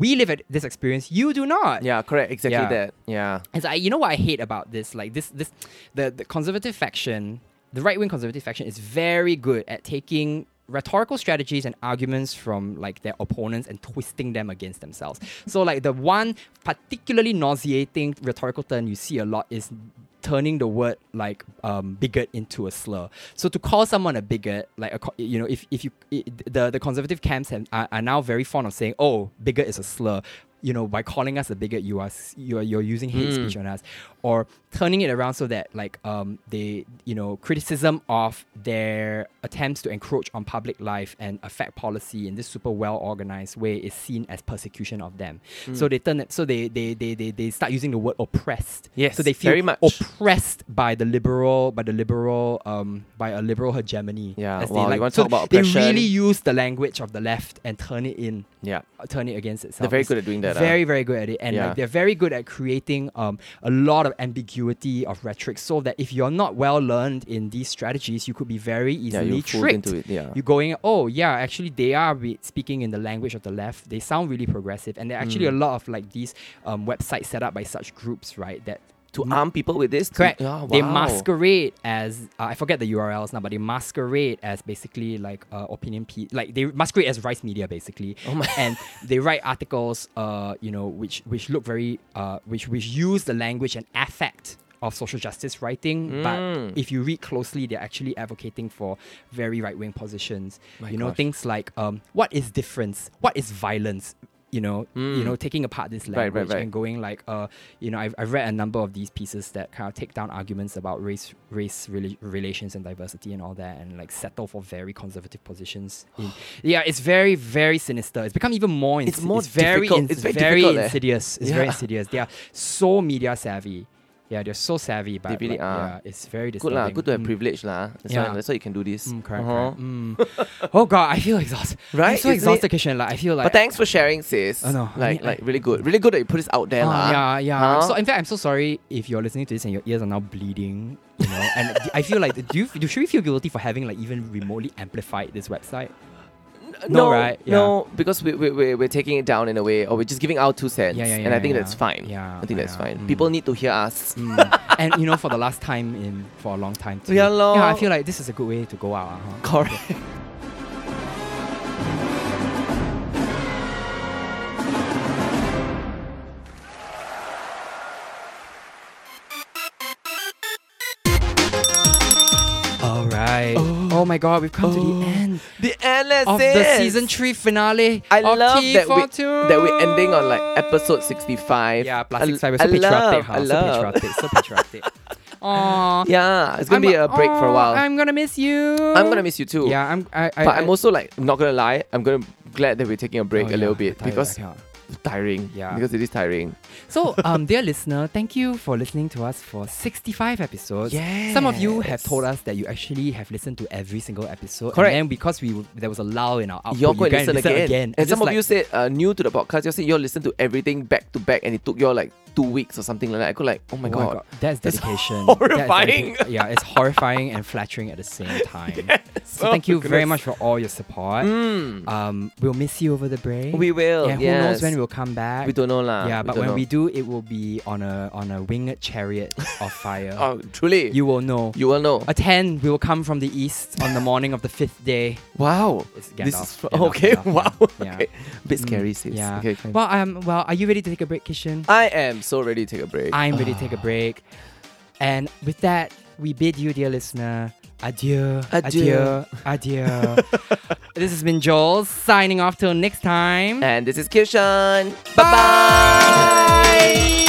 Speaker 1: we live at this experience, you do not.
Speaker 3: yeah, correct. Exactly
Speaker 1: Yeah.
Speaker 3: that. Yeah.
Speaker 1: It's like you know what I hate about this, like this this the, the conservative faction, the right wing conservative faction is very good at taking rhetorical strategies and arguments from like their opponents and twisting them against themselves. So like the one particularly nauseating rhetorical turn you see a lot is turning the word like um, bigot into a slur. So to call someone a bigot, like a, co- you know, if, if you it, the the conservative camps have, are, are now very fond of saying, oh, bigot is a slur. You know, by calling us a bigot, you are s- you are you're using hate speech on us, or turning it around so that like um they you know criticism of their attempts to encroach on public life and affect policy in this super well organized way is seen as persecution of them.
Speaker 3: Mm.
Speaker 1: So they turn it so they they, they they they start using the word oppressed.
Speaker 3: Yes,
Speaker 1: So they feel
Speaker 3: very much.
Speaker 1: oppressed by the liberal, by the liberal, um, by a liberal hegemony.
Speaker 3: Yeah,
Speaker 1: as they
Speaker 3: wow, you
Speaker 1: like.
Speaker 3: want to
Speaker 1: so
Speaker 3: talk about
Speaker 1: they
Speaker 3: oppression.
Speaker 1: really use the language of the left and turn it in,
Speaker 3: Yeah.
Speaker 1: uh, turn it against itself.
Speaker 3: They're very
Speaker 1: It's
Speaker 3: good at doing that, ah.
Speaker 1: Very, very good at it, and
Speaker 3: Yeah.
Speaker 1: like, they're very good at creating um, a lot of ambiguity of rhetoric, so that if you're not well learned in these strategies, you could be very
Speaker 3: Yeah,
Speaker 1: easily
Speaker 3: you fooled
Speaker 1: tricked.
Speaker 3: into it. Yeah.
Speaker 1: You're going, oh yeah, actually they are re- speaking in the language of the left. They sound really progressive, and there are actually
Speaker 3: Hmm.
Speaker 1: a lot of like these um, websites set up by such groups, right? That
Speaker 3: to arm people with this? To-
Speaker 1: Mm. Correct.
Speaker 3: Yeah,
Speaker 1: They
Speaker 3: wow.
Speaker 1: masquerade as uh, I forget the URLs now, but they masquerade as basically like uh, opinion piece, like they masquerade as rice media basically,
Speaker 3: Oh
Speaker 1: and they write articles, uh, you know, which which look very, uh, which which use the language and affect of social justice writing,
Speaker 3: Hmm. Mm.
Speaker 1: but if you read closely, they're actually advocating for very right wing positions. you know,
Speaker 3: gosh.
Speaker 1: things like um, what is difference, what is violence. You know, you know, taking apart this
Speaker 3: Mm. Right, right,
Speaker 1: language
Speaker 3: right.
Speaker 1: and going like uh you know I've, I've read a number of these pieces that kind of take down arguments about race race rela- relations and diversity and all that and like settle for very conservative positions in, yeah it's very very sinister it's become even more ins-
Speaker 3: It's more
Speaker 1: very
Speaker 3: difficult.
Speaker 1: ins-
Speaker 3: It's very
Speaker 1: very
Speaker 3: difficult, eh?
Speaker 1: insidious it's very
Speaker 3: Yeah.
Speaker 1: insidious they are so media savvy yeah they're so savvy but
Speaker 3: They really
Speaker 1: like,
Speaker 3: are.
Speaker 1: yeah it's very
Speaker 3: Good lah.
Speaker 1: disturbing
Speaker 3: Good to have
Speaker 1: Mm.
Speaker 3: privilege lah. That's,
Speaker 1: Yeah.
Speaker 3: why, that's why you can do this.
Speaker 1: Mm, correct,
Speaker 3: Uh-huh.
Speaker 1: correct. Mm. oh god I feel exhausted I'm
Speaker 3: Right,
Speaker 1: so
Speaker 3: isn't it?
Speaker 1: exhausted Kishan like I feel like
Speaker 3: But thanks for sharing, sis.
Speaker 1: Oh, no. I
Speaker 3: Like,
Speaker 1: mean,
Speaker 3: like
Speaker 1: I-
Speaker 3: really good. Really good that you put this out there,
Speaker 1: Oh,
Speaker 3: lah.
Speaker 1: yeah, yeah.
Speaker 3: Huh?
Speaker 1: So in fact, I'm so sorry if you're listening to this and your ears are now bleeding. You know, and I feel like do you do, should we feel guilty for having like even remotely amplified this website? No,
Speaker 3: no,
Speaker 1: right? Yeah.
Speaker 3: No, because we, we, we, we're taking it down in a way, or we're just giving our two cents.
Speaker 1: Yeah, yeah,
Speaker 3: and
Speaker 1: yeah,
Speaker 3: I think
Speaker 1: yeah.
Speaker 3: that's fine.
Speaker 1: Yeah,
Speaker 3: I think that's
Speaker 1: yeah.
Speaker 3: fine.
Speaker 1: Mm.
Speaker 3: People need to hear us.
Speaker 1: Mm. and you know, for the last time in for a long time. Too.
Speaker 3: Yeah lor.
Speaker 1: yeah, I feel like this is a good way to go out. ah, Huh?
Speaker 3: Correct.
Speaker 1: All right. Oh, my God, we've come to
Speaker 3: Oh.
Speaker 1: the end
Speaker 3: The endless
Speaker 1: of the season three finale.
Speaker 3: I
Speaker 1: of
Speaker 3: love that we
Speaker 1: T42.
Speaker 3: that we're ending on like episode sixty five.
Speaker 1: Yeah, plastic cyber. So patriotic, huh?
Speaker 3: I
Speaker 1: So
Speaker 3: love.
Speaker 1: patriotic. So patriotic. Aw.
Speaker 3: Yeah, it's gonna
Speaker 1: I'm
Speaker 3: be a break for a
Speaker 1: aw,
Speaker 3: while.
Speaker 1: I'm gonna miss you.
Speaker 3: I'm gonna miss you too.
Speaker 1: Yeah, I'm. I, I,
Speaker 3: But
Speaker 1: I,
Speaker 3: I'm also like not gonna lie. I'm gonna glad that we're taking a break
Speaker 1: Oh,
Speaker 3: a little
Speaker 1: yeah,
Speaker 3: bit
Speaker 1: I tired,
Speaker 3: because
Speaker 1: I cannot.
Speaker 3: it's tiring.
Speaker 1: Yeah.
Speaker 3: Because it is tiring.
Speaker 1: oh. So, um, dear listener, thank you for listening to us for 65 episodes. Some of you have told us that you actually have listened to every single episode.
Speaker 3: Correct.
Speaker 1: And then because we there was a lull in our output,
Speaker 3: You're going to
Speaker 1: Oh, guys
Speaker 3: listen, again. And
Speaker 1: It's
Speaker 3: some
Speaker 1: just
Speaker 3: of
Speaker 1: like-
Speaker 3: you said uh, new to the podcast. You said you listen to everything back to back, and it took you all like two weeks or something like that. I could like, oh my,
Speaker 1: Oh
Speaker 3: god.
Speaker 1: that's
Speaker 3: That's
Speaker 1: dedication. That's
Speaker 3: horrifying.
Speaker 1: dedica- yeah, it's horrifying and flattering at the same time. So
Speaker 3: Oh
Speaker 1: thank you
Speaker 3: my
Speaker 1: very
Speaker 3: goodness.
Speaker 1: much for all your support.
Speaker 3: Mm.
Speaker 1: Um, we'll miss you over the break.
Speaker 3: We will.
Speaker 1: Yeah, who knows
Speaker 3: yes.
Speaker 1: when we'll come back?
Speaker 3: We don't know lah.
Speaker 1: yeah,
Speaker 3: We
Speaker 1: but
Speaker 3: don't
Speaker 1: when
Speaker 3: know.
Speaker 1: we do, it will be on a on a winged chariot of fire.
Speaker 3: oh truly, you
Speaker 1: You will know.
Speaker 3: you will know.
Speaker 1: A ten will come from the east on the morning of the fifth day.
Speaker 3: wow,
Speaker 1: It's
Speaker 3: this
Speaker 1: Gandalf,
Speaker 3: is fr-
Speaker 1: Gandalf,
Speaker 3: okay.
Speaker 1: Gandalf,
Speaker 3: wow,
Speaker 1: yeah. Mm,
Speaker 3: okay, bit scary, sis.
Speaker 1: Yeah.
Speaker 3: Okay, fine.
Speaker 1: Well, um, well, are you ready to take a break, Kishan?
Speaker 3: I am so ready to take a break.
Speaker 1: I'm ready to take a break. And with that, we bid you, dear listener, adieu, adieu,
Speaker 3: Adieu.
Speaker 1: adieu. this has been Joel signing off till next time.
Speaker 3: and this is Kishan. Bye
Speaker 1: Bye.
Speaker 3: bye.